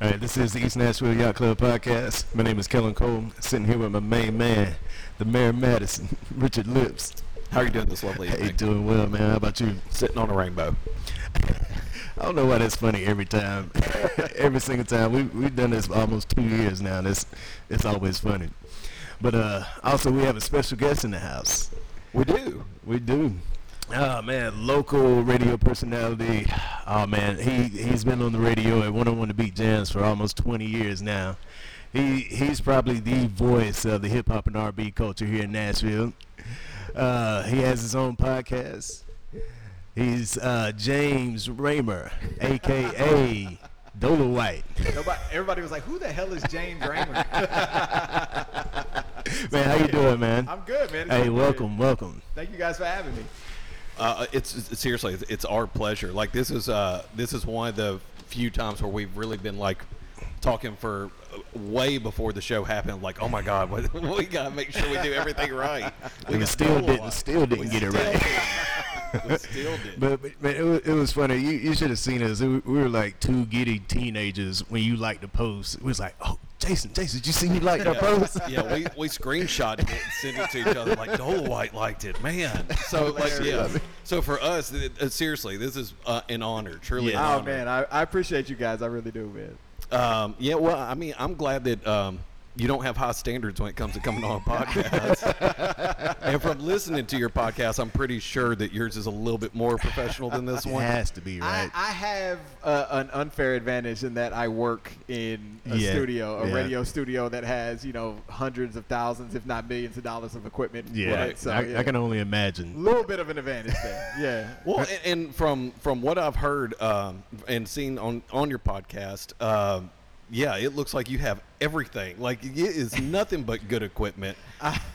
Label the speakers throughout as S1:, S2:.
S1: All right, this is the East Nashville Yacht Club podcast. My name is Kellen Cole, sitting here with my main man, the Mayor Madison, Richard Lips.
S2: How are you doing this lovely
S1: Hey,
S2: evening?
S1: doing well, man. How about you?
S2: Sitting on a rainbow.
S1: I don't know why that's funny every time, every single time. We we've done this for almost two years now. And it's it's always funny. But uh, also we have a special guest in the house.
S2: We do.
S1: We do. Oh man, local radio personality. Oh man, he he's been on the radio at 101 The Beat Jams for almost 20 years now. He he's probably the voice of the hip hop and R&B culture here in Nashville. Uh, he has his own podcast. He's uh, James Raymer, aka Dola White.
S3: Nobody, everybody was like, "Who the hell is James Raymer?"
S1: Man, how you doing, man?
S3: I'm good, man. It's
S1: Hey,
S3: good.
S1: welcome, welcome.
S3: Thank you guys for having me.
S2: Uh, it's, it's- seriously, it's, it's our pleasure. Like this is uh, this is one of the few times where we've really been like talking for uh, way before the show happened. Like, oh my God, what, we gotta make sure we do everything right. We
S1: We
S2: got
S1: still
S2: Dola
S1: didn't
S2: White.
S1: still didn't get it
S2: still
S1: right.
S2: didn't. we still did.
S1: But, but man, it, was, it was funny. You, you should have seen us. It, wa- we were like two giddy teenagers when you liked the post. It was like, oh, Jason, Jason, did you see me like that post?
S2: yeah, we, we screenshot it and send it to each other like Dola White liked it, man. So like yeah, so for us, it, it- seriously, this is uh, an honor, truly.
S1: Yeah.
S2: An
S3: Oh
S2: honor.
S3: man, I, I appreciate you guys. I really do, man.
S2: Um, yeah, well, I mean, I'm glad that um, you don't have high standards when it comes to coming on a podcast. and from listening to your podcast, I'm pretty sure that yours is a little bit more professional than this
S1: It
S2: one.
S1: has to be right.
S3: I, I have uh, an unfair advantage in that I work in a
S1: Yeah,
S3: studio, a
S1: yeah.
S3: radio studio that has you know hundreds of thousands, if not millions of dollars of equipment.
S1: yeah,
S3: Right, so
S1: I,
S3: yeah.
S1: I can only imagine.
S3: little bit of an advantage there. Yeah.
S2: Well, and, and from from what I've heard um, and seen on on your podcast, um, yeah, it looks like you have everything. Like it is nothing but good equipment.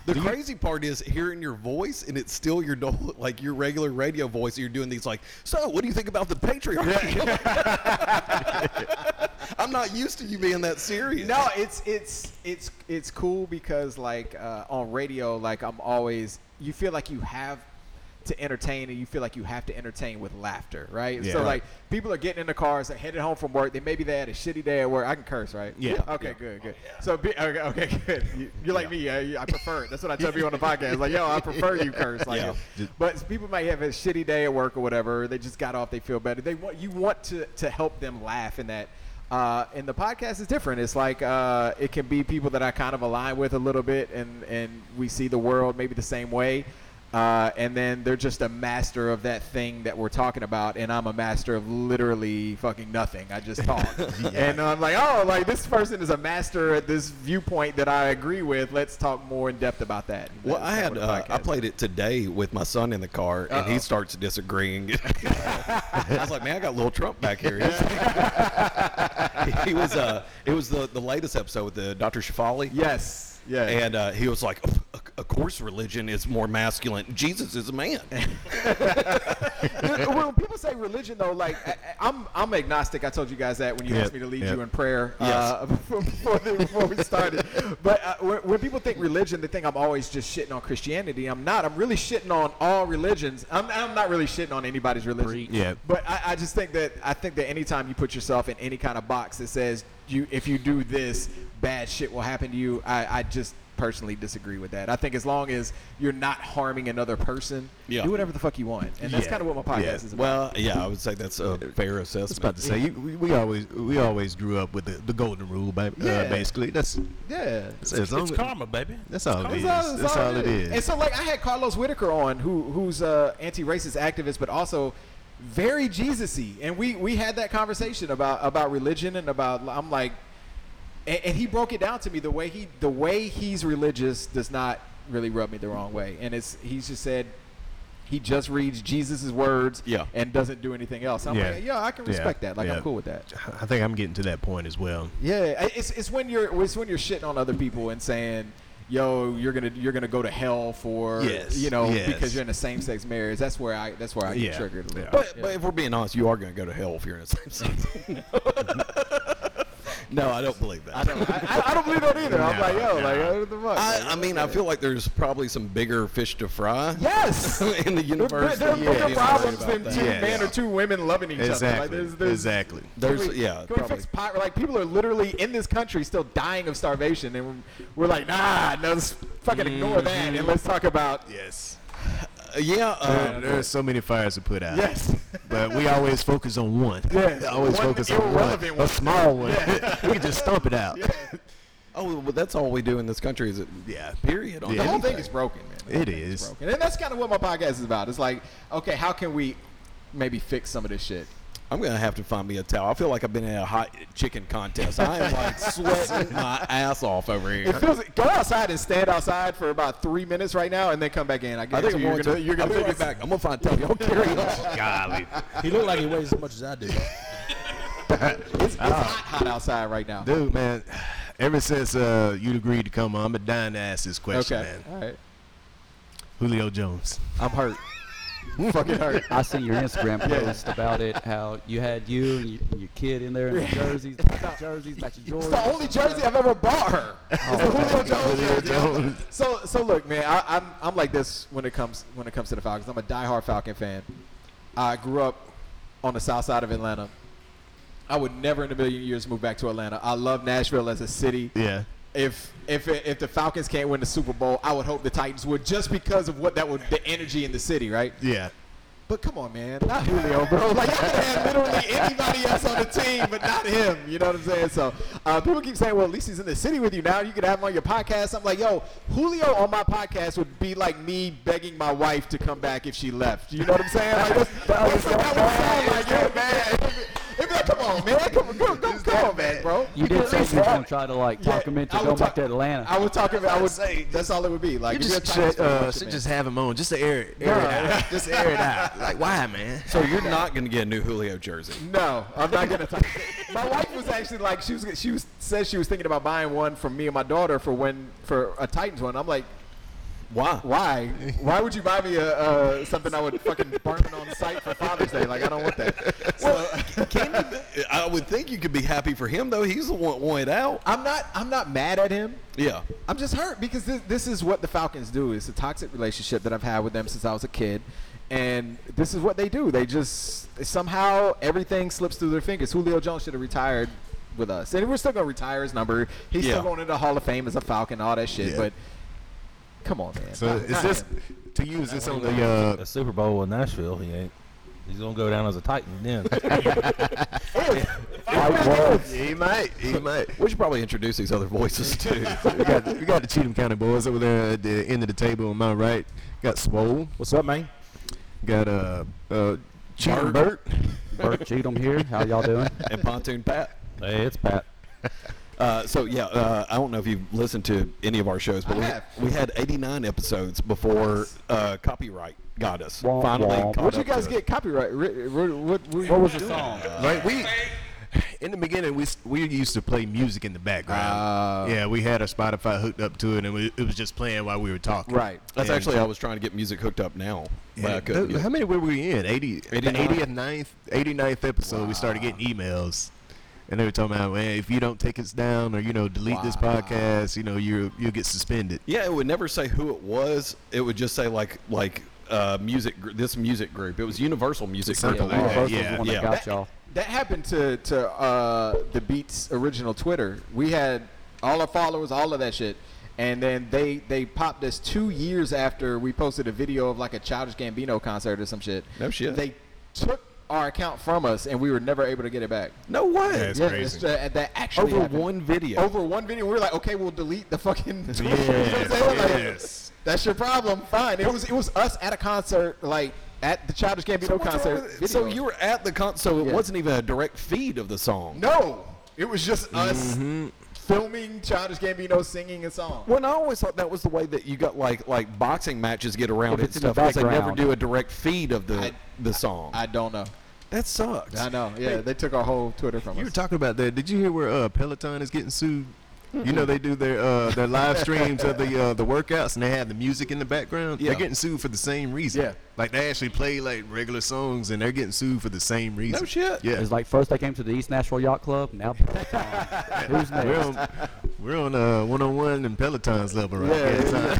S2: the crazy part is hearing your voice, and it's still your no- like your regular radio voice. You're doing these like, so what do you think about the patriarchy? I'm not used to you being that serious.
S3: No, it's it's it's it's cool because like uh, on radio, like I'm always you feel like you have to entertain and you feel like you have to entertain with laughter, right?
S1: Yeah.
S3: So
S1: Right.
S3: like people are getting in the cars, they're headed home from work. They maybe they had a shitty day at work. I can curse, right?
S1: Yeah. Yeah.
S3: Okay, good, good. So be, okay, okay, good. You- You're like me. uh, you- I prefer it. That's what I tell people on the podcast. Like, yo, I prefer you curse. Like,
S2: Yeah.
S3: it- but people might have a shitty day at work or whatever. They just got off. They feel better. They want you want to to help them laugh in that. Uh, and the podcast is different. It's like uh, it can be people that I kind of align with a little bit, and and we see the world maybe the same way. Uh, and then they're just a master of that thing that we're talking about, and I'm a master of literally fucking nothing. I just talk, and I'm like, oh, like this person is a master at this viewpoint that I agree with. Let's talk more in depth about that. And
S2: Well,
S3: that's
S2: I
S3: kinda
S2: had
S3: what a
S2: uh, I
S3: podcast is.
S2: played it today with my son in the car, and he starts disagreeing. I was like, "Man, I got little Trump back here." he was uh, it was the the latest episode with the Dr. Shafali.
S3: Yes. Yeah.
S2: and uh, he was like, "Of- "Of course, religion is more masculine. Jesus is a man."
S3: when people say religion, though, like I, I- I'm, I'm agnostic. I told you guys that when you
S1: Yep,
S3: asked me to lead
S1: yep.
S3: you in prayer
S2: Yes.
S3: uh, before, before, the- before we started. But uh, when, when people think religion, they think I'm always just shitting on Christianity. I'm not. I'm really shitting on all religions. I'm, I'm not really shitting on anybody's religion.
S1: Yeah.
S3: But I, I just think that I think that anytime you put yourself in any kind of box that says you if you do this, bad shit will happen to you. I, I just personally disagree with that. I think as long as you're not harming another person,
S2: Yeah.
S3: do whatever the fuck you want, and that's
S1: Yeah.
S3: kind of what my podcast
S1: Yeah.
S3: is about.
S2: well, yeah, I would say that's a fair
S1: I was
S2: assessment.
S1: about to say you, we, we always we always grew up with the, the golden rule, ba- uh,
S3: Yeah.
S1: basically. That's
S3: Yeah.
S1: that's, as long
S4: It's
S1: as-
S4: karma, baby.
S1: that's all it is.
S3: That's all-
S1: That's, all it is.
S3: And so, like, I had Carlos Whitaker on, who who's a anti-racist activist, but also very Jesus-y. And we we had that conversation about about religion and about I'm like, and, and he broke it down to me the way he the way he's religious does not really rub me the wrong way. And it's he's just said. He just reads Jesus' words
S2: Yeah.
S3: and doesn't do anything else. I'm
S1: Yeah.
S3: like, yeah, I can
S1: Yeah.
S3: respect that. Like,
S1: Yeah.
S3: I'm cool with that.
S1: I think I'm getting to that point as well.
S3: Yeah, I- it's it's when you're it's when you're shitting on other people and saying, "Yo, you're gonna you're gonna go to hell for
S1: Yes,
S3: you know
S1: yes.
S3: because you're in a same sex marriage." That's where I that's where I get
S1: Yeah,
S3: triggered. A little.
S1: yeah.
S3: bit.
S2: But, but if we're being honest, you are going to go to hell if you're in a same sex. No, I don't believe that.
S3: I don't, I, I don't believe that either. I'm
S1: No,
S3: like, yo, like,
S1: no.
S3: what the fuck?
S2: I,
S3: Like,
S2: I mean, I feel like there's probably some bigger fish to fry
S3: yes.
S2: in the
S3: There-
S2: universe.
S3: There, there are
S2: than
S3: bigger
S2: being worried
S3: problems
S2: about
S3: than
S2: that.
S3: two
S1: Yes.
S3: men or two women loving each other. Like,
S1: Exactly.
S3: there's, there's,
S1: exactly.
S2: There's
S3: Can we-
S2: yeah,
S3: Can we
S2: probably.
S3: fix pot? Like people are literally in this country still dying of starvation, and we're, we're like, nah, no, let's fucking
S2: Mm-hmm.
S3: ignore that, and let's talk about
S1: Yes.
S2: Uh, yeah, uh,
S1: there are so many fires to put out.
S3: yes.
S1: But we always focus on one.
S3: Yeah.
S1: Always
S3: One
S1: focus on one.
S3: irrelevant
S1: A
S3: one.
S1: small one. we can just stomp it out. Yeah.
S2: oh, well, that's all we do in this country is it? period. on
S1: Yeah.
S3: The whole thing
S2: anything.
S3: is broken, man. The
S1: It
S3: whole thing
S1: is.
S3: broken. and that's kind of what my podcast is about. It's like, okay, how can we maybe fix some of this shit?
S2: I'm gonna have to find me a towel. I feel like I've been in a hot chicken contest. I am like sweating my ass off over
S3: It
S2: here.
S3: feels go outside and stand outside for about three minutes right now, and then come back in. I,
S2: I
S3: guarantee
S2: think I'm
S3: you're
S2: going
S3: gonna,
S2: to.
S3: you're gonna
S2: I'll be
S3: think
S2: right
S3: it's-
S2: back. I'm gonna find a towel. Y'all carry on.
S1: Golly.
S4: He looked like he weighs as much as I do.
S3: It's, it's hot, hot outside right now.
S1: Dude, man, ever since uh, you agreed to come on, I've been dying to ask this question,
S3: Okay,
S1: man.
S3: all right.
S1: Julio Jones.
S3: I'm hurt. fucking hurt.
S5: I seen your Instagram
S3: Yeah.
S5: post about it, how you had you and your, and your kid in there in the jerseys, matching jerseys, matching
S3: It's
S5: Jordans.
S3: the only jersey I've ever bought her. It's the Julio Jones
S1: Julio
S3: jersey.
S1: Jones.
S3: So so look, man, I, I'm I'm like this when it comes when it comes to the Falcons. I'm a diehard Falcon fan. I grew up on the south side of Atlanta. I would never in a million years move back to Atlanta. I love Nashville as a city.
S1: Yeah.
S3: If if it, if the Falcons can't win the Super Bowl, I would hope the Titans would just because of what that would the energy in the city, right?
S1: Yeah.
S3: But come on, man, not Julio, bro. Like y'all could have literally anybody else on the team, but not him. You know what I'm saying? So uh, people keep saying, "Well, at least he's in the city with you now. You could have him on your podcast." I'm like, "Yo, Julio on my podcast would be like me begging my wife to come back if she left." You know what I'm saying? Like that's, that's what that would sound like. Yo, man. It'd be like, come on, man. Come on, come, come, come on, man, bro.
S5: You
S3: could
S5: did
S3: at
S5: say
S3: least
S5: you were
S3: have
S5: going
S3: it.
S5: to try to like
S3: Yeah,
S5: talk him into
S3: I would
S5: going back
S3: talk-
S5: to Atlanta.
S3: I would talk about. I would say
S1: Say,
S3: that's all it would be. Like
S1: You
S3: if you're
S1: just
S3: Titans
S1: should,
S3: fan,
S1: uh,
S3: watch it,
S1: should
S3: man.
S1: just have him on just to air, it- air
S3: Bro.
S1: it out. Just air it out. Like, why, man?
S2: So you're not gonna get a new Julio jersey.
S3: No, I'm not gonna talk. my wife was actually like, she was, she was says she was thinking about buying one for me and my daughter for when for a Titans one. I'm like,
S2: Why?
S3: why? Why would you buy me a uh, something I would fucking burn on site for Father's Day? Like, I don't want that. So,
S2: I would think you could be happy for him though. He's the one wanted out.
S3: I'm not. I'm not mad at him.
S2: Yeah.
S3: I'm just hurt because this, this is what the Falcons do. It's a toxic relationship that I've had with them since I was a kid. And this is what they do. They just somehow everything slips through their fingers. Julio Jones should have retired with us. And we're still going to retire his number. He's
S2: Yeah.
S3: still going to the Hall of Fame as a Falcon, all that shit.
S1: Yeah.
S3: But come on, man.
S1: So
S3: Not-
S1: is
S3: not
S1: this
S3: him.
S1: to you? Is this on the uh,
S4: A Super Bowl in Nashville, he ain't. He's gonna go down as a Titan then.
S1: He might. He might.
S2: We should probably introduce these other voices too.
S1: we got we got the Cheatham County boys over there at the end of the table on my right. Got Swole.
S4: What's up, man?
S1: Got uh uh Cheatham Burt.
S5: Bert Cheatham here. How y'all doing?
S2: and Pontoon Pat.
S4: Hey, it's Pat.
S2: Uh, so yeah, uh, I don't know if you've listened to any of our shows, but
S3: I
S2: we,
S3: have.
S2: we had 89 episodes before uh, copyright got us.
S5: Womp
S2: Finally,
S5: womp.
S2: caught
S3: What'd you
S2: up to
S3: guys
S2: us.
S3: get copyright? Ri- ri- What, what,
S5: What was the song?
S1: Like we in the beginning we s- we used to play music in the
S4: Ah.
S1: background. yeah, we had our Spotify hooked up to it and we, it was just playing while we were talking.
S3: Right.
S2: That's
S1: And-
S2: actually I was trying to get music hooked up now, but I
S1: Yeah.
S2: couldn't.
S1: Th- How many were we in? 80, the
S2: 89?
S1: 89th, 89th episode, we started getting emails. And they were talking about, man, if you don't take us down or, you know, delete this podcast, you know, you you'll get suspended.
S2: yeah, it would never say who it was. It would just say like like uh, music gr- this music group. It was Universal Music
S1: Something
S2: Group.
S1: like that.
S5: Universal's
S1: yeah,
S5: Oh, the one
S2: yeah.
S5: that got
S3: That-
S5: y'all.
S3: That happened to to uh, the Beats original Twitter. We had all our followers, all of that shit, and then they they popped us two years after we posted a video of like a Childish Gambino concert or some shit.
S2: No shit.
S3: They took our account from us, and we were never able to get it back.
S2: No way.
S1: That's
S3: Yeah,
S1: crazy.
S3: it's, uh, that actually
S2: Over
S3: happened.
S2: one video.
S3: Over one video, we were like, okay, we'll delete the fucking. Tweet.
S1: Yes, yes.
S3: That's your problem. Fine. It was it was us at a concert, like at the Childish Gambino
S2: What's wrong
S3: concert.
S2: with it? So
S3: video.
S2: you were at the concert. So it
S3: Yeah.
S2: wasn't even a direct feed of the song.
S3: No, it was just us filming Childish Gambino singing a song.
S2: Well, and I always thought that was the way that you got like like boxing matches get around
S5: If
S2: it
S5: it's
S2: and
S5: in the
S2: stuff. Like they never
S5: background.
S2: do a direct feed of the
S3: I-
S2: the song.
S3: I don't know.
S2: that sucks.
S3: I know. Yeah, they took our whole Twitter from
S1: You were
S3: us.
S1: talking about that. Did you hear where uh, Peloton is getting sued? You know they do their uh, their live streams of the uh, the workouts and they have the music in the background.
S2: Yeah.
S1: They're getting sued for the same reason.
S3: Yeah.
S1: Like they actually play like regular songs and they're getting sued for the same reason.
S2: No shit.
S1: Yeah.
S5: It's like first I came to the East Nashville Yacht Club. Now Peloton. who's
S1: We're
S5: next?
S1: on we're on uh, one on one and Peloton's level right
S3: Yeah,
S1: now.
S3: yeah,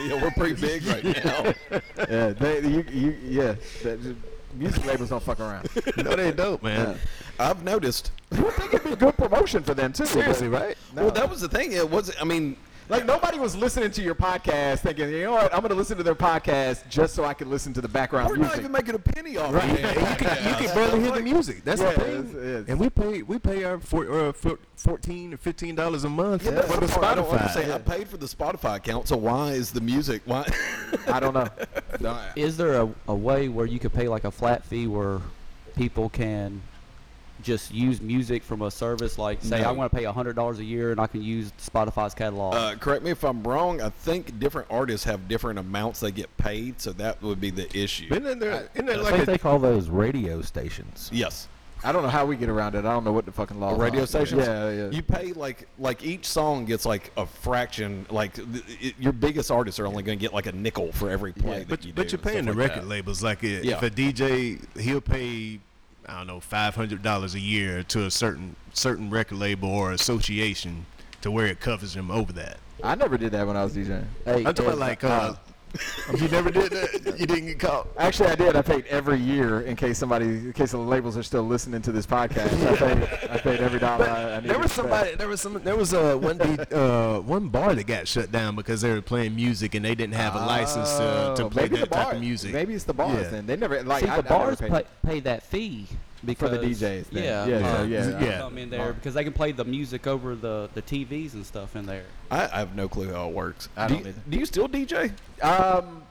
S3: yeah.
S2: yeah, we're pretty big right now.
S3: yeah, they, you, you, yeah. that- the music labels don't fuck around.
S1: No, they don't, man.
S2: I've noticed.
S3: You would think it'd be good promotion for them too.
S1: Seriously,
S3: but
S1: right?
S3: No.
S2: Well, that was the thing. It was. I mean,
S3: like nobody was listening to your podcast thinking, you know what? I'm gonna listen to their podcast just so I can listen to the background
S2: we're
S3: music.
S2: not even making a penny off
S1: Right.
S2: of it.
S1: you can, you can barely hear the music. That's
S3: Yeah,
S1: the thing.
S3: it's- it's-
S1: And we pay we pay our four, uh, four, fourteen or fifteen dollars a month
S2: Yeah, that's
S1: for the
S2: part I don't
S1: Spotify.
S2: understand. I paid for the Spotify account, so why is the music? Why?
S3: I don't know.
S5: Is there a, a way where you could pay like a flat fee where people can just use music from a service? Like, say, I
S2: No.
S5: want to pay hundred dollars a year and I can use Spotify's catalog.
S2: Uh, correct me if I'm wrong. I think different artists have different amounts they get paid, so that would be the issue.
S1: Isn't there, isn't there
S4: I
S1: like
S4: think
S1: a
S4: they call those radio stations.
S2: Yes.
S3: I don't know how we get around it. I don't know what the fucking law.
S2: The
S3: is.
S2: radio stations.
S3: Yeah, yeah.
S2: You pay like like each song gets like a fraction. Like th- it, your biggest artists are only going to get like a nickel for every play. that
S1: but
S2: you
S1: but
S2: do
S1: you're
S2: and
S1: paying the
S2: stuff like
S1: record
S2: that.
S1: labels like it,
S2: Yeah.
S1: if a DJ he'll pay I don't know five hundred dollars a year to a certain certain record label or association to where it covers him over that.
S3: I never did that when I was DJing.
S5: hey,
S1: I'm talking
S5: Ed,
S1: about like uh, you never did that. You didn't get caught.
S3: Actually, I did. I paid every year in case somebody, in case the labels are still listening to this podcast. I paid, I paid every dollar I, I needed.
S1: There was
S3: to pay.
S1: somebody. There was some. There was uh, one D- uh, one bar that got shut down because they were playing music and they didn't have a license to, to
S3: Oh,
S1: play
S3: maybe the
S1: that type
S3: bar-
S1: of music.
S3: Maybe it's the bars.
S1: Yeah.
S3: Then they never like
S5: see,
S3: I, I
S5: the
S3: never
S5: bars
S3: paid.
S5: pay, pay that fee
S3: For
S5: because
S3: the DJs then.
S5: Yeah,
S3: Yeah,
S1: so,
S5: uh,
S1: yeah,
S5: to
S1: yeah.
S5: come in there because they can play the music over the the TVs and stuff in there.
S2: I, I have no clue how it works.
S3: I
S2: do,
S3: don't
S2: you,
S3: either.
S2: do you still DJ?
S3: Um,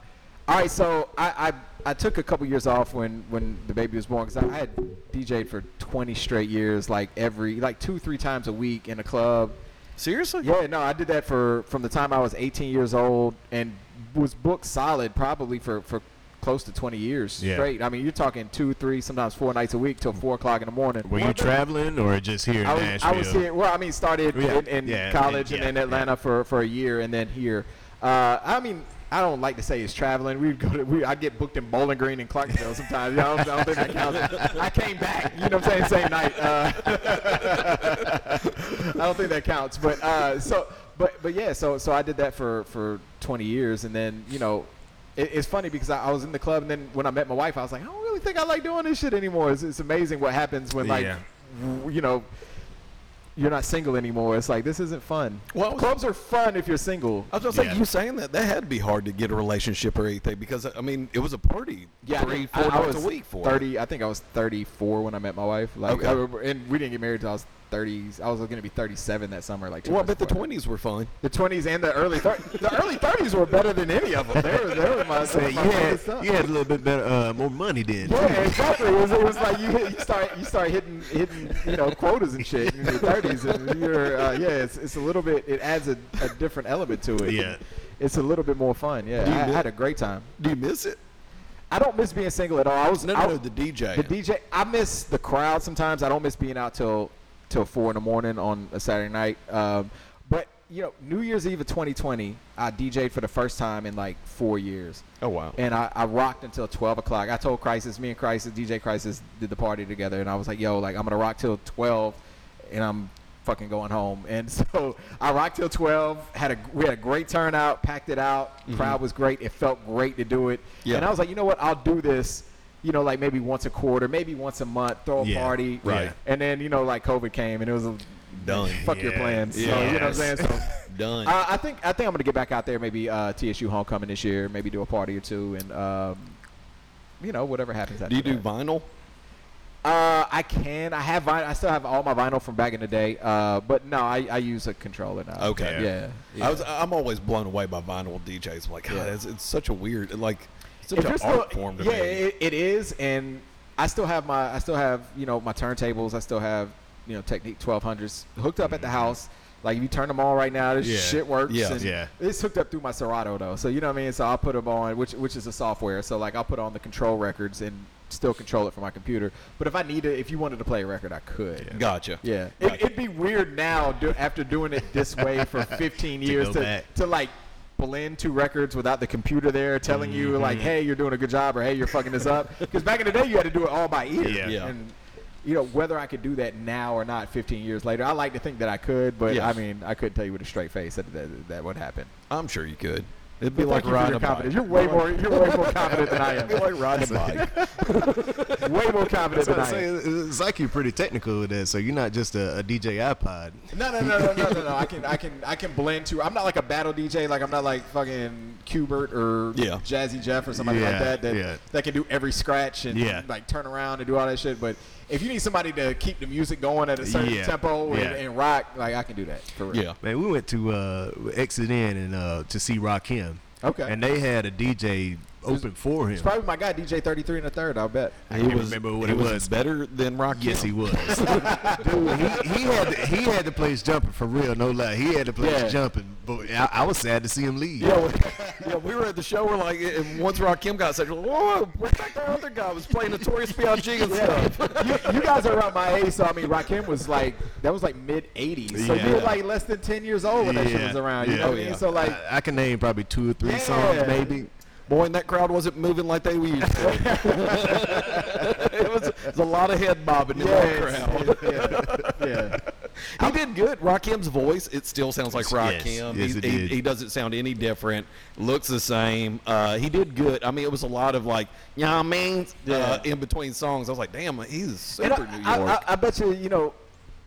S3: all right, so I, I I took a couple years off when when the baby was born because I, I had DJed for 20 straight years, like every like two three times a week in a club.
S2: Seriously?
S3: Yeah, no, I did that for from the time I was 18 years old and was booked solid probably for for close to 20 years
S1: Yeah.
S3: straight. I mean, you're talking two, three, sometimes four nights a week till four o'clock in the morning.
S1: Were you traveling or just here in
S3: I was,
S1: Nashville?
S3: I was here. Well, I mean, started
S1: Yeah,
S3: in, in
S1: yeah,
S3: college
S1: yeah,
S3: and in
S1: yeah.
S3: Atlanta for, for a year, and then here. Uh, I mean, I don't like to say it's traveling. We'd go to, we, I'd get booked in Bowling Green and Clarksville sometimes. I don't, I don't think that counts. I came back, you know what I'm saying, same night. Uh, I don't think that counts. But uh, so, but but yeah. So so I did that for for 20 years, and then you know, it, it's funny because I, I was in the club, and then when I met my wife, I was like, I don't really think I like doing this shit anymore. It's, it's amazing what happens when like,
S1: Yeah.
S3: w- you know, you're not single anymore. It's like this isn't fun.
S2: Well, I was-
S3: clubs are fun if you're single.
S2: I was gonna say
S1: Yeah.
S2: you saying that that had to be hard to get a relationship or anything because I mean it was a party
S3: Yeah,
S2: three
S3: I,
S2: four
S3: I
S2: nights
S3: was
S2: a week for it.
S3: thirty. I think I was thirty-four when I met my wife. Like,
S2: Okay.
S3: I remember- and we didn't get married till I was thirty. I was going to be thirty-seven that summer. Like, two
S2: Well, I
S3: months
S2: bet the
S3: before.
S2: twenties were fun.
S3: The twenties and the early thir- the early thirties were better than any of them. They were, they were my,
S1: So
S3: they were
S1: you
S3: my
S1: had,
S3: favorite stuff.
S1: you had a little bit better, uh, more money then.
S3: Yeah, exactly. It was, it was like you, hit, you start you start hitting hitting you know quotas and shit in your thirties, and you're uh, yeah, it's, it's a little bit it adds a, a different element to it.
S1: Yeah.
S3: it's a little bit more fun. Yeah,
S2: Do you
S3: I, I
S2: miss-
S3: had a great time.
S2: Do you miss it?
S3: I don't miss being single at all. I was
S2: No, no,
S3: I-
S2: no the DJ.
S3: the DJ. I miss the crowd sometimes. I don't miss being out till till four in the morning on a Saturday night. Um, but you know, New Year's Eve of 2020, I DJ'd for the first time in like four years,
S2: oh wow.
S3: and I, I rocked until 12 o'clock. I told Crisis, me and Crisis, DJ Crisis, did the party together, and I was like, "Yo, like I'm gonna rock till 12, and I'm." Fucking going home, and so I rocked till twelve. Had a we had a great turnout, packed it out.
S1: Mm-hmm.
S3: Crowd was great. It felt great to do it,
S2: Yeah.
S3: and I was like, you know what? I'll do this. You know, like maybe once a quarter, maybe once a month. Throw a
S1: Yeah,
S3: party,
S1: right.
S3: And then you know, like COVID came, and it was a
S2: Done.
S3: Fuck your
S1: Yeah.
S3: plans. So, you know what I'm saying?
S1: Yes.
S3: So,
S2: Done.
S3: I, I think I think I'm gonna get back out there. Maybe uh, TSU homecoming this year. Maybe do a party or two, and um, you know, whatever happens. After
S2: do you do
S3: that.
S2: vinyl?
S3: Uh, I can. I have. Vinyl. I still have all my vinyl from back in the day. Uh, but no, I, I use a controller now.
S2: Okay.
S3: Yeah.
S2: I was. I'm always blown away by vinyl DJs. Like, God, it's, it's such a weird, like, such
S3: If
S2: an
S3: you're
S2: art
S3: still-
S2: form to
S3: yeah,
S2: me.
S3: it, it is, and I still have my, I still have you know my turntables. I still have you know Technique 1200s hooked up at the house. Like if you turn them on right now, this
S1: Yeah.
S3: shit works.
S2: Mm-hmm. Yeah.
S3: and
S1: Yeah.
S3: It's hooked up through my Serato though, so you know what I mean. So I'll put them on, which which is a software. So like I'll put on the control records and still control it from my computer. But if I needed, if you wanted to play a record, I could. Yeah.
S2: Gotcha.
S3: It, it'd be weird now do, after doing it this way for 15 years
S1: go
S3: to, to,
S1: back.
S3: like blend two records without the computer there telling
S1: Mm-hmm.
S3: you like, hey, you're doing a good job or hey, you're fucking this up. Because back in the day, you had to do it all by ear.
S1: Yeah.
S2: Yeah.
S3: And you know whether I could do that now or not 15 years later, I like to think that I could, but
S2: Yes.
S3: I mean, I couldn't tell you with a straight face that that, that would happen.
S2: I'm sure you could. It'd be
S3: Thank
S2: like
S3: you for your
S2: riding a bike.
S3: confidence. You're way more you're way more confident than I am.
S2: It'd be like riding a bike.
S3: way more
S1: That's
S3: confident than
S1: what I'm
S3: I am.
S1: saying. It's like you're pretty technical with that, so you're not just a, a DJ iPod.
S3: No, no, no, no, no, no, no. I can, I can, I can blend too. I'm not like a battle DJ. Like I'm not like fucking Cubert or
S2: Yeah.
S3: Jazzy Jeff or somebody
S1: Yeah,
S3: like that that,
S1: yeah.
S3: that can do every scratch and
S1: Yeah.
S3: like turn around and do all that shit. But if you need somebody to keep the music going at a certain
S1: Yeah,
S3: tempo
S1: yeah.
S3: and, and rock, like I can do that for real.
S2: Yeah.
S1: Man, we went to uh, Exit In and uh, to see Rakim.
S3: Okay.
S1: And they had a DJ open for him.
S3: It's probably my guy DJ 33 and a third. I'll bet.
S1: I can't remember what
S2: he
S1: it was.
S2: better than Rock.
S1: Yes, he was. Dude, he, he had the, he had the place jumping for real, no lie. He had the place
S3: Yeah.
S1: jumping, but I, I was sad to see him leave.
S2: Yeah, we- yeah, we were at the show. We're like, and once Rock Kim got sexual, whoa, whoa, back that other guy was playing Notorious B.I.G. and stuff.
S3: you, you guys are around my age, so I mean, Rakim was like that was like mid '80s, so you were
S1: Yeah.
S3: like less than 10 years old when that shit
S1: Yeah.
S3: was around. You
S1: Yeah.
S3: know what
S2: Oh,
S3: I mean?
S2: yeah.
S3: So like,
S1: I, I can name probably two or three
S3: Yeah.
S1: songs, maybe.
S2: Boy, and that crowd wasn't moving like they used to. it, was, it was a lot of head bobbing in that crowd.
S3: yeah, yeah, yeah.
S2: He did good. Rakim's voice, it still sounds like
S1: Yes,
S2: Rakim. Him.
S1: yes,
S2: he,
S1: it
S2: he-
S1: did.
S2: he doesn't sound any different. Looks the same. Uh, he did good. I mean, it was a lot of like, you know what I mean? Uh, in between songs. I was like, damn, he's
S3: And
S2: super
S3: I,
S2: New
S3: I-
S2: York.
S3: I, I bet you, you know,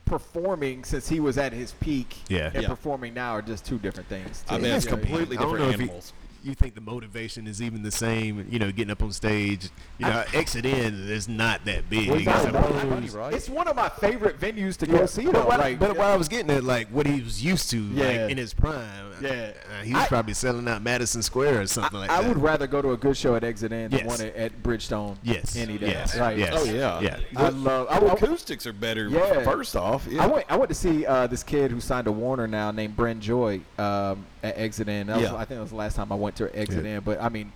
S3: performing since he was at his peak
S1: Yeah.
S3: and
S2: Yeah.
S3: performing now are just two different things.
S2: I
S3: too.
S2: mean,
S1: It's
S2: it's completely
S1: I don't
S2: different
S1: know if
S2: animals.
S1: You, you think the motivation is even the same? You know, getting up on stage. You know, Exit In is not that big. I
S3: Well, it's not-
S1: suppose.
S5: right?
S3: It's one of my favorite venues to go see.
S1: But,
S3: Though.
S1: what,
S3: Like,
S1: but what I was getting at, like what he was used to,
S3: Yeah.
S1: like in his prime,
S3: Yeah.
S1: uh, he was
S3: I-
S1: probably selling out Madison Square or something like
S3: I
S1: that.
S3: would rather go to a good show at Exit Inn
S1: Yes.
S3: than one at, at Bridgestone.
S1: yes,
S3: any day.
S1: yes,
S3: Like,
S1: yes.
S2: Oh, yeah.
S1: yeah.
S3: I love. I,
S2: The
S3: I,
S2: acoustics are better.
S3: Yeah.
S2: First off, yeah.
S3: I went. I went to see uh, this kid who signed to Warner now, named Brent Joy, um, at Exit Inn. That was-
S2: Yeah.
S3: I think that was the last time I went to Exit
S1: Yeah.
S3: Inn. But I mean,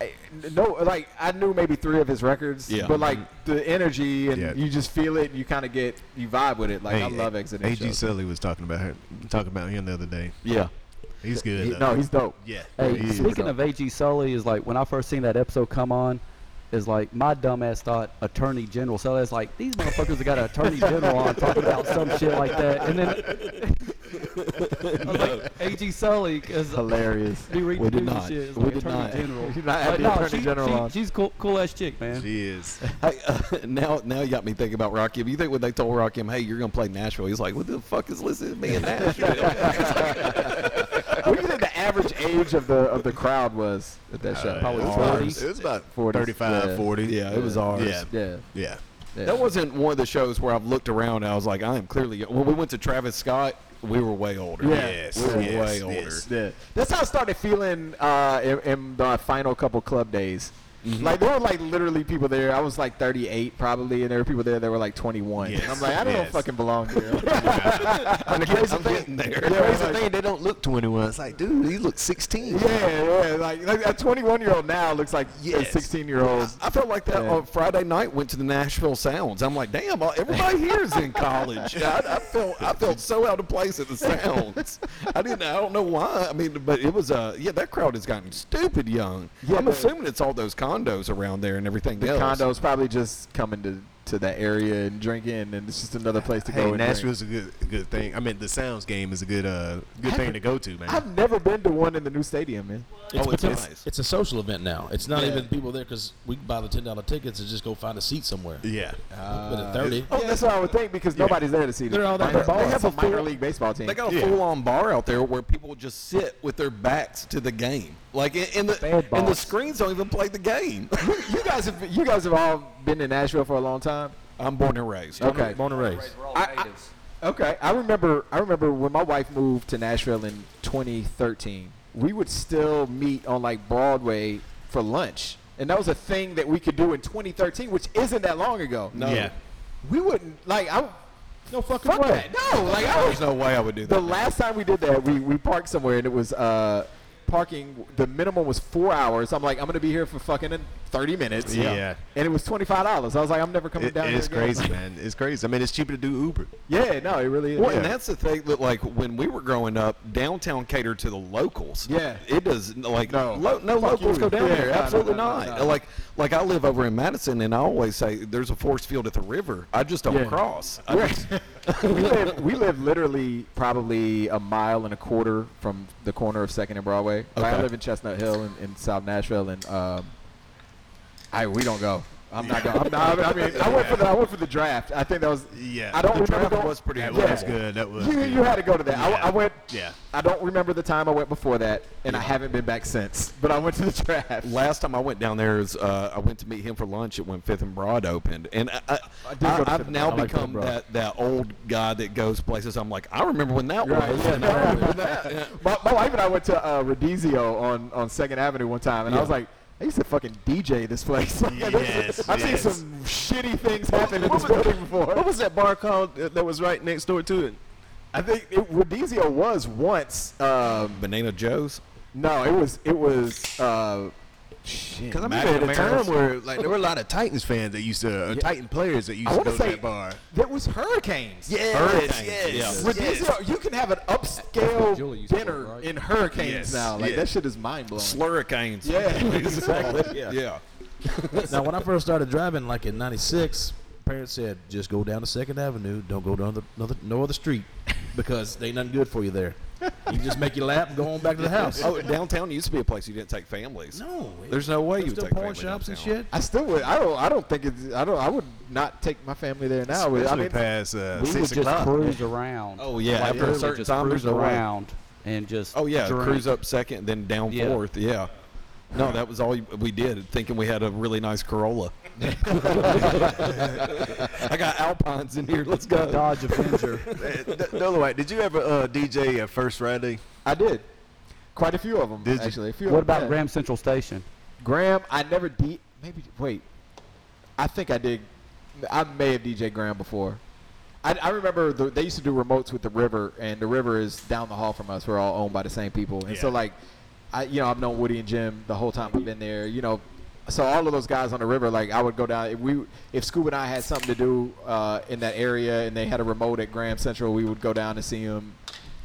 S3: I- no, like I knew maybe three of his records,
S2: Yeah. Mm-hmm.
S3: but like the energy and
S1: Yeah.
S3: you just feel it. and You kind of get you vibe with it. Like I
S1: Hey,
S3: love Exit Inn.
S1: AG
S3: shows.
S1: Sully was talking about her, talking about him the other day.
S2: yeah.
S1: He's good. though.
S3: No, he's dope.
S1: yeah.
S5: Hey,
S1: he is.
S5: speaking of AG Sully, is like when I first seen that episode come on, is like my dumbass thought Attorney General. So that's like these motherfuckers have got an Attorney General on talking about some shit like that, and then I was like, AG Sully is
S3: Hilarious.
S5: be reading
S2: We did
S5: news and
S2: not.
S5: shit. It's
S2: We
S5: like
S2: did
S5: Attorney
S2: not.
S5: General.
S3: You're not at
S5: Like,
S3: the
S5: no,
S3: Attorney
S5: she-
S3: General
S5: she-
S3: on.
S5: she's cool, cool ass chick, man.
S1: She is.
S2: Hey, uh, now now you got me thinking about Rakim. You think when they told Rakim, "Hey, you're gonna play Nashville," he's like, "What the fuck is listening to me in Nashville?"
S3: what do you think the average age of the of the crowd was at
S2: Uh,
S3: that show?
S5: Probably
S1: It was
S5: ours.
S1: about- It was about
S3: 40s,
S1: 35,
S3: yeah.
S1: 40.
S2: yeah, it was ours.
S1: Yeah.
S3: Yeah.
S1: Yeah.
S3: yeah.
S2: That wasn't one of the shows where I've looked around and I was like, I am clearly. When we went to Travis Scott, we were way older.
S3: Yeah.
S1: Yes.
S2: We were
S1: yes,
S2: way older.
S1: yes.
S3: Yeah, that's how I started feeling uh, in, in the final couple club days.
S1: Mm-hmm.
S3: Like there were like literally people there. I was like 38 probably, and there were people there that were like 21.
S1: Yes,
S3: And I'm like, I don't
S1: yes.
S3: fucking belong here.
S2: I'm, getting, I'm getting
S1: The
S2: there.
S3: Yeah,
S1: crazy
S3: like-
S1: thing, they don't look 21. It's like, dude, he looks 16.
S3: yeah, yeah. Like, like a 21 year old now looks like
S1: Yes.
S3: a 16 year old.
S2: I felt like that
S3: Yeah.
S2: on Friday night. Went to the Nashville Sounds. I'm like, damn, all- everybody here is in college. I, I felt I felt so out of place at the Sounds. I didn't. I don't know why. I mean, but it was. Uh, yeah, that crowd has gotten stupid young.
S3: Yeah,
S2: I'm
S3: but-
S2: assuming it's all those condos around there and everything
S3: The
S2: else.
S3: condos probably just coming to to that area and drinking, and it's just another place to go.
S1: Hey,
S3: and
S1: Nashville's a good good thing. I mean, the Sounds game is a good uh good thing to go to, man.
S3: Drink. I've never been to one in the new stadium, man.
S2: Oh, it's
S6: it's,
S2: nice.
S6: it's a social event now. It's not
S3: Yeah.
S6: even people there because we can buy the ten dollar tickets and just go find a seat
S2: Uh,
S6: somewhere.
S1: yeah.
S6: but at thirty,
S3: Oh, that's what I would think because nobody's there to see them.
S6: They're all down
S3: Minor-
S6: the bar.
S3: They have a minor league baseball team.
S2: They got a
S1: Yeah.
S2: full-on bar out there where people just sit with their backs to the game, like in, in the
S5: Bad
S2: and the
S5: balls.
S2: screens don't even play the game.
S3: you guys have you guys have all been to Nashville for a long time.
S2: I'm born and raised.
S3: Okay.
S4: Born and raised.
S3: I- I- Okay, I remember. I remember when my wife moved to Nashville in 2013. We would still meet on like Broadway for lunch, and that was a thing that we could do in 2013, which isn't that long ago.
S2: No,
S1: Yeah.
S3: we wouldn't like. I
S6: no fucking
S3: fuck that. No, like I was
S2: there's no way I would do that.
S3: The last time we did that, we, we parked somewhere and it was uh, parking. The minimum was four hours. I'm like, I'm gonna be here for fucking an 30 minutes.
S1: Yeah. Yeah.
S3: And it was $25. I was like, I'm never coming
S1: It-
S3: down
S1: it's
S3: there again.
S1: crazy, man. It's crazy. I mean, it's cheaper to do Uber.
S3: Yeah, no, it really is.
S2: Well,
S3: yeah.
S2: and that's the thing that, like, when we were growing up, downtown catered to the locals.
S3: Yeah.
S2: it does. Like,
S3: No.
S2: no, no
S3: Fuck
S2: locals
S3: you.
S2: go down
S3: Yeah,
S2: there.
S3: no, no,
S2: Absolutely
S3: no, no,
S2: not.
S3: no.
S2: Like, like I live over in Madison, and I always say there's a force field at the river. I just don't
S3: Yeah.
S2: cross. I
S3: We're-
S2: just-
S3: we live we live literally probably a mile and a quarter from the corner of Second and Broadway. Like, I
S2: Okay.
S3: live in Chestnut Hill in, in South Nashville, and um, I we don't go. I'm not going. I'm not, I mean, I went for the I went for the draft. I think that was.
S1: Yeah.
S3: I don't
S2: The
S3: remember.
S2: draft
S3: going-
S2: was pretty
S3: Yeah.
S1: That
S2: good.
S1: was good. That was.
S3: You,
S1: good.
S3: you had to go to that. I,
S1: Yeah.
S3: I went.
S1: Yeah.
S3: I don't remember the time I went before that, and I haven't been back since. But I went to the draft.
S2: Last time I went down there is uh, I went to meet him for lunch at when Fifth and Broad opened, and I, I,
S3: I did go
S2: I,
S3: to Fifth
S2: have
S3: and
S2: now
S3: Broad. I like Fifth
S2: become
S3: and Broad.
S2: that, that old guy that goes places. I'm like, I remember when that
S3: Right,
S2: was.
S3: yeah,
S2: and
S3: no,
S2: I
S3: I
S2: remember
S3: remember
S2: that. Yeah.
S3: My, my wife and I went to uh, Radizio on, on Second Avenue one time, and I was like, I used to fucking DJ this place. Like, this is-
S1: Yes,
S3: I've
S1: yes.
S3: seen some shitty things happen in
S1: What
S3: this
S1: was-
S3: building before.
S1: What was that bar called uh, that was right next door to it?
S3: I think it, Radizio was once. Um,
S2: Banana Joe's.
S3: no, it was it was. Uh, shit.
S1: Because I
S2: Mac
S1: remember at a
S2: Camaros.
S1: time where like there were a lot of Titans fans that used to, or Titan players that used
S3: I
S1: to
S3: want
S1: go
S3: to
S1: to
S3: say
S1: that bar.
S3: there was hurricanes.
S1: Yes,
S2: Hurricanes,
S1: yes,
S2: yeah.
S1: yes.
S3: Radizio, you can have an
S5: Julie
S3: upscale
S5: used to
S3: dinner
S5: work, right?
S3: in hurricanes
S1: Yes,
S3: now. Like
S1: yeah.
S3: that shit is mind blowing.
S2: Slurricanes.
S3: Yeah,
S2: exactly. Yeah. yeah.
S6: now, when I first started driving, like in '96, parents said, "Just go down to Second Avenue. Don't go down the another, no other street, because they ain't nothing good for you there. You just make your lap and go on back to the house."
S2: Oh, downtown used to be a place you didn't take families.
S6: no,
S2: There's no way
S6: there's
S2: you would
S6: still
S2: take
S6: pawn
S2: family
S6: shops and
S2: downtown.
S6: shit.
S3: I still would. I don't. I don't think it's. I don't. I would not take my family there now. I
S1: Especially
S3: mean,
S1: past uh,
S5: we would
S1: six
S5: just
S1: o'clock.
S5: cruise around.
S2: Oh, yeah, after a
S5: literally
S2: certain
S5: just
S2: time,
S5: cruise
S2: there's no way.
S5: around and just.
S2: Oh yeah,
S5: drink.
S2: cruise up second, then down
S5: Yeah.
S2: fourth. Yeah. No, that was all we did, thinking we had a really nice Corolla. I got Alpines in here. Let's go.
S5: Dodge Avenger.
S1: Uh, D- Dolomite, did you ever uh, DJ at First Friday?
S3: I did. Quite a few of them,
S1: Did you?
S3: actually. A few
S5: what
S3: of 'em,
S5: about
S3: yeah.
S5: Graham Central Station?
S3: Graham, I never de- Maybe wait. I think I did. I may have DJ Graham before. I, I remember the, they used to do remotes with the river, and the river is down the hall from us. We're all owned by the same people, and so
S1: Yeah.
S3: like, I you know I've known Woody and Jim the whole time we've been there. You know, so all of those guys on the river, like I would go down if we if Scuba and I had something to do uh, in that area, and they had a remote at Graham Central, we would go down and see him.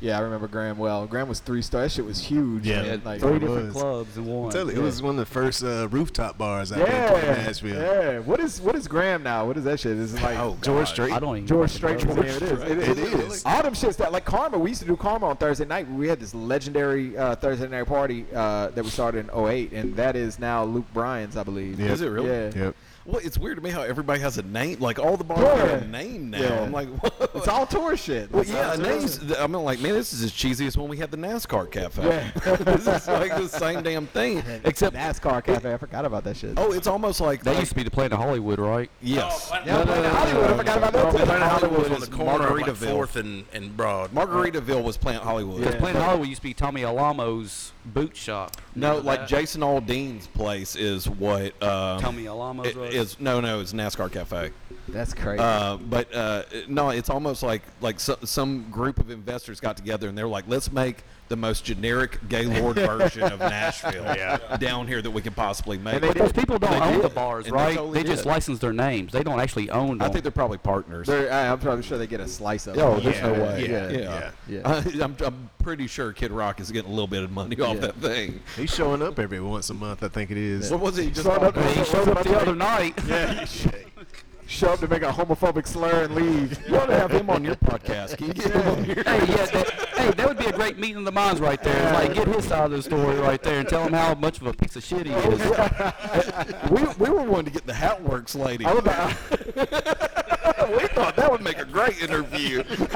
S3: Yeah, I remember Graham well. Graham was three star. That shit was huge.
S1: Yeah.
S3: man. like,
S5: Three
S1: it
S5: different
S1: was.
S5: clubs in one.
S1: Tell you, it
S3: yeah.
S1: was one of the first uh, rooftop bars out there in
S3: Yeah,
S1: Nashville.
S3: yeah. What is what is Graham now? What is that shit? This is like
S2: Oh,
S1: George Strait.
S5: I don't even.
S3: George
S5: fucking
S3: Strait.
S5: know.
S3: Museum. It is. It,
S1: It
S3: is.
S1: is.
S3: All them shits that like Karma. We used to do Karma on Thursday night. We had this legendary uh, Thursday night party uh, that we started in 08, and that is now Luke Bryan's, I believe.
S1: Yeah.
S2: Is it really?
S3: Yeah.
S1: Yep.
S2: Well, it's weird to me how everybody has a name. Like all the bars
S3: Yeah.
S2: have a name now.
S3: Yeah.
S2: I'm like, whoa.
S3: It's all tour shit.
S2: Well, yeah, names. I'm like, man, this is as cheesy as when we had the NASCAR cafe.
S3: Yeah.
S2: this is like the same damn thing, except
S3: NASCAR Cafe. I forgot about that shit.
S2: oh, it's almost like
S5: That used to be the plant in Hollywood, right?
S2: yes.
S3: yeah, no, no, Hollywood. I forgot about that too.
S2: Planet
S7: Hollywood
S2: Hollywood
S7: was on
S2: is
S7: the corner of like
S2: Margaritaville.
S7: Fourth and, and Broad.
S2: Margaritaville was Plant Hollywood.
S3: Yeah.
S5: Plant in Hollywood used to be Tommy Alamo's boot shop.
S2: No,
S5: Remember
S2: like
S5: that?
S2: Jason Aldean's place is what um,
S5: Tommy Alamo's
S2: i-
S5: Road.
S2: is no, no, it's NASCAR Cafe.
S3: That's crazy.
S2: Uh, but uh, no, it's almost like like so, some group of investors got together and they're like, let's make the most generic Gaylord version of Nashville down here that we can possibly make.
S3: they
S5: But those people don't
S2: They
S5: own
S2: did.
S5: the bars,
S2: And they
S5: right?
S2: totally
S5: They just
S2: did.
S5: license their names. They don't actually own them.
S2: I think they're probably partners.
S3: They're- I, I'm probably sure they get a slice of.
S2: Oh,
S3: it.
S2: there's no
S3: Yeah,
S2: way.
S3: Yeah.
S2: yeah.
S3: yeah.
S2: I, am I'm pretty sure Kid Rock is getting a little bit of money off
S3: Yeah.
S2: that thing.
S1: He's showing up every once a month, I think it is.
S2: What was it? You just
S3: Showed up,
S5: He showed up the other night.
S3: Yeah. Show up to make a homophobic slur and leave.
S2: you ought to have him on your podcast. Can you get him on here?
S5: Hey, yeah, that, hey, that would be a great meeting of the minds right there. It's Like, get his side of the story right there and tell him how much of a piece of shit he is.
S2: we, we were wanting to get the Hat Works lady.
S3: I was like,
S2: we thought that would make a great interview.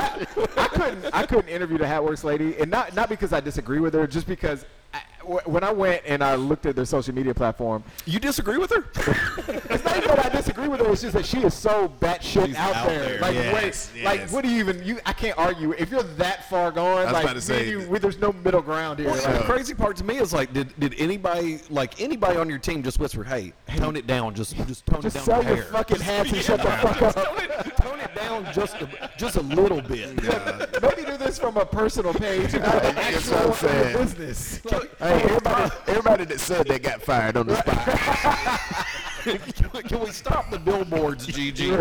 S3: I couldn't I couldn't interview the Hatworks lady, and not not because I disagree with her, just because I, wh- when I went and I looked at their social media platform,
S2: You disagree with her?
S3: it's not even that I disagree with her. It's just that she is so batshit
S2: She's
S3: out,
S2: out
S3: there.
S2: there.
S3: Like
S1: Yes,
S3: wait, like
S1: yes.
S3: what do you even you? I can't argue if you're that far gone.
S1: was
S3: like
S1: about to
S3: me
S1: say-
S3: and you, we- there's no middle ground here.
S2: Well, and the
S3: Like,
S2: crazy part to me is like, did, did anybody like anybody on your team just whisper, "Hey, tone it down, just just tone
S3: just
S2: it down"?
S3: sell
S2: a
S3: your
S2: hair."
S3: fucking hats and shut the fuck up.
S2: tone it down just a, just a little bit.
S3: Maybe do this from a personal page, not the
S1: That's what
S3: actual
S1: I'm saying.
S3: business.
S1: Hey, everybody, everybody that said they got fired on the spot.
S2: can, we, can we stop the billboards, Gigi?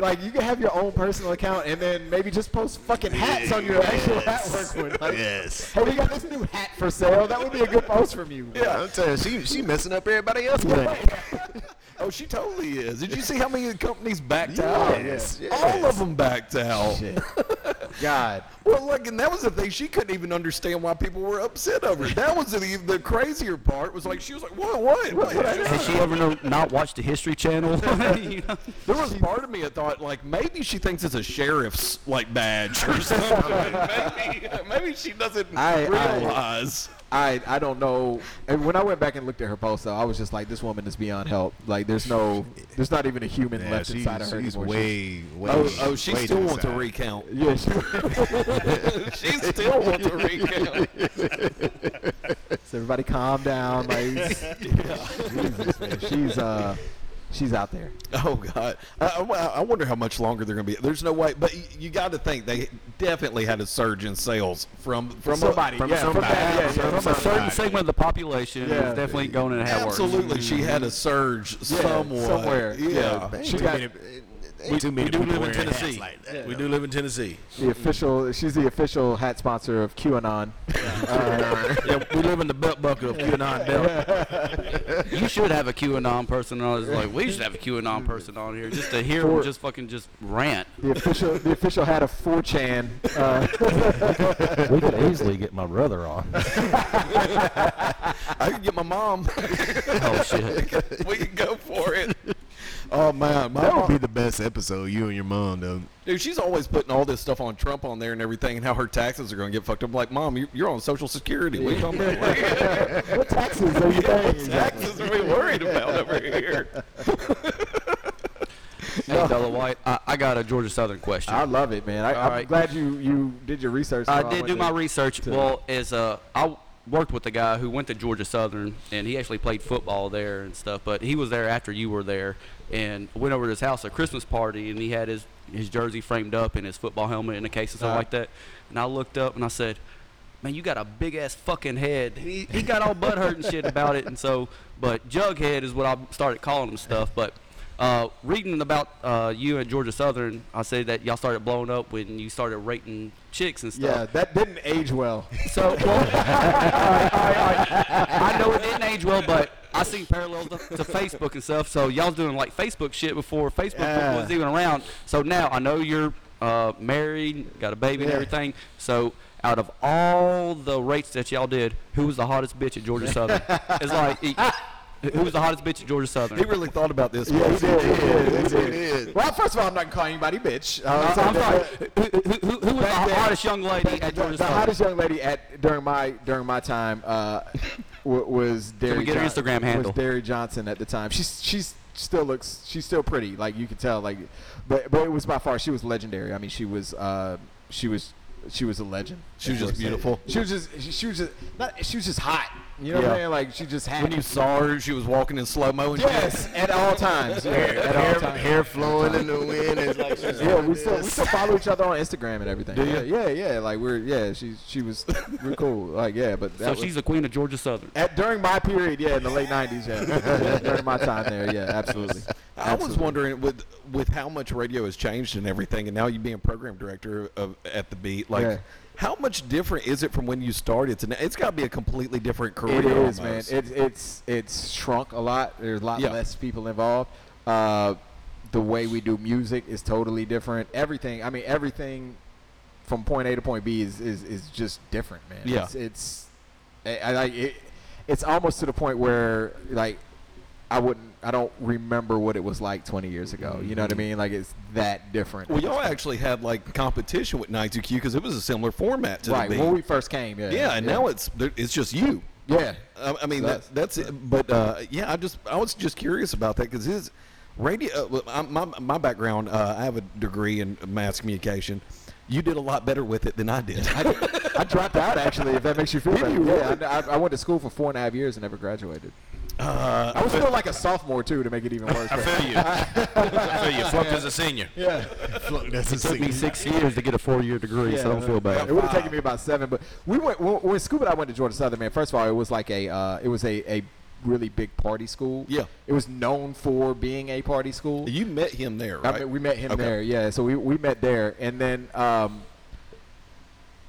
S3: like you can have your own personal account and then maybe just post fucking hats on your actual hat work one. Like,
S1: yes.
S3: Hey, we got this new hat for sale. That would be a good post from you.
S1: Yeah, I'm telling you, she she messing up everybody else's money.
S2: Oh, she totally is. Did you see how many companies backed out?
S1: Yes, yes.
S2: All of them backed out.
S3: God.
S2: Well, look, and that was the thing. She couldn't even understand why people were upset over it. That was the, the crazier part. Was like she was like, "What? What?"
S5: Did she ever know, not watch the History Channel? You know?
S2: There was part of me that thought like maybe she thinks it's a sheriff's like badge or something. maybe, maybe she doesn't
S3: I- I-
S2: realize.
S3: I I don't know. And when I went back and looked at her post, though, I was just like, this woman is beyond help. Like, there's no, there's not even a human
S1: Yeah,
S3: left
S1: she-
S3: inside of her
S1: she's
S3: anymore.
S1: way, way.
S2: oh, oh, she
S1: way
S2: still
S1: to the
S2: wants a
S1: side.
S2: recount.
S3: Yeah, she-
S2: she still wants a recount.
S3: So everybody calm down. Like, Jesus, man. She's uh, she's out there.
S2: Oh God, I, I- I wonder how much longer they're going to be. There's no way, but you, you got to think they definitely had a surge in sales from from
S3: Somebody,
S2: From
S3: yeah, from
S2: somebody.
S3: that, yeah, yeah,
S5: From a certain segment of the population,
S3: Yeah.
S5: it's definitely going to have work.
S2: Absolutely, she had a surge somewhat.
S3: somewhere,
S2: Yeah.
S1: Ain't
S3: She
S1: too
S3: got-
S1: many- ain't too many
S4: we do
S1: people
S4: live in
S1: wearing hats
S4: Tennessee.
S1: like that.
S4: We do live in Tennessee.
S3: The official. She's the official hat sponsor of QAnon. Uh,
S4: yeah, we live in the belt buckle of QAnon belt.
S5: You should have a QAnon person on. It's like we should have a
S3: Mm.
S5: QAnon person on here just to hear them just fucking just rant.
S3: The official. the official hat of 4chan. Uh,
S4: we could easily get my brother on.
S2: I could get my mom.
S5: Oh shit!
S2: we could go for it. Oh man, my
S1: That would
S2: mom,
S1: be the best episode. You and your mom, though.
S2: dude, she's always putting all this stuff on Trump on there and everything, and how her taxes are going to get fucked up. I'm like, mom, you, you're on Social Security. What are you talking about?
S3: what taxes are you paying?
S2: taxes are we worried about over here?
S5: Hey, Della White, I, I got a Georgia Southern question.
S3: I love it, man. I,
S5: All
S3: I'm
S5: right.
S3: glad you you did your research.
S5: I
S3: so
S5: did
S3: went
S5: do
S3: to-
S5: my research. Well, as uh, I worked with a guy who went to Georgia Southern, and he actually played football there and stuff. But he was there after you were there, and went over to his house at a Christmas party, and he had his his jersey framed up and his football helmet in a case and stuff
S3: Uh-huh.
S5: like that. And I looked up and I said. Man, you got a big ass fucking head. And He, he got all butt hurt and shit about it, and so, but Jughead is what I started calling him stuff. But uh, reading about uh, you at Georgia Southern, I said that y'all started blowing up when you started rating chicks and stuff.
S3: Yeah, that didn't age well.
S5: So, well, all right, all right, all right. I know it didn't age well, but I seen parallels to, to Facebook and stuff. So y'all was doing like Facebook shit before Facebook
S3: Yeah.
S5: was even around. So now I know you're uh, married, got a baby and
S3: Yeah.
S5: everything. So out of all the rates that y'all did, who was the hottest bitch at Georgia Southern? it's like. e- who was the hottest bitch at Georgia Southern? Uh,
S2: He really thought about this.
S3: Yeah,
S2: one.
S3: he did. He did. He did.
S1: It is.
S3: Well, first of all, I'm not calling anybody bitch. Uh,
S5: Uh,
S3: so
S5: I'm
S3: that-
S5: sorry.
S3: that-
S5: Who, who, who, who was the
S3: Back then-
S5: hottest young lady
S3: the,
S5: at Georgia
S3: the
S5: Southern?
S3: hottest young lady at during my during my time uh, w- was Derry.
S5: we get her Instagram handle?
S3: Was Derry Johnson at the time? She's she's still looks she's still pretty. Like you can tell. Like, but but it was by far she was legendary. I mean she was uh, she was she was a legend.
S2: She was just beautiful.
S3: She was just she, she was just not she was just hot. You know what I'm
S2: Yeah.
S3: saying? Like she just had.
S2: When you saw her, she was walking in slow mo.
S3: yes, at all times. Yeah, at all
S1: Hair,
S3: times.
S1: hair flowing in the wind. It's like she's
S3: Yeah,
S1: doing
S3: we still we
S1: this.
S3: still follow each other on Instagram and everything. Yeah, yeah, yeah. Like we're yeah, she she was we're cool. Like yeah, but that
S5: So
S3: was,
S5: she's the queen of Georgia Southern.
S3: at, during my period, yeah, in the late nineties, yeah. Yeah, during my time there, yeah, absolutely.
S2: I was
S3: Absolutely.
S2: wondering with with how much radio has changed and everything, and now you being program director of at the beat, like
S3: Yeah.
S2: how much different is it from when you started to now? It's got to be a completely different career.
S3: It is, man.
S2: almost.
S3: It's it's it's shrunk a lot. There's a lot
S2: Yeah.
S3: less people involved. Uh, the way we do music is totally different. Everything, I mean, everything from point A to point B is is, is just different, man.
S2: Yeah.
S3: it's, it's I, I like it. It's almost to the point where like I wouldn't, I don't remember what it was like 20 years ago. You know what I mean? Like it's that different.
S2: Mm-hmm. well, y'all actually had like competition with 92Q because it was a similar format to
S3: right
S2: the beat.
S3: when we first came, yeah,
S2: yeah, and now it's there- it's just you.
S3: yeah.
S2: I, I mean
S3: That's-
S2: that's that's it. But uh, yeah, I just I was just curious about that because his radio. Uh, well, I'm- my my background, uh, I have a degree in mass communication. You did a lot better with it than I did.
S3: I dropped out actually. If that makes you feel better, yeah. I, I, I went to school for four and a half years and never graduated. I was still like a sophomore too to make it even worse.
S7: I feel you. I feel you. Flunked as a senior.
S3: yeah,
S1: That's a
S5: Took me
S1: six.
S5: six years to get a four-year degree, so I don't feel bad.
S3: it would have taken me about seven. But we went when, when Scuba and I went to Georgia Southern. Man, first of all, it was like a uh, it was a, a really big party school.
S2: Yeah.
S3: it was known for being a party school.
S2: You met him there,
S3: I
S2: right?
S3: met- we met him
S2: Okay.
S3: there, yeah. So we, we met there, and then um,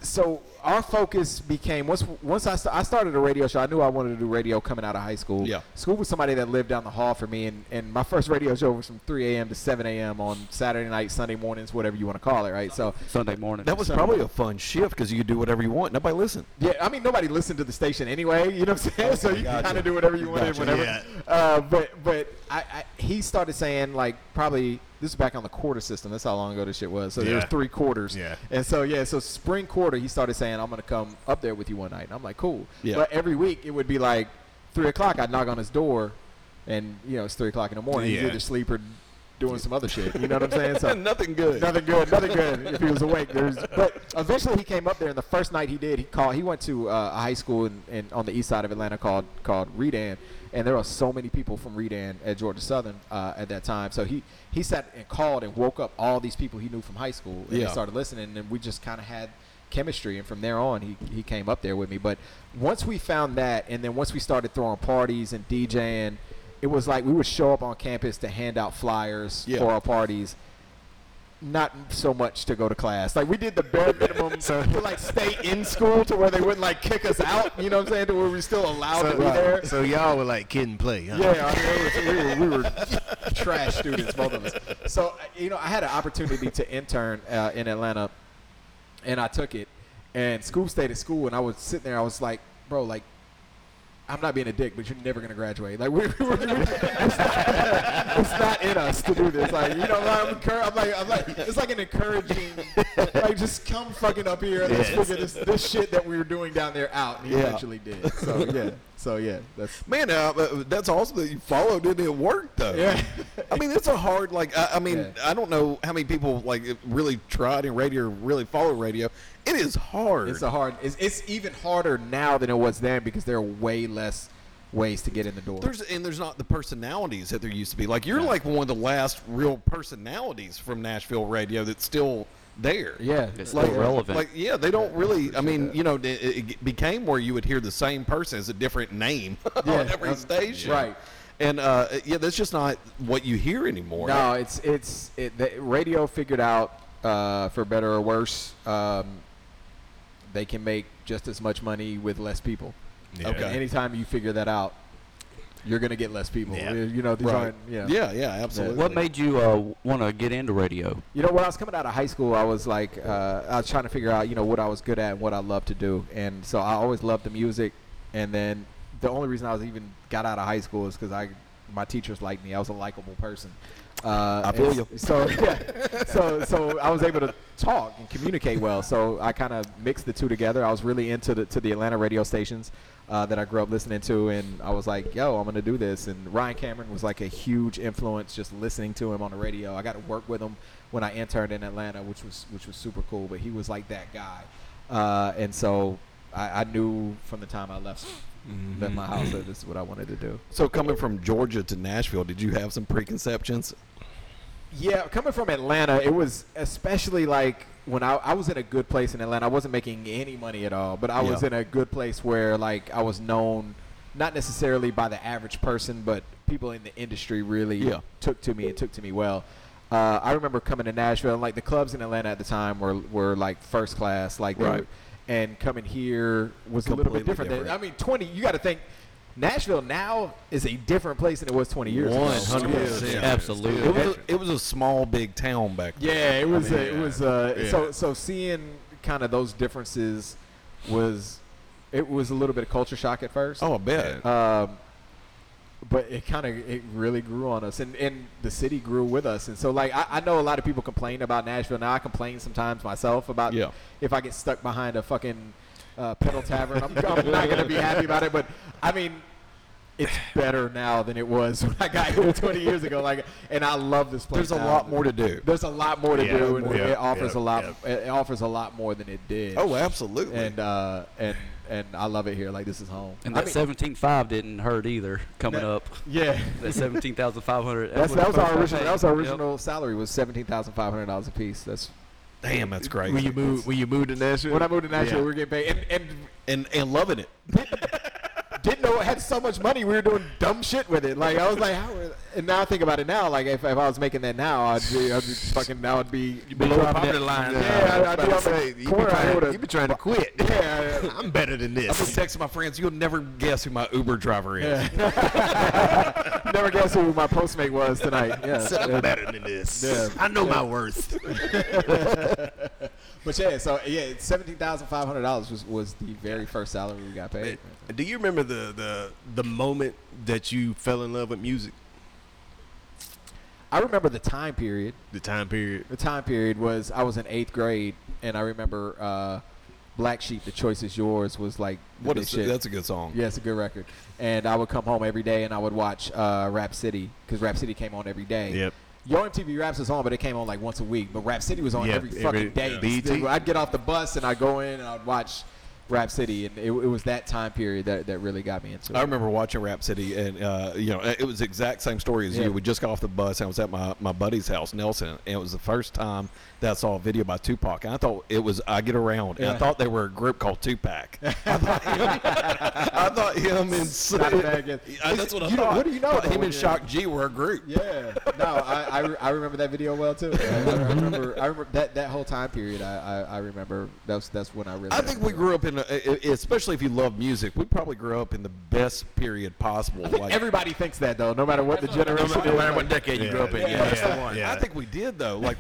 S3: so our focus became once once I, sta- I started a radio show. I knew I wanted to do radio coming out of high school.
S2: Yeah.
S3: school was somebody that lived down the hall for me, and, and my first radio show was from 3 a.m. to 7 a.m. on Saturday night, Sunday mornings, whatever you want to call it, right? So
S5: Sunday morning.
S2: That was probably a fun shift because you could do whatever you want. Nobody listened.
S3: Yeah, I mean nobody listened to the station anyway. You know what I'm saying? so you can kind of do whatever you wanted, whatever.
S1: yeah.
S3: Uh, but but I, I, he started saying like probably this is back on the quarter system. That's how long ago this shit was. So there were
S1: Yeah.
S3: three quarters.
S1: Yeah.
S3: And so yeah, so spring quarter he started saying I'm gonna come up there with you one night. And I'm like cool.
S2: Yeah.
S3: But every week it would be like three o'clock. I'd knock on his door, and you know it's three o'clock in the morning. He's
S1: Yeah.
S3: either asleep or doing some other shit. You know what I'm saying? So
S2: Nothing good.
S3: Nothing good. Nothing good. if he was awake, there's. But eventually, he came up there, and the first night he did, he called. He went to uh, a high school in, in on the east side of Atlanta called called Redan, and there were so many people from Redan at Georgia Southern uh, at that time. So he he sat and called and woke up all these people he knew from high school, and they
S2: Yeah.
S3: started listening, and then we just kind of had chemistry and from there on he, he came up there with me but once we found that and then once we started throwing parties and djing it was like we would show up on campus to hand out flyers
S2: Yeah.
S3: for our parties not so much to go to class. Like we did the bare minimum to like stay in school to where they wouldn't like kick us out. You know what I'm saying? To where we are still allowed to
S1: So,
S3: be there.
S1: so y'all were like kid and play, huh?
S3: Yeah, I mean, it was- we, were, we were trash students, both of us. So I- you know, I had an opportunity to intern uh, in Atlanta, and I took it. And school stayed at school, and I was sitting there. I was like, bro, like. I'm not being a dick, but you're never gonna graduate. Like we, we, we, it's, not, it's not in us to do this. Like you know, I'm, encour- I'm like, I'm like, it's like an encouraging, like just come fucking up here and let's
S1: Yes.
S3: figure this, this shit that we were doing down there out. And he
S2: Yeah.
S3: eventually did. So yeah, so yeah, that's
S2: Man, uh, uh, that's awesome that you followed it. It worked though.
S3: Yeah.
S2: I mean, it's a hard like. I, I mean,
S3: Yeah.
S2: I don't know how many people like really tried in radio, really follow radio. It is hard.
S3: It's a hard. It's, it's even harder now than it was then because there are way less ways to get in the door.
S2: there's and there's not the personalities that there used to be. Like you're like one of the last real personalities from Nashville radio that's still there.
S3: yeah,
S7: It's
S3: like-
S7: still relevant.
S2: Like yeah, they don't really. I mean, you know, it, it became where you would hear the same person as a different name
S3: Yeah,
S2: on every
S3: um,
S2: station.
S3: right.
S2: And uh, yeah, that's just not what you hear anymore.
S3: No, it's it's it, the radio figured out uh, for better or worse. Um, they can make just as much money with less people.
S1: Yeah.
S3: And anytime you figure that out, you're gonna get less people.
S1: Yeah.
S3: You know these
S2: Right.
S3: aren't. Yeah.
S2: Yeah, yeah, absolutely.
S5: What made you uh, want to get into radio?
S3: You know, when I was coming out of high school, I was like, uh, I was trying to figure out, you know, what I was good at and what I loved to do. And so I always loved the music. And then the only reason I was even got out of high school is because I, my teachers liked me. I was a likable person. Uh, I
S2: feel you.
S3: So yeah, so so I was able to talk and communicate well. So I kind of mixed the two together. I was really into the to the Atlanta radio stations uh, that I grew up listening to, and I was like, "Yo, I'm gonna do this." And Ryan Cameron was like a huge influence. Just listening to him on the radio, I got to work with him when I interned in Atlanta, which was which was super cool. But he was like that guy, uh, and so I, I knew from the time I left left my house that this is what I wanted to do.
S2: So coming from Georgia to Nashville, did you have some preconceptions?
S3: Yeah, coming from Atlanta, it was especially like when I, I was in a good place in Atlanta. I wasn't making any money at all, but I was
S2: Yeah.
S3: in a good place where like I was known, not necessarily by the average person, but people in the industry really
S2: Yeah.
S3: took to me and took to me well. Uh, I remember coming to Nashville, and like the clubs in Atlanta at the time were were like first class, like they
S2: Right.
S3: were- and coming here was a little bit
S2: Completely
S3: different.
S2: different.
S3: I mean, twenty, you got to think. Nashville now is a different place than it was 20 years ago.
S2: 100%.
S1: Yeah.
S2: It
S5: Absolutely.
S2: was, a, it was a small, big town back then.
S3: Yeah, it was.
S1: mean,
S3: uh, it
S1: yeah.
S3: was. Uh,
S1: Yeah.
S3: So so seeing kind of those differences was it was a little bit of culture shock at first.
S2: Oh, I bet.
S3: Um, but it kind of it really grew on us, and, and the city grew with us. And so, like, I, I know a lot of people complain about Nashville. Now I complain sometimes myself about
S2: Yeah.
S3: if I get stuck behind a fucking uh, pedal tavern. I'm, I'm not gonna be happy about it. But I mean, it's better now than it was when I got here 20 years ago. Like, and I love this place.
S2: There's a
S3: now.
S2: lot more to do.
S3: There's a lot more to
S1: Yeah,
S3: do, and
S1: yeah,
S3: it offers
S1: yeah,
S3: a lot. It offers a lot more than it did.
S2: Oh, absolutely.
S3: and uh, and and I love it here. Like this is home.
S5: And
S3: I
S5: that
S3: mean,
S5: seventeen five didn't hurt either coming
S3: That-
S5: up.
S3: yeah.
S5: That seventeen thousand five hundred.
S3: That's, that was our original. That was our original salary was seventeen thousand five hundred dollars a piece. That's
S2: Damn, that's crazy.
S1: When you move, when you move to Nashville,
S3: when I moved to Nashville,
S1: Yeah.
S3: we were getting paid, and, and
S2: and and loving it.
S3: didn't know it had so much money. We were doing dumb shit with it. Like I was like, how? And now I think about it now. Like if, if I was making that now, I'd be, I'd be fucking. Now I'd be.
S7: Below poverty line.
S3: Yeah, I, I'd be
S1: I
S3: on
S1: say,
S3: the
S1: you be
S3: corner. I
S1: trying,
S3: would've-
S1: you be trying to quit.
S3: Yeah. I-
S1: I'm better than
S2: I was
S1: this.
S2: texting my friends. You'll never guess who my Uber driver is.
S3: Yeah. Never guess who my postmate was tonight. Yeah.
S1: I said, I'm better than this.
S3: Yeah.
S1: I know my worth.
S3: But yeah, so yeah, seventeen thousand five hundred dollars was was the very first salary we got paid.
S1: Do you remember the, the the moment that you fell in love with music?
S3: I remember the time period.
S1: The time period.
S3: The time period was I was in eighth grade, and I remember uh, Black Sheep, The Choice Is Yours, was like the
S2: What
S3: big
S2: is
S3: shit.
S2: that's a good song.
S3: Yeah, it's a good record. And I would come home every day and I would watch uh, Rap City because Rap City came on every day.
S1: Yep.
S3: Your MTV Raps was on, but it came on like once a week. But Rap City was on
S1: Yeah,
S3: every
S1: every-
S3: fucking day.
S1: yeah. BET?
S3: I'd get off the bus and I'd go in and I'd watch Rap City, and it, it was that time period that, that really got me into it.
S2: I remember watching Rap City, and uh, you know, it was the exact same story as
S3: Yeah.
S2: you. We just got off the bus, and I was at my, my buddy's house, Nelson, and it was the first time that I saw a video by Tupac. And I thought it was I Get Around, and
S3: Yeah.
S2: I thought they were a group called Tupac. I thought him, I thought him and
S3: Not a bad guess.
S2: I- that's what I
S3: You know-
S2: thought.
S3: what do you know
S2: Thought
S3: though,
S2: him
S3: when
S2: and
S3: you're-
S2: Shock G were a group.
S3: Yeah, no, I, I, re- I remember that video well too. I, I remember, I remember that, that whole time period. I, I, I remember that's that's when I really.
S2: I think we grew up in, a, a- a- especially if you love music, we probably grew up in the best period possible. like-
S3: Everybody thinks that though, no matter what the
S7: No
S3: generation
S7: matter-
S3: is.
S7: no matter what decade you grew up in.
S1: Yeah,
S7: Yeah.
S1: yeah, yeah.
S2: I think we did though. Like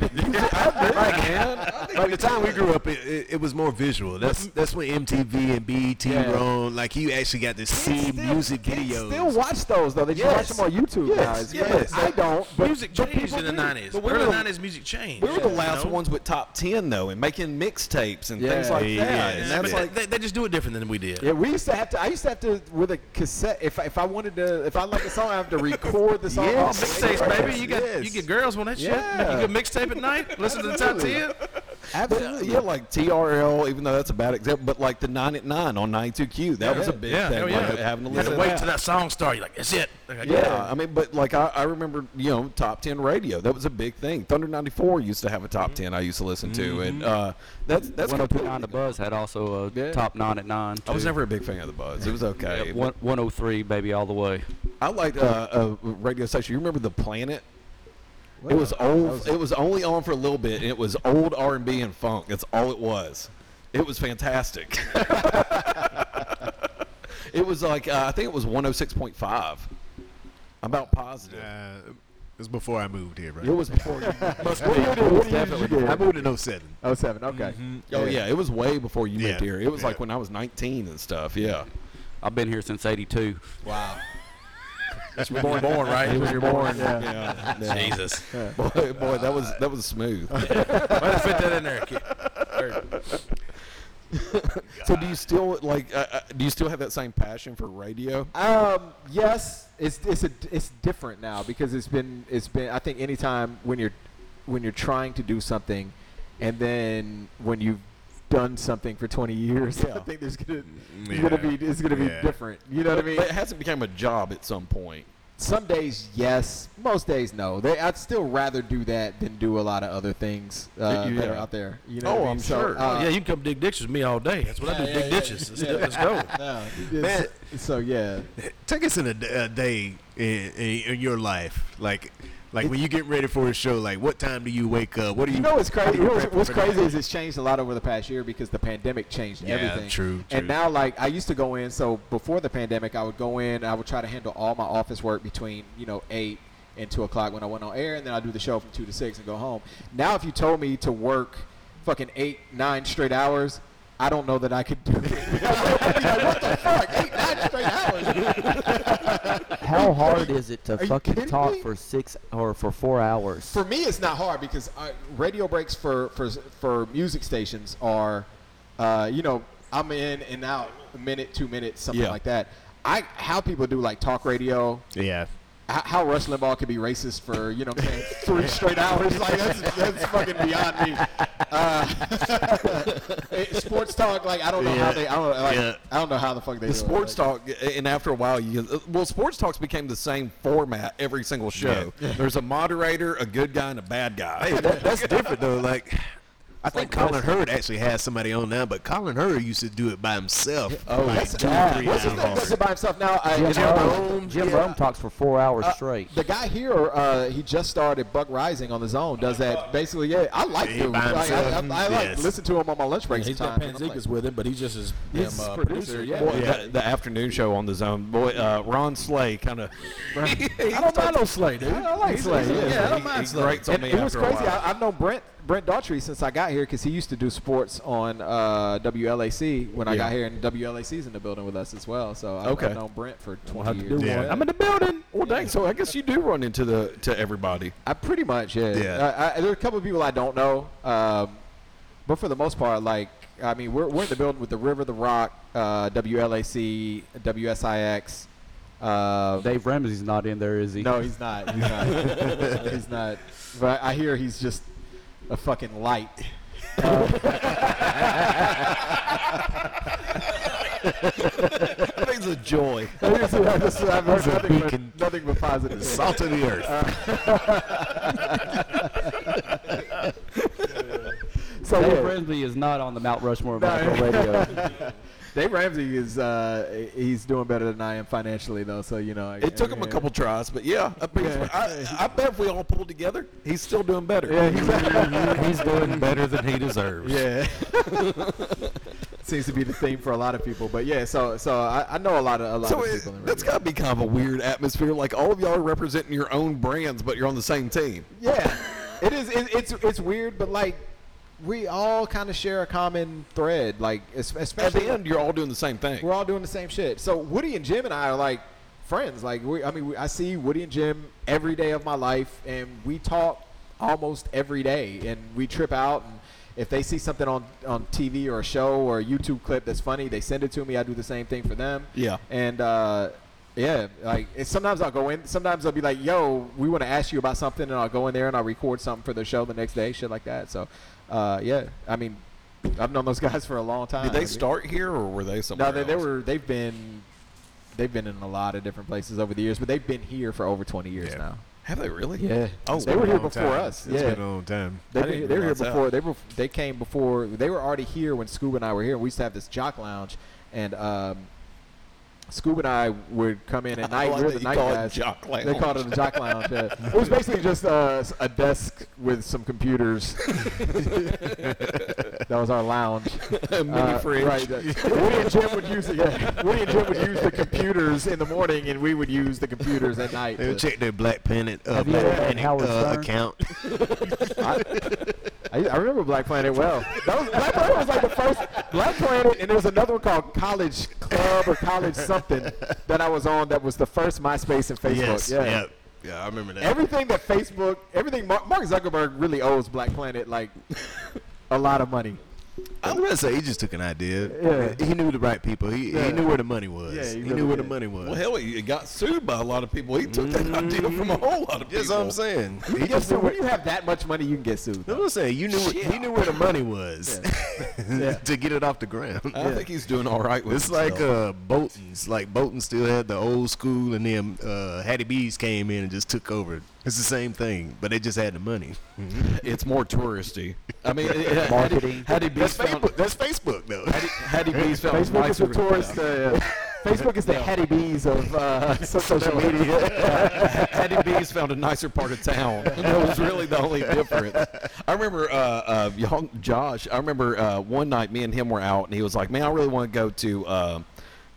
S1: By the time we grew up, it, it, it was more visual. That's that's when MTV and BET
S3: Yeah.
S1: were on. Like you actually got to see music videos.
S3: Still watch those though. They just
S1: Yes.
S3: watch them on YouTube now. It's
S2: yes.
S3: great. I don't. But
S7: music changed in the nineties.
S2: But we
S7: Early
S2: were-
S7: nineties music changed.
S2: We were the
S7: you
S2: last
S7: know?
S2: ones with top ten though, and making mixtapes and
S3: Yeah.
S2: things like that.
S1: Yeah,
S2: And
S7: Yeah,
S2: that's
S7: but
S2: like
S7: they, they just do it different than we did.
S3: yeah, we used to have to. I used to have to with a cassette. If I- if I wanted to, if I like a song, I have to record the song.
S7: Oh,
S3: off the radio.
S7: mixtapes, baby. You got
S1: Yes.
S7: you get girls on that
S3: Yeah.
S7: shit. You get mixtape at night. Listen to the top ten.
S2: absolutely yeah, like TRL, even though that's a bad example, but like the nine at nine on ninety two Q, that was a big
S7: Yeah,
S2: thing.
S7: hell
S2: like,
S7: yeah.
S2: having to
S7: You had
S2: listen
S7: to
S2: to
S7: wait
S2: that.
S7: till that song started. You're like, that's it. Like, I
S2: Yeah.
S7: get it.
S2: I mean, but like I, I remember, you know, top ten radio. That was a big thing. Thunder ninety four used to have a top ten. I used to listen to, and
S7: Mm-hmm.
S2: uh, that's that's
S3: oh
S5: One hundred
S2: completely-
S5: nine. The Buzz had also a
S2: Yeah.
S5: top nine at nine.
S2: I was
S5: too.
S2: never a big fan of the Buzz. It was okay.
S5: Yeah, one one hundred three, baby, all the way.
S2: I liked uh, a radio station. You remember the Planet? it was old. it was only on for a little bit, and it was old R and B and funk. That's all it was. It was fantastic. it was like uh, I think it was one hundred six point five. I'm about positive.
S1: Uh, it was before I moved here, right?
S2: It was before. You,
S3: What year did you get?
S1: I moved in 07.
S3: Oh seven. Okay.
S2: oh yeah, it was way before you
S1: Yeah,
S2: moved here. It was like
S1: yeah.
S2: when I was 19 and stuff. Yeah.
S5: I've been here since eighty two.
S3: Wow.
S7: You were born, born, right? You were born.
S2: Yeah.
S7: Jesus.
S2: Boy, boy, that was that was smooth.
S7: Why did fit that in there? kid?
S2: so do you still like? Uh, uh, do you still have that same passion for radio?
S3: Um, yes, it's it's a, it's different now because it's been it's been I think anytime when you're when you're trying to do something and then when you've done something for 20 years, I think there's gonna you're gonna
S1: yeah,
S3: be it's gonna
S1: yeah.
S3: be different. You know what I mean?
S2: But it hasn't become a job at some point.
S3: Some days yes, most days no. They, I'd still rather do that than do a lot of other things uh,
S2: Yeah.
S3: that are out there. You know
S2: Oh,
S3: what I mean?
S2: I'm
S3: So,
S2: sure.
S3: uh,
S7: yeah, you can come dig ditches with me all day. That's what I do.
S3: yeah,
S7: dig
S3: yeah,
S7: ditches. Let's, let's go.
S3: no, it's-
S1: Man.
S3: so yeah.
S1: Take us in a, d- a day in, in, in your life, like like when you get ready for a show. Like, what time do you wake up? What do you?
S3: You know what's
S1: how
S3: crazy?
S1: do you
S3: What's,
S1: prep
S3: what's
S1: for the
S3: crazy
S1: day?
S3: is it's changed a lot over the past year because the pandemic changed
S1: Yeah,
S3: everything.
S1: true, true.
S3: And now, like I used to go in. So before the pandemic, I would go in. I would try to handle all my office work between you know eight and two o'clock when I went on air, and then I would do the show from two to six and go home. Now, if you told me to work fucking eight nine straight hours. I don't know that I could do it. I'd be like, what the fuck? Eight, nine straight hours.
S5: How hard is it to
S3: you
S5: fucking
S3: kidding
S5: talk
S3: me?
S5: for six or for four hours?
S3: For me, it's not hard because I, radio breaks for, for for music stations are, uh, you know, I'm in and out, a minute, two minutes, something
S2: Yeah.
S3: like that. I how people do like talk radio.
S1: Yeah.
S3: How, how Rush Limbaugh could be racist for you know what I'm saying three straight hours like that's that's fucking beyond me. Uh, sports talk like I don't know how
S1: Yeah.
S3: they I don't like,
S1: Yeah.
S3: I don't know how the fuck they
S2: The
S3: do it,
S2: sports
S3: like-
S2: talk, and after a while, you uh, well, sports talks became the same format every single show. There's a moderator, a good guy, and a bad guy.
S1: Hey, that, that's different though. Like, I think Colin Hurd actually has somebody on now, but Colin Hurd used to do it by himself. Oh, like two, three
S3: What's his
S1: hours.
S3: name? Does it by himself now? I,
S5: Jim
S3: uh,
S5: Rome, Jim Rome talks for four hours straight.
S3: The guy here, uh, he just started Buck Rising on his own. Does that basically? Yeah, I like
S1: He
S3: dude.
S1: by
S3: Like, I, I,
S1: himself.
S3: I like
S1: Yes.
S3: listen to him on my lunch break.
S6: He's got
S3: sometimes, and I'm
S6: Panzikas with him, but he's just his damn,
S3: He's
S6: uh,
S3: producer, yeah.
S2: Boy,
S1: Yeah.
S2: The, the afternoon show on the zone. Boy, uh, Ron Slay kind of.
S6: I don't mind no Slay, dude.
S3: I like Slay, yeah.
S6: I don't
S2: he,
S6: mind
S2: he
S6: Slay.
S2: grates on
S3: And
S2: me
S3: it was
S2: after a
S3: crazy.
S2: while.
S3: I, I've known Brent Brent Daughtry since I got here because he used to do sports on uh, WLAC when I got here, and WLAC's in the building with us as well. So I've,
S2: Okay.
S3: I've known Brent for
S6: We'll
S3: 20
S6: have to do
S3: years.
S1: Yeah.
S6: one.
S2: I'm in the building. Well, dang. So I guess you do run into the to everybody.
S3: I pretty much yeah.
S1: Yeah.
S3: I, I, there are a couple of people I don't know, um, but for the most part, like I mean, we're we're in the building with the River, the Rock, uh, WLAC, WSIX. Uh,
S5: Dave Ramsey's not in there, is he?
S3: no, he's not. He's not. he's not. But I hear he's just a fucking light.
S2: It's a joy.
S3: I've heard nothing but, nothing but
S1: The
S3: positive.
S1: Salt of the earth.
S3: Uh. So
S5: Dave
S3: yeah,
S5: Ramsey is not on the Mount Rushmore of
S3: No.
S5: Nashville radio.
S3: Dave Ramsey is uh, he's doing better than I am financially though. So you know, I-
S2: It took him a
S3: yeah.
S2: couple tries, but yeah, I,
S3: Yeah.
S2: I, I bet if we all pulled together, he's still doing better.
S3: Yeah, he's-
S4: He's doing better than he deserves.
S3: yeah. Seems to be the theme for a lot of people, but yeah. So so I, I know a lot of a lot
S2: So
S3: of
S2: it,
S3: people. in the
S2: that's
S3: radio.
S2: got to be kind of a weird atmosphere. Like all of y'all are representing your own brands, but you're on the same team.
S3: Yeah, it is. It, it's it's weird, but like we all kind of share a common thread. Like es-
S2: At
S3: especially
S2: the end, you're all doing the same thing.
S3: we're all doing the same shit. So Woody and Jim and I are like friends. Like we, I mean, we, I see Woody and Jim every day of my life, and we talk almost every day, and we trip out. And if they see something on on TV or a show or a YouTube clip that's funny, they send it to me. I do the same thing for them.
S2: Yeah.
S3: and. uh yeah, like it's, sometimes I'll go in. Sometimes I'll be like, "Yo, we want to ask you about something," and I'll go in there and I'll record something for the show the next day, shit like that. So, uh, yeah, I mean, I've known those guys for a long time.
S2: Did
S3: I
S2: they
S3: mean-
S2: start here or were they somewhere?
S3: Uh, no, they, they
S2: else?
S3: were. They've been. They've been in a lot of different places over the years, but they've been here for over 20 years
S1: Yeah.
S3: now.
S2: Have they really?
S3: Yeah.
S1: Oh,
S3: they were here
S1: long
S3: before
S1: time.
S3: us.
S1: It's
S3: yeah.
S1: been a long time.
S3: They
S2: I didn't
S3: they were here
S2: realize that.
S3: before. They were they came before. They were already here when Scuba and I were here. We used to have this jock lounge, and um, Scuba and I would come in at
S2: Oh, I
S3: night.
S2: like
S3: we were
S2: that
S3: the
S2: you
S3: night
S2: call it
S3: guys.
S2: jock
S3: They
S2: lounge.
S3: called it a jock lounge. Yeah. it was basically just uh, s- a desk with some computers. that was our lounge.
S2: Mini
S3: Uh,
S2: fridge.
S3: Right. uh, Woody and Jim would use the, yeah, Woody and Jim would use the computers in the morning, and we would use the computers at night.
S1: They would
S3: to-
S1: check their Black Planet, uh,
S5: Have you
S1: Black
S5: ever had
S1: Planet
S5: Howard
S1: uh,
S5: Stern?
S1: account.
S3: I, I, I remember Black Planet well. That was, Black Planet was like the first Black Planet, and there was another one called College Club or College something that I was on. That was the first MySpace and Facebook.
S1: yes.
S3: yeah.
S1: Yep. Yeah, I remember that.
S3: Everything that Facebook, everything Mark, Mark Zuckerberg really owes Black Planet like a lot of money.
S1: I'm gonna say he just took an idea.
S3: Yeah.
S1: He knew the right people. He,
S3: Yeah.
S1: he knew where the money was.
S3: Yeah, he
S1: he,
S3: really
S1: knew where
S3: did.
S1: the money was.
S2: Well, hell, he got sued by a lot of people. He took
S3: Mm-hmm.
S2: that idea from a whole lot of people.
S1: That's what I'm saying. He
S3: Yes,
S1: just
S3: sir,
S1: knew
S3: when
S1: where,
S3: you have that much money, you can get sued.
S1: that's what I'm saying. You knew he knew where the money was to get it off the ground.
S2: I think he's doing all right with
S1: It's like
S2: himself.
S1: uh, Bolton's. Like Bolton still had the old school, and then uh, Hattie B's came in and just took over. It's the same thing, but they just had the money.
S2: it's more touristy. I mean, it- it-
S5: Marketing.
S2: Hattie B's
S1: That's
S2: found,
S1: Facebook. That's Facebook, though.
S2: Hattie, Hattie B's found
S3: Facebook is
S2: nicer
S3: the tourist. Uh, Facebook is the Hattie B's of uh, social media.
S2: Hattie B's found a nicer part of town. That was really the only difference. I remember uh, uh, young Josh. I remember uh, one night me and him were out, and he was like, "Man, I really want to go to uh,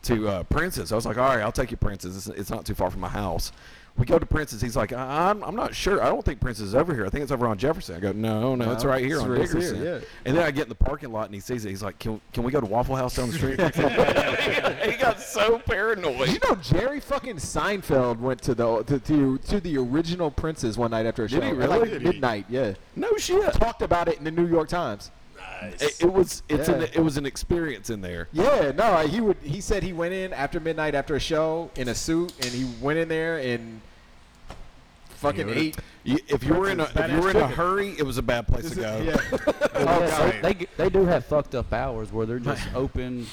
S2: to uh, Princess." I was like, "All right, I'll take you to Princess. It's, it's not too far from my house." We go to Princess. He's like, I- "I'm I'm not sure. I don't think Princess is over here. I think it's over on Jefferson." I go, "No, no, it's right here
S3: it's
S2: on
S3: right here,
S2: Dickerson."
S3: yeah.
S2: And then I get in the parking lot, and he sees it. He's like, "Can can we go to Waffle House down the street?" he got so paranoid.
S3: You know, Jerry fucking Seinfeld went to the to, to, to the original Princes one night after a show.
S2: he
S3: at,
S2: really?
S3: Like
S2: Did
S1: he?
S3: midnight, yeah.
S2: No shit.
S3: Talked about it in the New York Times.
S1: Nice.
S2: It, it was it's an
S3: Yeah.
S2: it was an experience in there.
S3: Yeah, no, he would. He said he went in after midnight after a show in a suit, and he went in there and fucking ate.
S2: You, if you were in a if you were in a
S3: Badass
S2: hurry, it was a bad place to go.
S3: Yeah.
S5: Oh, yeah,
S1: Okay.
S5: they, they they do have fucked up hours where they're just open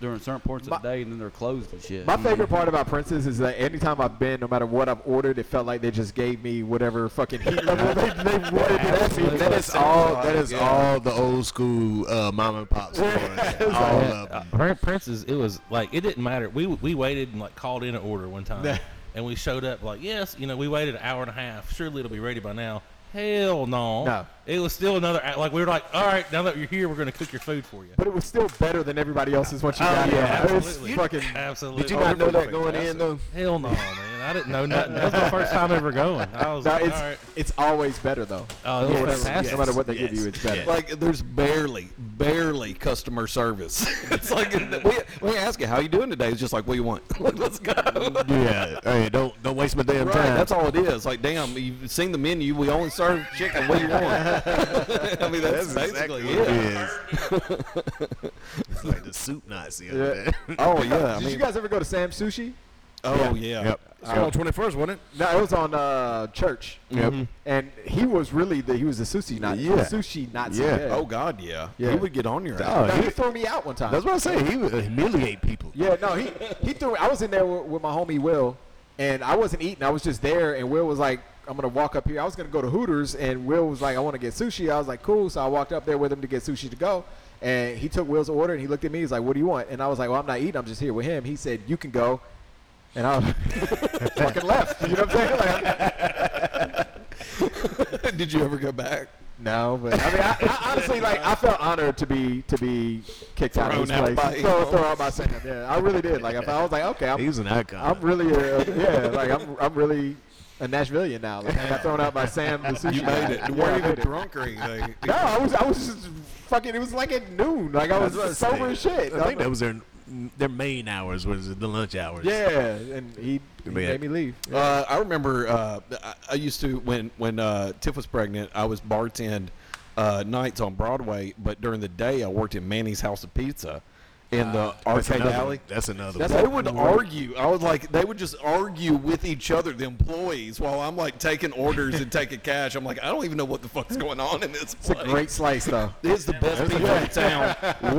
S5: during certain parts of
S3: My-
S5: the day and then they're closed and shit.
S3: My favorite part about Prince's is that anytime I've been, no matter what I've ordered, it felt like they just gave me whatever fucking heat level they, they wanted it to be.
S1: that is all. That is all the old school uh, mom and pop stores. all of
S4: Uh,
S1: them.
S4: Prin- Prince's, it was like it didn't matter. We we waited and like called in an order one time, and we showed up like yes, you know, we waited an hour and a half. Surely it'll be ready by now. Hell no.
S3: No.
S4: It was still another hou- like we were like, all right, now that you're here, we're gonna cook your food for you.
S3: But it was still better than everybody else's once you
S1: Oh,
S3: got
S1: yeah,
S3: there. It's
S4: absolutely.
S3: fucking.
S4: Absolutely.
S1: Did you not know that going in though?
S4: Hell no, man. I didn't know nothing. That was my first time ever going. I was
S3: No,
S4: like,
S3: it's
S4: all right.
S3: it's always better though.
S4: Oh, it was
S3: Yeah, whatever-
S4: fantastic.
S3: No matter what they give
S1: Yes,
S3: you, it's better.
S1: yes.
S2: Like there's barely, barely customer service. it's like we, we ask you, how you doing today? It's just like, what do you want? like, let's go.
S1: Yeah. Hey, don't don't waste my damn
S2: Right,
S1: time.
S2: that's all it is. Like, damn, you've seen the menu. We only serve chicken. What do you want? I mean, that's, basically
S1: what
S2: it.
S1: is. it's like the soup Nazi over
S3: Yeah.
S1: there.
S2: Oh yeah. I
S3: Did
S2: mean,
S3: you guys ever go to Sam Sushi?
S2: oh yeah.
S7: It's on twenty first, wasn't it?
S3: No, it was on uh, Church.
S1: Yep.
S3: And he was really the he was a sushi Nazi.
S1: Yeah.
S3: Sushi Nazi.
S1: Yeah.
S2: Oh god, yeah.
S3: Yeah.
S2: He would get on your.
S1: Oh,
S2: ass.
S3: No, he
S1: he-
S3: threw me out one time.
S1: that's what I'm saying. He would humiliate people.
S3: Yeah, no, he he threw. I was in there with, with my homie Will, and I wasn't eating. I was just there, and Will was like, "I'm gonna walk up here." I was gonna go to Hooters, and Will was like, "I want to get sushi." I was like, "Cool." So I walked up there with him to get sushi to go, and he took Will's order, and he looked at me. He's like, "What do you want?" And I was like, "Well, I'm not eating. I'm just here with him." He said, "You can go," and I was fucking left. You know what I'm saying? Like,
S2: Did you ever go back?
S3: No, but I mean, I, I honestly, like, I felt honored to be to be kicked out of
S2: Thrown
S3: this
S2: out
S3: place.
S2: by-
S3: throw, throw out by Sam. Yeah, I really did. Like, if I was like, okay,
S1: He
S3: I'm,
S1: was an icon.
S3: I'm really, a, yeah, like, I'm, I'm really a Nashvilleian now. Like, I got thrown out by Sam. The sushi
S2: You made it.
S3: guy.
S2: You
S3: Yeah, I
S2: weren't even
S3: made it.
S2: drunk or anything.
S3: No, I was, I was just fucking. It was like at noon. Like, I was
S1: That's what I'm
S3: sober as
S1: saying.
S3: shit.
S1: I think that was their their main hours was the lunch hours.
S3: Yeah, and he, he
S1: Man.
S3: made me leave.
S2: Uh, I remember uh, I, I used to when when uh, Tiff was pregnant, I was bartend uh, nights on Broadway, but during the day I worked in Manny's House of Pizza in the
S1: Ah, That's
S2: arcade
S1: another,
S2: alley.
S1: That's another.
S2: They would argue. I was like, they would just argue with each other, the employees, while I'm like taking orders and taking cash. I'm like, I don't even know what the fuck's going on in this
S3: It's a
S2: place.
S3: great slice, though.
S2: It's the best pizza in town.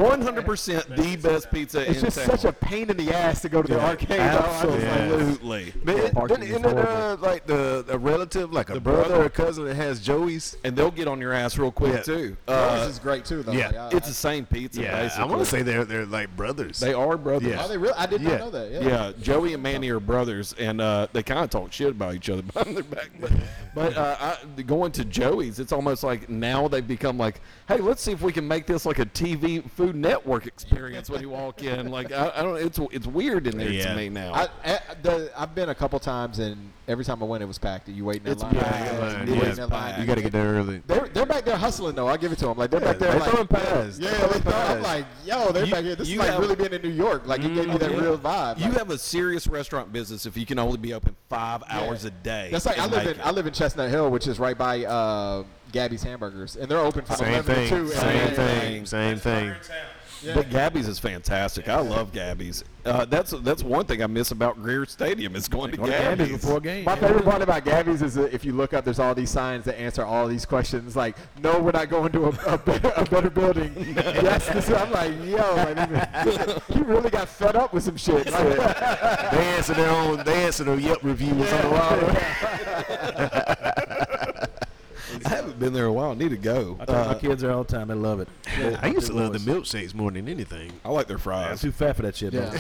S2: 100% the best pizza
S3: It's
S2: in
S3: just
S2: town. Oh,
S3: such a pain in the ass to go to the arcade. though. I was like,
S2: Absolutely.
S1: Man,
S5: Yeah, parking
S1: then
S5: is
S1: isn't it uh,
S5: horrible.
S1: like the a relative, like a brother, or cousin that has Joey's?
S2: and they'll get on your ass real quick
S1: Yeah.
S2: too.
S3: Yours
S2: Uh,
S3: is great too, though.
S1: yeah,
S3: Like, I-
S2: it's the same pizza.
S1: Yeah,
S2: basically.
S1: I want to say they're they're like brothers.
S2: they are brothers.
S1: Yeah.
S3: Are they really? I did
S1: Yeah.
S3: not know that. Yeah.
S2: Yeah, Joey and Manny are brothers, and uh, they kind of talk shit about each other behind their back. But, but uh, I, going to Joey's, it's almost like now they've become like, hey, let's see if we can make this like a TV Food Network experience when you walk in. Like, I, I don't, it's it's weird in there
S1: Yeah.
S2: to me now.
S3: I, I, the, I've been a couple times, and every time I went, it was packed. You waiting in
S2: It's
S3: line?
S2: packed.
S3: You
S1: Yeah,
S2: It
S3: waiting
S1: yeah.
S3: in line.
S1: You got to get there early.
S3: They're, they're back there hustling though. I give it to them. Like they're back there.
S1: they're
S3: like,
S1: throwing pies.
S3: Yeah,
S1: They're
S3: they're
S1: throwing pies.
S3: throwing, like yo, they're
S2: You-
S3: back here. This is
S2: you
S3: like
S2: have-
S3: really being in New York. Like it gave me that
S2: yeah.
S3: real vibe.
S2: you
S3: Like,
S2: have a serious restaurant business if you can only be open five hours a day.
S3: that's like I
S2: and
S3: live
S2: make
S3: in
S2: it.
S3: I live in Chestnut Hill, which is right by uh, Gabby's Hamburgers, and they're open from
S1: Same
S3: 11 to
S1: thing.
S3: 2.
S1: Same
S3: and-
S1: thing. Same thing.
S2: But Gabby's is fantastic. I love Gabby's. Uh, that's that's one thing I miss about Greer Stadium is going to Gabby's.
S7: before a game.
S3: My favorite part about Gabby's is that if you look up, there's all these signs that answer all these questions. Like, no, we're not going to a, a, better, a better building. yes, this is, I'm like, yo, like, he really got fed up with some shit. Like,
S1: They answer their own. They answer their Yelp reviews on the wall.
S2: I haven't been there in a while. I need to go.
S6: I
S2: Uh,
S6: tell my kids there all the time. They love it.
S1: I used to love the milkshakes more than anything.
S2: I like their
S6: I'm
S2: fries.
S6: too fat for that shit.
S3: yeah,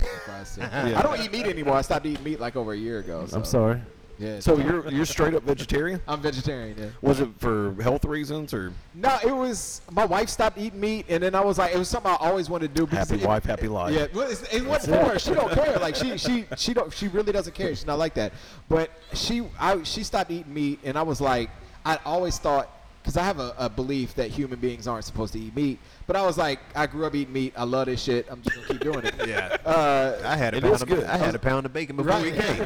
S6: Yeah.
S3: I don't eat meat anymore. I stopped eating meat like over a year ago. So.
S6: I'm sorry.
S3: Yeah,
S2: So you're you're straight up vegetarian?
S3: I'm vegetarian. Yeah.
S2: Was it for health reasons or
S3: No, it was my wife stopped eating meat, and then I was like, it was something I always wanted to do. because
S2: happy
S3: it-
S2: wife, happy life?
S3: Yeah, well, it's, it wasn't for her. She don't care. Like she, she, she don't. She really doesn't care. She's not like that. But she, I, she stopped eating meat, and I was like, I always thought because I have a, a belief that human beings aren't supposed to eat meat. But I was like, I grew up eating meat. I love this shit. I'm just gonna keep doing it.
S1: Yeah.
S3: Uh,
S1: I had a
S7: It
S1: pound
S7: is
S1: of,
S7: good.
S1: I had a pound of bacon before we
S3: Right.
S1: came.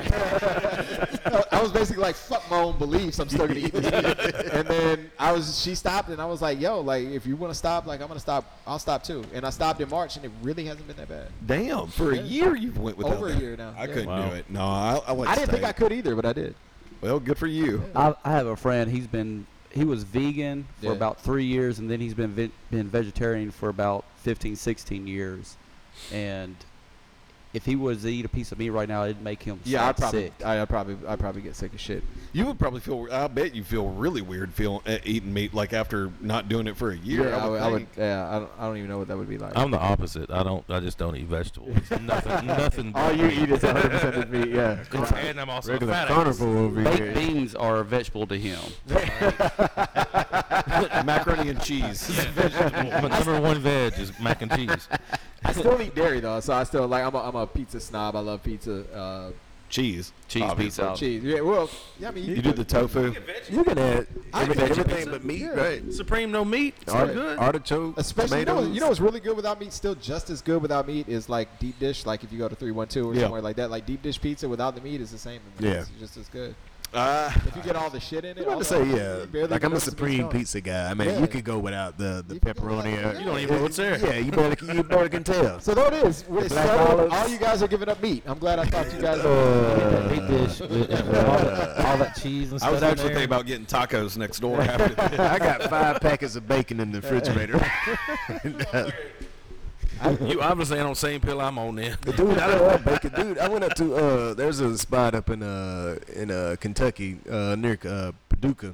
S3: I was basically like, fuck my own beliefs. I'm still gonna eat this shit. And then I was, she stopped, and I was like, yo, like if you want to stop, like I'm gonna stop. I'll stop too. And I stopped in March, and it really hasn't been that bad.
S2: Damn, for a year you went without
S3: Over a
S2: that.
S3: year now,
S2: I
S3: yeah.
S2: couldn't do it. No, I, I went.
S3: I didn't think
S2: steak.
S3: I could either, but I did.
S2: Well, good for you.
S5: I, I have a friend. He's been he was vegan for
S3: Yeah.
S5: about three years, and then he's been ve- been vegetarian for about 15, 16 years. And if he was to eat a piece of meat right now, it'd make him
S3: Yeah, I
S5: fat
S3: probably,
S5: sick.
S3: I, I probably, I probably get sick as shit.
S2: You would probably feel. I bet you feel really weird feeling uh, eating meat like after not doing it for a year.
S3: yeah, I would, I would
S2: think.
S3: yeah, I don't, I don't even know what that would be like.
S4: I'm the opposite. I don't. I just don't eat vegetables. nothing. Nothing.
S3: All you eat is 100 percent of meat. Yeah.
S4: It's- and I'm also a
S1: Regular
S4: fat ass.
S1: carnivore over
S5: Baked
S1: here.
S5: beans are a vegetable to him.
S2: macaroni and cheese.
S4: Yeah, vegetable. My number one veg is mac and cheese.
S3: I still eat dairy though, so I still like. I'm a, I'm a pizza snob. I love pizza. Uh,
S2: cheese.
S5: Cheese
S2: Obviously.
S5: pizza.
S3: with cheese. Yeah. Well, yeah. I mean, you,
S2: You did the tofu.
S1: You can add everything,
S3: vegetable
S1: everything
S3: pizza.
S1: but meat,
S3: Yeah.
S1: right?
S7: Supreme no meat. It's
S1: Art,
S7: not good.
S1: Artichoke,
S3: Especially, you know,
S1: tomatoes.
S3: you know what's really good without meat? Still just as good without meat is like deep dish. Like if you go to 312 or
S2: Yeah.
S3: somewhere like that, like deep dish pizza without the meat is the same.
S1: Yeah.
S3: It's just as good.
S2: Uh,
S3: If you get all the shit in
S1: I
S3: it.
S1: want
S3: all
S1: to
S3: the-
S1: say,
S3: you
S1: yeah,
S3: barely
S1: like
S3: get
S1: I'm a
S3: nothing to be
S1: supreme
S3: shown.
S1: pizza guy. I mean,
S3: Yeah.
S1: you could go without the, the
S3: You could go
S1: pepperoni.
S3: without-
S1: or,
S3: You don't
S7: even know what's there.
S1: Yeah, you barely, you barely can tell.
S3: So there it is. We're
S1: black
S3: settled.
S1: olives.
S3: All you guys are giving up meat. I'm glad I talked to you guys.
S4: That
S1: Uh,
S4: meat dish with all that, all that cheese and
S2: I
S4: stuff.
S2: was
S4: in
S2: actually
S4: there.
S2: thinking about getting tacos next door after this.
S1: I got five packets of bacon in the refrigerator.
S7: You obviously ain't on the same pill I'm on then.
S1: dude, I love bacon. Dude, I went up to uh, there's a spot up in uh in uh Kentucky uh near uh Paducah.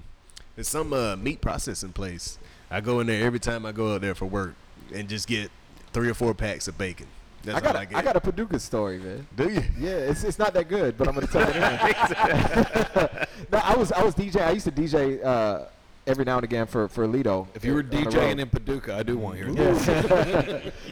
S1: It's some uh meat processing place. I go in there every time I go out there for work and just get three or four packs of bacon. That's
S3: I
S1: all
S3: got, a,
S1: I
S3: I
S1: get.
S3: got a Paducah story, man.
S1: Do you?
S3: Yeah, it's, it's not that good, but I'm gonna tell it. anyway. no, I was I was DJ. I used to DJ uh, every now and again for for Lido.
S2: If you were DJing in Paducah, I do want your
S3: Yes.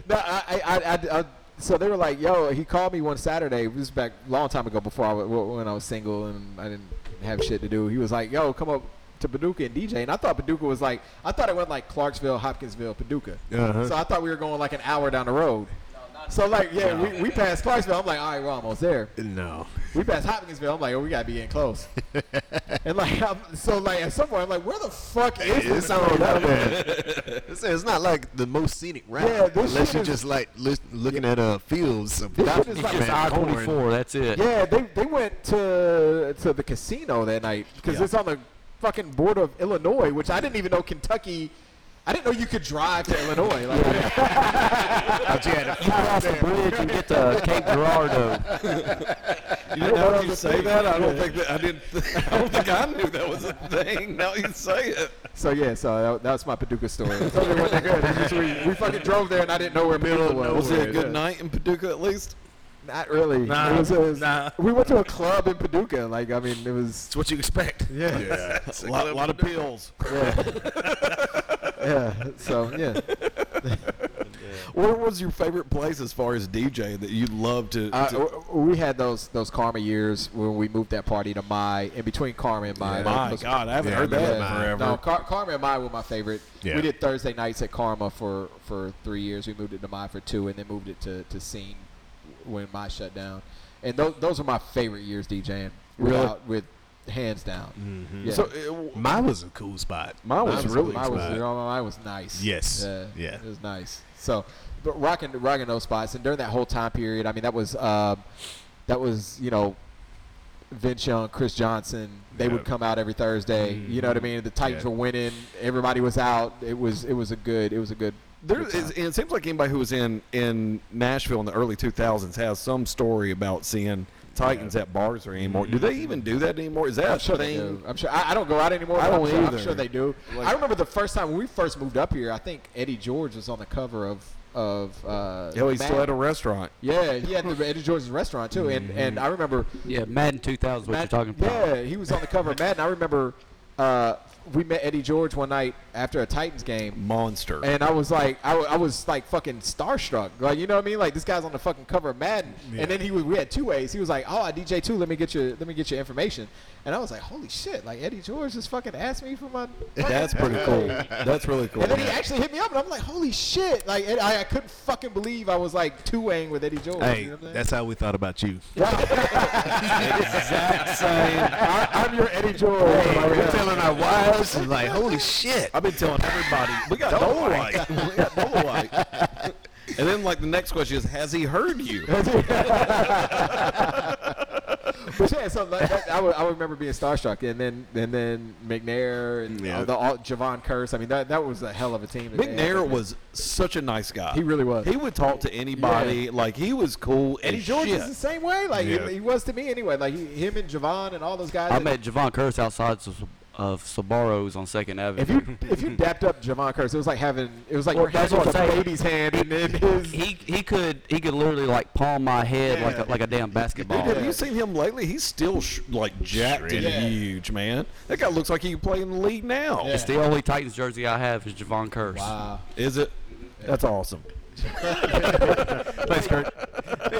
S3: no, I, I, I, I, I- so they were like, "Yo," he called me one Saturday. This was back a long time ago before I, wa- when I was single and I didn't have shit to do. He was like, "Yo, come up to Paducah and DJ." And I thought Paducah was like, I thought it went like Clarksville, Hopkinsville, Paducah.
S1: Uh-huh.
S3: So I thought we were going like an hour down the road. So like, yeah, we, we passed Clarksville. I'm like, all right, we're almost there.
S1: No.
S3: We passed Hopkinsville. I'm like, oh, we gotta be getting close. and like, I'm, so like at some point, I'm like, where the fuck is
S1: It's
S3: this?
S1: all out there. It's, it's not like the most scenic route,
S3: Yeah, this
S1: unless
S3: shit
S1: you're
S3: is-
S1: just like lis- looking at uh fields of
S3: This shit is like- It's
S1: corn.
S5: That's it.
S3: Yeah, they, they went to to the casino that night because
S1: Yeah.
S3: it's on the fucking border of Illinois, which I didn't even know Kentucky. I didn't know you could drive to Illinois. Like,
S1: But you had to-
S5: Cross the bridge and get to Cape Girardeau.
S2: You didn't know you say that? I don't think that I didn't. I don't think I knew that was a thing. Now you say it.
S3: so yeah, so that, that's my Paducah story. It's only one that good. It's just we, we fucking drove there and I didn't know where Middle was.
S2: Was it a good
S3: Yeah.
S2: night in Paducah at least?
S3: Not really.
S7: Nah,
S3: It was- it was-
S7: nah.
S3: We went to a club in Paducah. Like I mean, it was
S7: It's what you expect.
S3: yeah, yeah.
S1: Yeah.
S2: A lot, lot of pills.
S3: So yeah.
S2: What was your favorite place as far as DJ that you love to?
S3: Uh,
S2: to-
S3: w- we had those those Karma years when we moved that party to Mai, in between Karma and Mai.
S2: my
S3: those-
S2: God, I haven't
S1: Yeah,
S2: heard that in
S1: yeah.
S2: forever.
S3: No, Car- Karma and Mai were my favorite.
S1: Yeah.
S3: We did Thursday nights at Karma for, for three years. We moved it to Mai for two, and then moved it to, to Scene when Mai shut down. And those those are my favorite years DJing.
S2: Really?
S3: without- with hands down.
S1: Mm-hmm.
S4: Mm-hmm.
S3: Yeah.
S2: So, uh, w-
S1: Mine was a cool spot.
S2: Mine was really
S3: mine was,
S1: spot.
S3: you know, mine was nice.
S1: Yes.
S3: Yeah,
S1: Yeah.
S3: It was nice. So, but rocking rocking those spots, and during that whole time period, I mean, that was um, that was you know, Vince Young, Chris Johnson, they
S1: Yeah.
S3: would come out every Thursday. You know what I mean? The Titans
S1: Yeah.
S3: were winning. Everybody was out. It was it was a good it was a good.
S2: there
S3: good time.
S2: is, and it seems like anybody who was in in Nashville in the early 2000s has some story about seeing Titans at bars or anymore.
S3: Mm-hmm.
S2: Do they even do that anymore? Is that
S3: I'm
S2: a
S3: sure they
S2: thing?
S3: do. I'm sure. I, I don't go out anymore.
S2: I
S3: but
S2: don't
S3: I'm sure,
S2: either.
S3: I'm sure they do. I remember the first time when we first moved up here. I think Eddie George was on the cover of of. Uh,
S2: Hell, he's still
S3: Mad-
S2: at a restaurant.
S3: Yeah, he had the Eddie George's restaurant too, and and I remember
S5: Yeah, Madden 2000 is what
S3: Mad-
S5: you're talking about.
S3: Yeah, he was on the cover of Madden. I remember uh, we met Eddie George one night after a Titans game.
S2: Monster.
S3: And I was like, I, wa- I was like fucking starstruck. Like, you know what I mean? Like, this guy's on the fucking cover of Madden. And then he was, we had two ways. He was like, oh, I DJ two. Let me get your, let me get your information. And I was like, holy shit! Like Eddie George just fucking asked me for my.
S2: That's pretty cool. That's really cool.
S3: And then he actually hit me up, and I'm like, holy shit! Like, and I, I couldn't fucking believe I was like two waying with Eddie
S2: Oh,
S3: George.
S1: Hey,
S3: you know what I'm saying?
S1: that's how we thought about you.
S3: I, I'm your Eddie George.
S1: We're
S3: Like, uh,
S1: telling our wives, like, holy shit.
S2: I've been telling everybody we got double like. we got double like. And then like the next question is, has he heard you?
S3: But yeah, so like, that, I, would, I would remember being starstruck, and then and then McNair and
S1: Yeah.
S3: all the all, Javon Curse. I mean, that that was a hell of a team. that they had.
S2: McNair was such a nice guy.
S3: He really was.
S2: He would talk to anybody. Like he was cool.
S3: Eddie
S2: as
S3: George
S2: shit.
S3: is the same way. Like
S1: Yeah.
S3: he, he was to me anyway. Like he, him and Javon and all those guys.
S5: I
S3: that-
S5: met Javon Curse outside of, of Sabaros on Second Avenue.
S3: if you if you dapped up Javon Curse, it was like having it was like
S5: Well,
S3: you're
S5: that's
S3: having
S5: what I'm
S3: a
S5: saying.
S3: baby's hand and then his.
S5: he he could he could literally like palm my head like a, like a damn
S2: Dude,
S5: basketball.
S2: have you seen him lately? He's still sh- like jacked and
S3: Shredded.
S2: huge, man. That guy looks like he can play in the league now.
S5: It's the only Titans jersey I have is Javon Curse.
S3: Wow.
S2: Is it? That's awesome.
S1: Thanks, Kurt.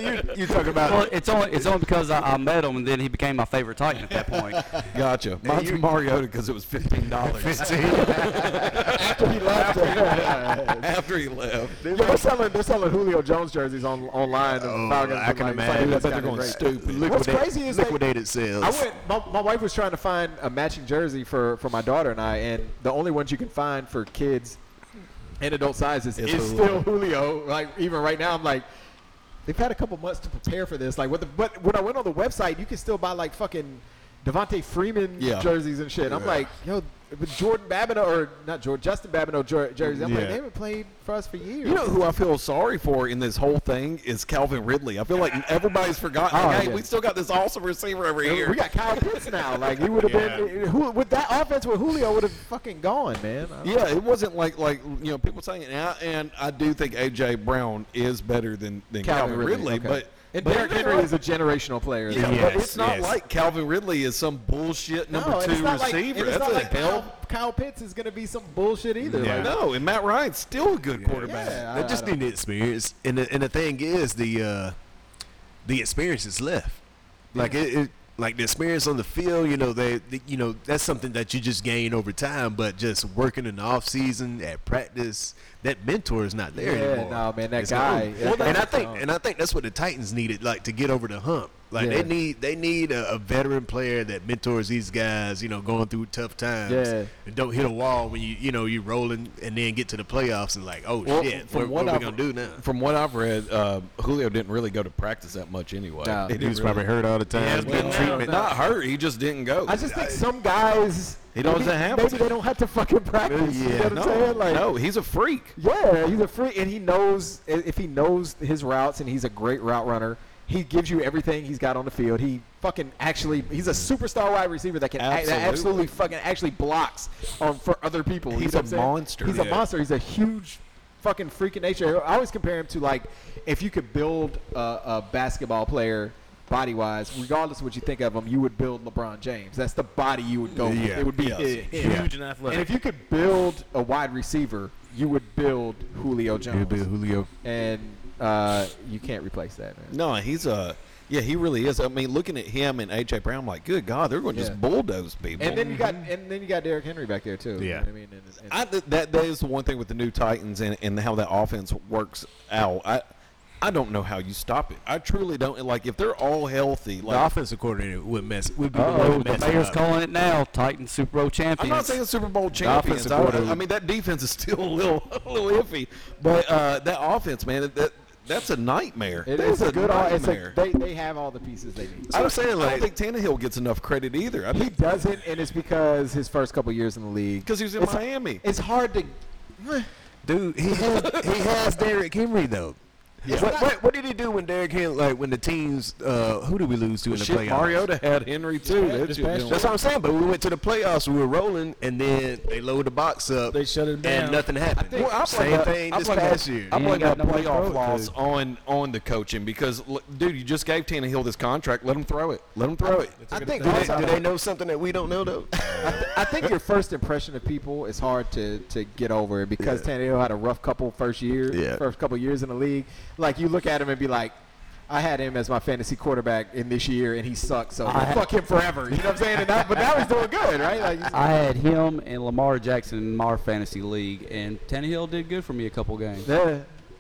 S3: you you talking about
S5: Well, it's only it's only because I, I met him and then he became my favorite Titan at that point.
S2: Gotcha. Mine's from Mariota because it was fifteen dollars
S3: after he left?
S2: after he left.
S3: Yo, they're selling they're selling Julio Jones jerseys on online. of
S1: Oh,
S3: Falcons,
S1: I can
S3: like, it's like,
S1: imagine.
S3: that's
S2: I bet they're
S3: gotta be
S2: going
S3: great.
S2: stupid.
S3: What's crazy is they-
S1: liquidated sales.
S3: I went. My, my wife was trying to find a matching jersey for for my daughter and I, and the only ones you can find for kids and adult sizes
S2: Is
S3: is
S2: Julio.
S3: still Julio. Like even right now, I'm like. They've had a couple months to prepare for this. Like, what the, but when I went on the website, you can still buy like fucking Devontae Freeman
S2: Yeah.
S3: jerseys and shit. I'm like, yo, but Jordan Babineau or not Jordan, Justin Babineau jer- jerseys. I'm like,
S1: Yeah.
S3: they haven't played for us for years.
S2: You know who I feel sorry for in this whole thing is Calvin Ridley. I feel like everybody's forgotten.
S3: Oh,
S2: like, hey,
S3: yeah.
S2: we still got this awesome receiver over here.
S3: We got Kyle Pitts now. Like he would have been who, with that offense with Julio would have fucking gone, man. I-
S2: yeah, it wasn't like like you know people saying, and I, and I do think AJ Brown is better than than Calvin, Ridley,
S3: okay.
S2: but
S3: and
S2: but-
S3: Derrick Henry is a generational player.
S2: Yeah,
S1: Yes,
S2: but it's not
S1: yes.
S2: like Calvin Ridley is some bullshit number
S3: No, and it's
S2: two
S3: not Like,
S2: receiver.
S3: and it's
S2: That's
S3: not
S2: a
S3: like
S2: hell.
S3: Kyle, Kyle Pitts is gonna be some bullshit either.
S1: Yeah.
S3: Like,
S2: No, and Matt Ryan's still a good quarterback.
S3: yeah, I-
S1: They just
S3: I don't-
S1: need the experience, and the, and the thing is, the uh, the experience is left. Like it, it, like the experience on the field. You know, they, they- you know, that's something that you just gain over time. But just working in the off season at practice, that mentor is not there
S3: Yeah,
S1: anymore.
S3: no, man, that
S1: It's
S3: guy-
S1: gone.
S3: that Well, guy
S1: and I
S3: is
S1: think,
S3: gone.
S1: and I think that's what the Titans needed, like to get over the hump. Like
S3: Yeah.
S1: they need, they need a, a veteran player that mentors these guys. You know, going through tough times.
S3: Yeah.
S1: And don't hit a wall when you, you know, you rolling and then get to the playoffs and like, oh
S2: Well,
S1: shit,
S2: from
S1: what, what
S2: what
S1: we
S2: I've-
S1: gonna do now?
S2: From what I've read, uh, Julio didn't really go to practice that much anyway.
S3: No.
S2: He
S1: He
S2: didn't
S1: was probably hurt all the time.
S4: it's been
S1: Getting
S4: now,
S1: treatment.
S2: Not hurt. He just didn't go.
S3: I just think some guys
S2: He doesn't
S3: maybe,
S2: have
S3: maybe
S2: to.
S3: they don't have to fucking practice. you know
S1: Yeah,
S3: what I'm
S2: no,
S3: saying? Like
S2: no, he's a freak.
S3: Yeah, he's a freak, and he knows i- if he knows his routes, and he's a great route runner. He gives you everything he's got on the field. He fucking actually, he's a superstar wide receiver that can absolutely, that absolutely
S2: Absolutely.
S3: fucking actually blocks on for other people. You
S2: He's
S3: know
S2: a
S3: what I'm saying?
S2: monster.
S3: He's a
S2: Yeah.
S3: monster. He's a huge fucking freak in nature. I always compare him to like if you could build a, a basketball player. Body wise, regardless of what you think of him, you would build LeBron James. That's the body you would go with.
S1: Yeah.
S3: It would be
S2: Yes.
S3: him.
S7: Huge and athletic.
S3: And if you could build a wide receiver, you would build Julio Jones.
S1: Julio.
S3: And uh, you can't replace that, man.
S2: No, he's a. Yeah, he really is. I mean, looking at him and AJ Brown, I'm like, good God, they're going to
S3: Yeah.
S2: just bulldoze people.
S3: And then you got and then you got Derrick Henry back there too. You know
S1: Yeah.
S3: what I mean, and, and-
S2: I, th- that that is the one thing with the new Titans and, and how that offense works out. I I don't know how you stop it. I truly don't. Like if they're all healthy,
S1: The
S2: like
S1: offensive coordinator would mess. Would be the
S5: Oh,
S1: one
S5: the
S1: messing
S5: mayor's
S1: up.
S5: calling it now. Titans Super Bowl
S2: I'm
S5: champions.
S2: not saying Super Bowl champions.
S1: offensive
S2: I, I
S1: coordinator-
S2: mean that defense is still a little a little iffy, but uh, that offense, man, that- that that's a nightmare.
S3: it
S2: That's
S3: is a good. all- It's a,
S2: nightmare.
S3: they they have all the pieces they need.
S2: I was saying, like, I don't think Tannehill gets enough credit either. I
S3: He
S2: mean,
S3: doesn't, and it's because his first couple years in the league.
S2: because he was in
S3: It's-
S2: Miami.
S3: It's hard to.
S1: Dude, he has he has Derrick Henry though. What, what, what did he do when Derrick Henry, like when the teams, uh, who did we lose to in the
S2: Shit,
S1: playoffs?
S2: Mariota had Henry too. That
S6: this
S2: shit
S6: past
S2: don't-
S1: That's what I'm saying. But we went to the playoffs, we were rolling, and then they lowered the box up.
S6: They shut it
S1: and
S6: down.
S1: nothing happened.
S2: Well, I blame
S1: Same
S2: that-
S1: thing
S2: I
S1: this
S2: blame that-
S1: past year.
S2: I
S5: He
S2: blame
S5: ain't got
S2: that
S5: nobody to throw
S2: playoff
S5: it to.
S2: loss on on the coaching because, look, dude, you just gave Tannehill this contract. Let him throw it. Let him throw it.
S1: I think do they, do they know something that we don't know though?
S3: I, th- I think your first impression of people is hard to, to get over because Tannehill had a rough couple first year,
S1: Yeah.
S3: first couple years in the league. Like you look at him and be like, I had him as my fantasy quarterback in this year and he sucks, so fuck him forever. You know what I'm saying? And that, but now he's doing good, right? Like, he's-
S5: I had him and Lamar Jackson in our fantasy league, and Tannehill did good for me a couple games.
S3: Yeah,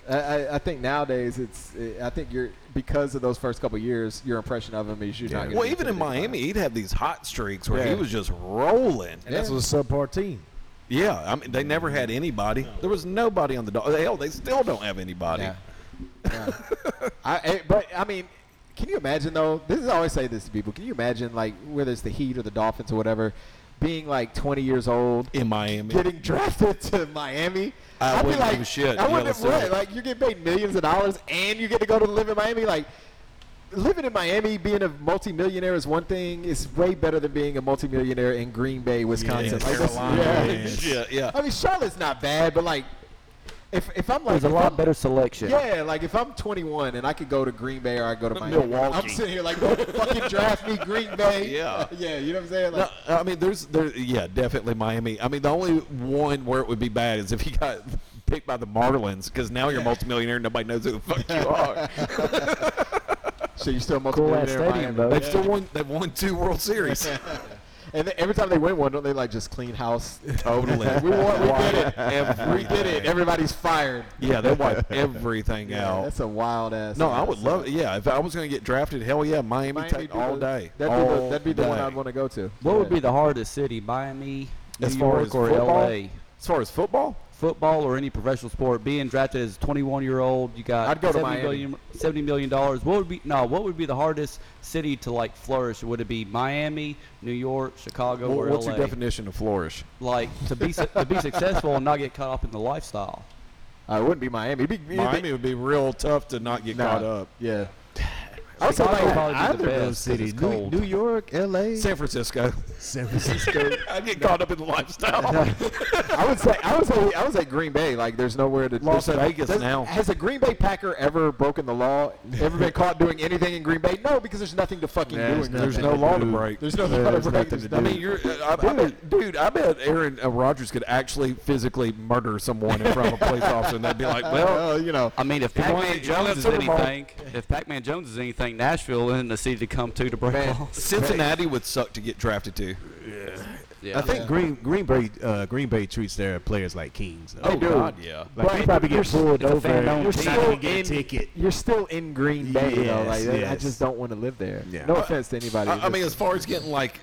S3: I, I- I think nowadays it's. I think you're because of those first couple years, your impression of him is you're not. Gonna
S2: Well,
S3: be
S2: even in
S3: intimidated by him.
S2: Miami, he'd have these hot streaks where
S3: Yeah.
S2: he was just rolling.
S6: And that's a subpar team.
S2: Yeah, I mean, they never had anybody. There was nobody on the dog. Hell, they still don't have anybody.
S3: Yeah. Yeah. I, I- but I mean, can you imagine though? This is I always say this to people. Can you imagine like whether it's the Heat or the Dolphins or whatever, being like 20 years old,
S2: In Miami,
S3: getting drafted to Miami?
S2: I
S3: I'd be
S2: wouldn't
S3: like,
S2: give a shit.
S3: I
S2: Yeah,
S3: wouldn't
S2: let's
S3: have
S2: do
S3: read.
S2: it.
S3: Like you get paid millions of dollars and you get to go to live in Miami. Like living in Miami, being a multimillionaire is one thing. It's way better than being a multimillionaire in Green Bay, Wisconsin. like, that's- yeah.
S2: yeah, yeah.
S3: I mean, Charlotte's not bad, but like, if if I'm like,
S5: There's a
S3: if
S5: lot
S3: I'm-
S5: better selection.
S3: yeah, like if I'm 21 and I could go to Green Bay or I go to Miami, I'm sitting here like, don't fucking draft me, Green Bay.
S2: Yeah.
S3: yeah, you know what I'm saying?
S2: No,
S3: Like,
S2: I mean, there's there. Yeah, definitely Miami. I mean, the only one where it would be bad is if he got picked by the Marlins because now you're a multimillionaire. and Nobody knows who the fuck you are.
S3: so you're still
S5: Cool ass
S3: multi-millionaire in
S5: stadium,
S3: Miami.
S5: though.
S2: They've still won. They've won two World Series.
S3: And then every time they win one, don't they like just clean house?
S2: Totally.
S3: we won, we did it. We
S2: Everything.
S3: did it. Everybody's fired.
S2: Yeah, they wipe everything
S3: Yeah,
S2: out.
S3: that's a wild ass.
S2: No, I would love. it. Yeah, if I was going to get drafted, hell yeah, Miami, take
S3: be
S2: all
S3: the-
S2: day.
S3: That'd be the,
S2: all
S3: that'd be the one
S2: day.
S3: I'd want to go to.
S5: What would
S3: Yeah.
S5: be the hardest city, Miami, New
S2: As far
S5: York,
S2: as
S5: or
S2: football?
S5: LA?
S2: As far as football,
S5: Football or any professional sport, being drafted as a 21 year old, you got
S3: I'd go to
S5: 70
S3: Miami.
S5: million $70 million dollars. What would be no? What would be the hardest city to like flourish? Would it be Miami, New York, Chicago,
S2: Wha-
S5: or
S2: what's
S5: LA?
S2: your definition of flourish?
S5: like to be su- to be successful and not get caught up in the lifestyle.
S3: Uh, it wouldn't be Miami. It'd be, it'd be-
S2: Miami would be real tough to not get
S3: nah,
S2: caught up.
S3: Yeah. I was
S5: Chicago
S3: like,
S5: would probably be the
S3: either of
S5: best
S3: those
S5: 'cause it's
S3: cities, New,
S5: cold.
S3: New York, L.A.,
S2: San Francisco.
S1: San Francisco.
S2: I get caught up in the lifestyle.
S3: I would say I would say I would say Green Bay. Like there's nowhere to
S2: Las
S3: there's-
S2: Vegas
S3: there's-
S2: now.
S3: Has a Green Bay Packer ever broken the law? Ever been caught doing anything in Green Bay? No, because there's nothing to fucking do. In Green
S2: There's
S3: Bay.
S2: no law to
S1: Dude.
S2: break.
S3: There's no law to
S1: there's
S3: break.
S1: nothing
S3: There's
S1: to
S2: I
S3: nothing-
S2: mean, you're, I, I bet, dude. I bet Aaron uh, Rodgers could actually physically murder someone in front of a police officer, and they'd be like, "Well,
S3: well, you know,
S5: I mean, if
S2: If
S5: Pac-Man
S2: only-
S5: Jones is
S2: Super Bowl.
S5: anything, if Pac-Man Jones is anything, Nashville isn't a city to come to to break
S3: Man.
S5: laws.
S2: Cincinnati would suck to get drafted to."
S5: Yeah.
S1: I think Green Green Bay uh, Green Bay treats their players like kings. Though.
S3: do.
S2: yeah.
S1: Like you probably get pulled
S5: it's a
S1: over.
S5: fan-owned
S1: You're
S5: team.
S1: not gonna get a ticket.
S3: you're still in Green Bay though. Like
S1: Yes,
S3: I
S1: yes.
S3: just don't want to live there.
S1: Yeah.
S3: No
S1: But-
S3: offense to anybody.
S2: I, I mean, as
S3: Just-
S2: far as getting like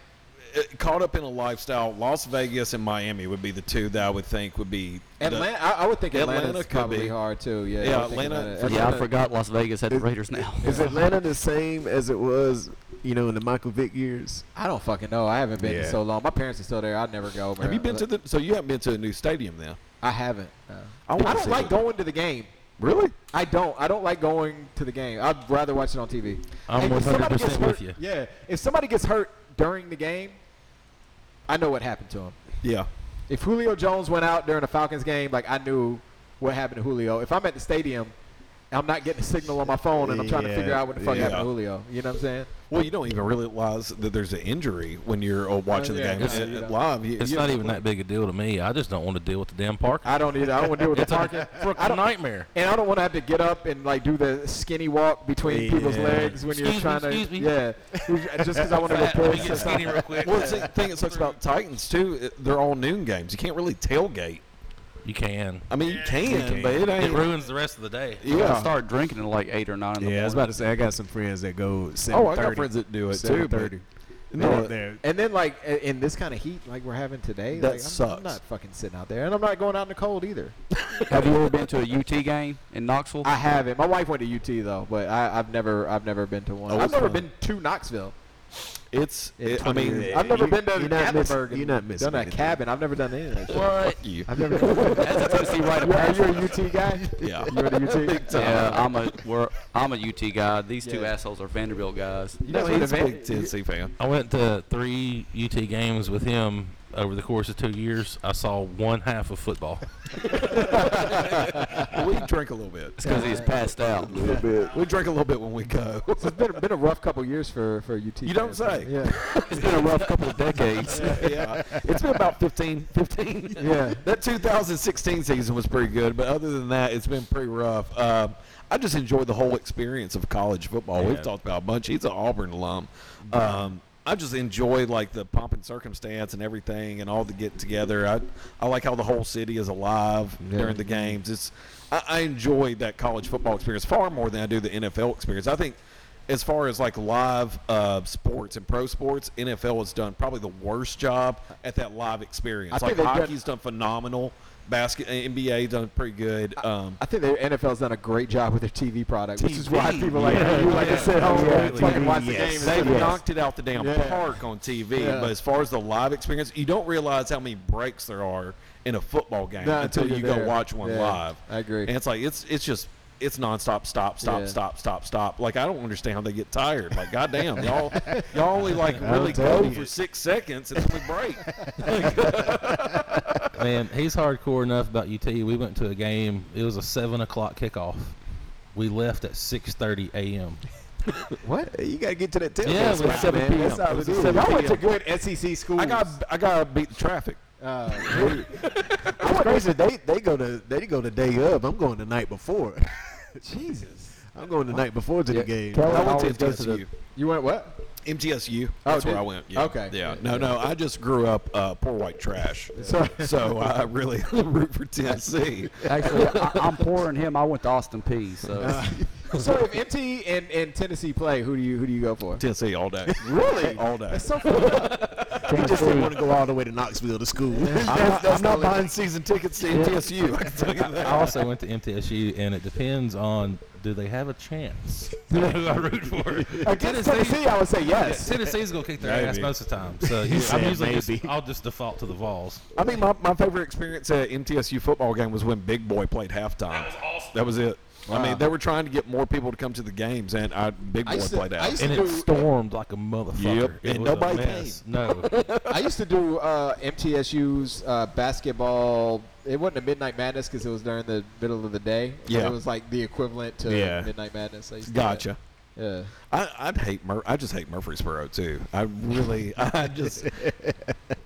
S2: uh, caught up in a lifestyle, Las Vegas and Miami would be the two that I would think would be. the-
S3: Atlanta, I, I would think
S2: Atlanta
S3: Atlanta's
S2: could
S3: probably
S2: be.
S3: hard too. Yeah,
S2: Yeah,
S3: I would think
S2: Atlanta-
S3: Atlanta.
S5: yeah, I forgot Las Vegas had the
S1: Is-
S5: Raiders now.
S1: Is Atlanta the same as it was, you know, in the Michael Vick years?
S3: I don't fucking know. I haven't been in
S1: Yeah.
S3: so long. My parents are still there. I'd never go.
S2: have you been to
S3: man.
S2: the? So you haven't been to a new stadium then?
S3: I haven't. no.
S2: I wanna
S3: I don't
S2: see
S3: like
S2: it.
S3: going to the game.
S2: Really?
S3: I don't. I don't like going to the game. I'd rather watch it on TV.
S4: I'm
S3: And if somebody
S4: 100%
S3: gets
S4: with
S3: hurt-
S4: you.
S3: Yeah. If somebody gets hurt during the game, I know what happened to him.
S2: Yeah.
S3: If Julio Jones went out during a Falcons game, like I knew what happened to Julio. If I'm at the stadium, I'm not getting a signal on my phone and I'm trying to
S1: Yeah,
S3: figure out what the fuck
S2: yeah.
S3: happened to Julio. You know what I'm saying?
S2: Well, you don't even realize that there's an injury when you're uh, watching
S3: yeah,
S2: the
S3: no,
S2: game
S3: you
S2: uh,
S3: don't.
S2: live. You,
S4: It's
S2: you-
S4: not even that big a deal to me. I just don't want to deal with the damn parking.
S3: I don't either. I don't want to deal with the
S4: It's a
S3: parking. I
S4: freaking
S3: don't,
S4: nightmare.
S3: And I don't want to have to get up and like do the skinny walk between people's
S1: Yeah.
S3: legs when you're
S4: Excuse me,
S3: trying
S4: excuse
S3: to.
S4: me.
S3: Yeah. Just because I want to go
S4: Fat, let me
S3: piss.
S4: get
S3: or something.
S4: skinny real quick.
S2: Well, it's the thing that sucks about Titans too. it- They're all noon games. You can't really tailgate.
S4: You can.
S2: I mean, you can,
S1: can.
S2: but it
S4: It
S2: ain't.
S4: ruins the rest of the day.
S5: I
S2: yeah.
S5: started drinking at like eight or nine. In the
S1: Yeah, I was about
S5: morning.
S1: to say I got some friends that go seven
S2: Oh,
S1: thirty.
S2: I got friends that do it too. but-
S1: 7:30.
S2: No,
S1: there.
S3: And then like i- in this kind of heat like we're having today,
S2: That
S3: like, I'm,
S2: sucks.
S3: I'm not fucking sitting out there, and I'm not going out in the cold either.
S5: Have you ever been to a UT game in Knoxville?
S3: I haven't. My wife went to UT though, but I, I've never I've never been to one.
S2: Oh,
S3: I've
S2: it's
S3: never
S2: fun.
S3: been to Knoxville.
S2: It's.
S3: in
S2: It, I
S3: 20
S2: mean,
S3: years. I've never been to
S1: you're not miss-
S3: Gatlinburg. and
S1: you're not missing
S3: Done a
S1: anything.
S3: cabin. I've never done any of that. shit.
S7: What?
S2: you.
S3: I've never. Done
S8: That's a Tennessee right of
S3: Are you
S8: passage.
S3: a UT guy?
S2: Yeah.
S3: You're a UT.
S8: Yeah, I'm a we're, I'm a UT guy. These two
S3: Yeah.
S8: assholes are Vanderbilt guys.
S3: You
S2: No,
S3: guys went
S2: he's
S3: to
S2: a
S3: Van-
S2: big Tennessee fan.
S4: I went to three UT games with him over the course of two years. I saw one half of football.
S2: we drink a little bit.
S8: It's because he's passed out.
S2: We drink a little bit when we go.
S3: It's been, been a rough couple years for, for UT.
S2: You don't say.
S3: fans, man.
S8: It's been a rough couple of decades.
S2: yeah, it's been about 15, 15.
S3: Yeah.
S2: that 2016 season was pretty good, but other than that, it's been pretty rough. Um, I just enjoyed the whole experience of college football. We've talked about a bunch. He's an Auburn alum. Um, I just enjoy like the pomp and circumstance and everything, and all the get together. I I like how the whole city is alive during the games. It's I, I enjoy that college football experience far more than I do the NFL experience. I think as far as like live uh, sports and pro sports, NFL has done probably the worst job at that live experience.
S3: I
S2: like
S3: think they've done-
S2: hockey's done phenomenal, basket uh, NBA done pretty good. Um,
S3: I think the NFL's done a great job with their TV product, which is why people like
S1: yeah,
S3: you like
S1: yeah,
S3: to sit home and
S1: absolutely.
S3: fucking watch the
S1: Yes.
S3: game.
S2: They've
S3: and stuff.
S2: knocked it out the damn
S3: Yeah.
S2: park on TV,
S3: Yeah.
S2: but as far as the live experience, you don't realize how many breaks there are in a football game
S3: No,
S2: until
S3: until
S2: you
S3: you're
S2: go
S3: there.
S2: watch one
S3: Yeah,
S2: live.
S3: I agree.
S2: And it's like it's it's just it's nonstop, stop, stop,
S3: Yeah.
S2: stop, stop, stop. Like I don't understand how they get tired. Like goddamn, y'all y'all only like really
S1: telling
S2: go
S1: you.
S2: for six seconds and then we break.
S4: Man, he's hardcore enough about UT. We went to a game. It was a seven o'clock kickoff. We left at six thirty a.m.
S1: What? You gotta get to that tailgate.
S4: Yeah, it was
S1: spot,
S4: 7
S1: man.
S4: p.m.
S1: That's all
S4: It
S1: it
S4: was
S1: is.
S3: Y'all went to good SEC schools.
S2: I got I gotta beat the traffic.
S3: Uh,
S1: It's crazy. They they go to they go the day of. I'm going the night before.
S3: Jesus.
S1: I'm going the night before to the game.
S5: Kelly
S2: I went to
S5: always goes to the-
S2: MTSU.
S3: You went what?
S2: MTSU. That's
S3: Oh,
S2: where
S3: did-
S2: I went. Yeah.
S3: okay.
S2: Yeah. No, no. I just grew up uh, poor white trash.
S3: So-
S2: so uh, I really root for Tennessee.
S5: Actually, I, I'm pouring him. I went to Austin P. So
S3: so if MT and, and Tennessee play, who do you who do you go for?
S2: Tennessee all day.
S3: Really?
S2: All day.
S3: That's so funny.
S1: He just didn't want to go all the way to Knoxville to school.
S2: I'm, I'm not buying season tickets to MTSU. I can tell you
S4: I
S2: that.
S4: also went to MTSU, and it depends on do they have a chance. Who I root for.
S3: Against Tennessee, I would say yes.
S4: Tennessee's gonna kick their ass
S2: Maybe.
S4: most of the time, so
S1: said
S4: I'm usually just,
S1: maybe.
S4: I'll just default to the Vols.
S2: I mean, my, my favorite experience at MTSU football game was when Big Boy played halftime. That was awesome. That was it. I mean, they were trying to get more people to come to the games, and I, Big
S3: I
S2: Boy
S3: used to-
S2: played
S3: I
S2: out.
S3: used
S4: and
S3: to
S4: it
S3: do-
S4: stormed like a motherfucker.
S2: Yep,
S4: It
S2: and
S4: was a
S2: nobody
S4: mess. No,
S3: I used to do uh, MTSU's uh, basketball. It wasn't a midnight madness because it was during the middle of the day. but
S2: Yeah.
S3: it was like the equivalent to
S2: Yeah.
S3: midnight madness. I used to do that.
S2: Gotcha.
S3: Yeah.
S2: I, I'd hate Mur- I just hate Murfreesboro too. I really, I just,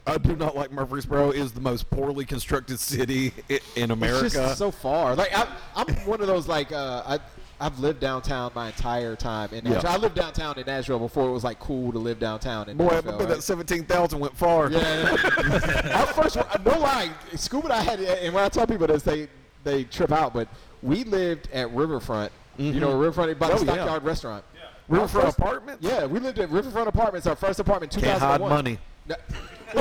S2: I do not like Murfreesboro. It is the most poorly constructed city i- in America.
S3: It's just so far. Like I, I'm one of those like uh, I. I've lived downtown my entire time in
S2: Yeah.
S3: Nashville. I lived downtown in Nashville before it was like cool to live downtown in
S2: Boy, I
S3: Nashville.
S2: bet that
S3: right?
S2: seventeen thousand went far.
S3: Yeah. Our first one, no lie, Scuba and I had, and when I tell people this, they they trip out, but we lived at Riverfront. You know, Riverfront by the
S2: Oh, yeah.
S3: Stockyard Restaurant. Yeah.
S2: Riverfront apartments?
S3: Yeah, we lived at Riverfront Apartments. Our first apartment, two
S2: Can't
S3: thousand
S2: hide
S3: one.
S2: money.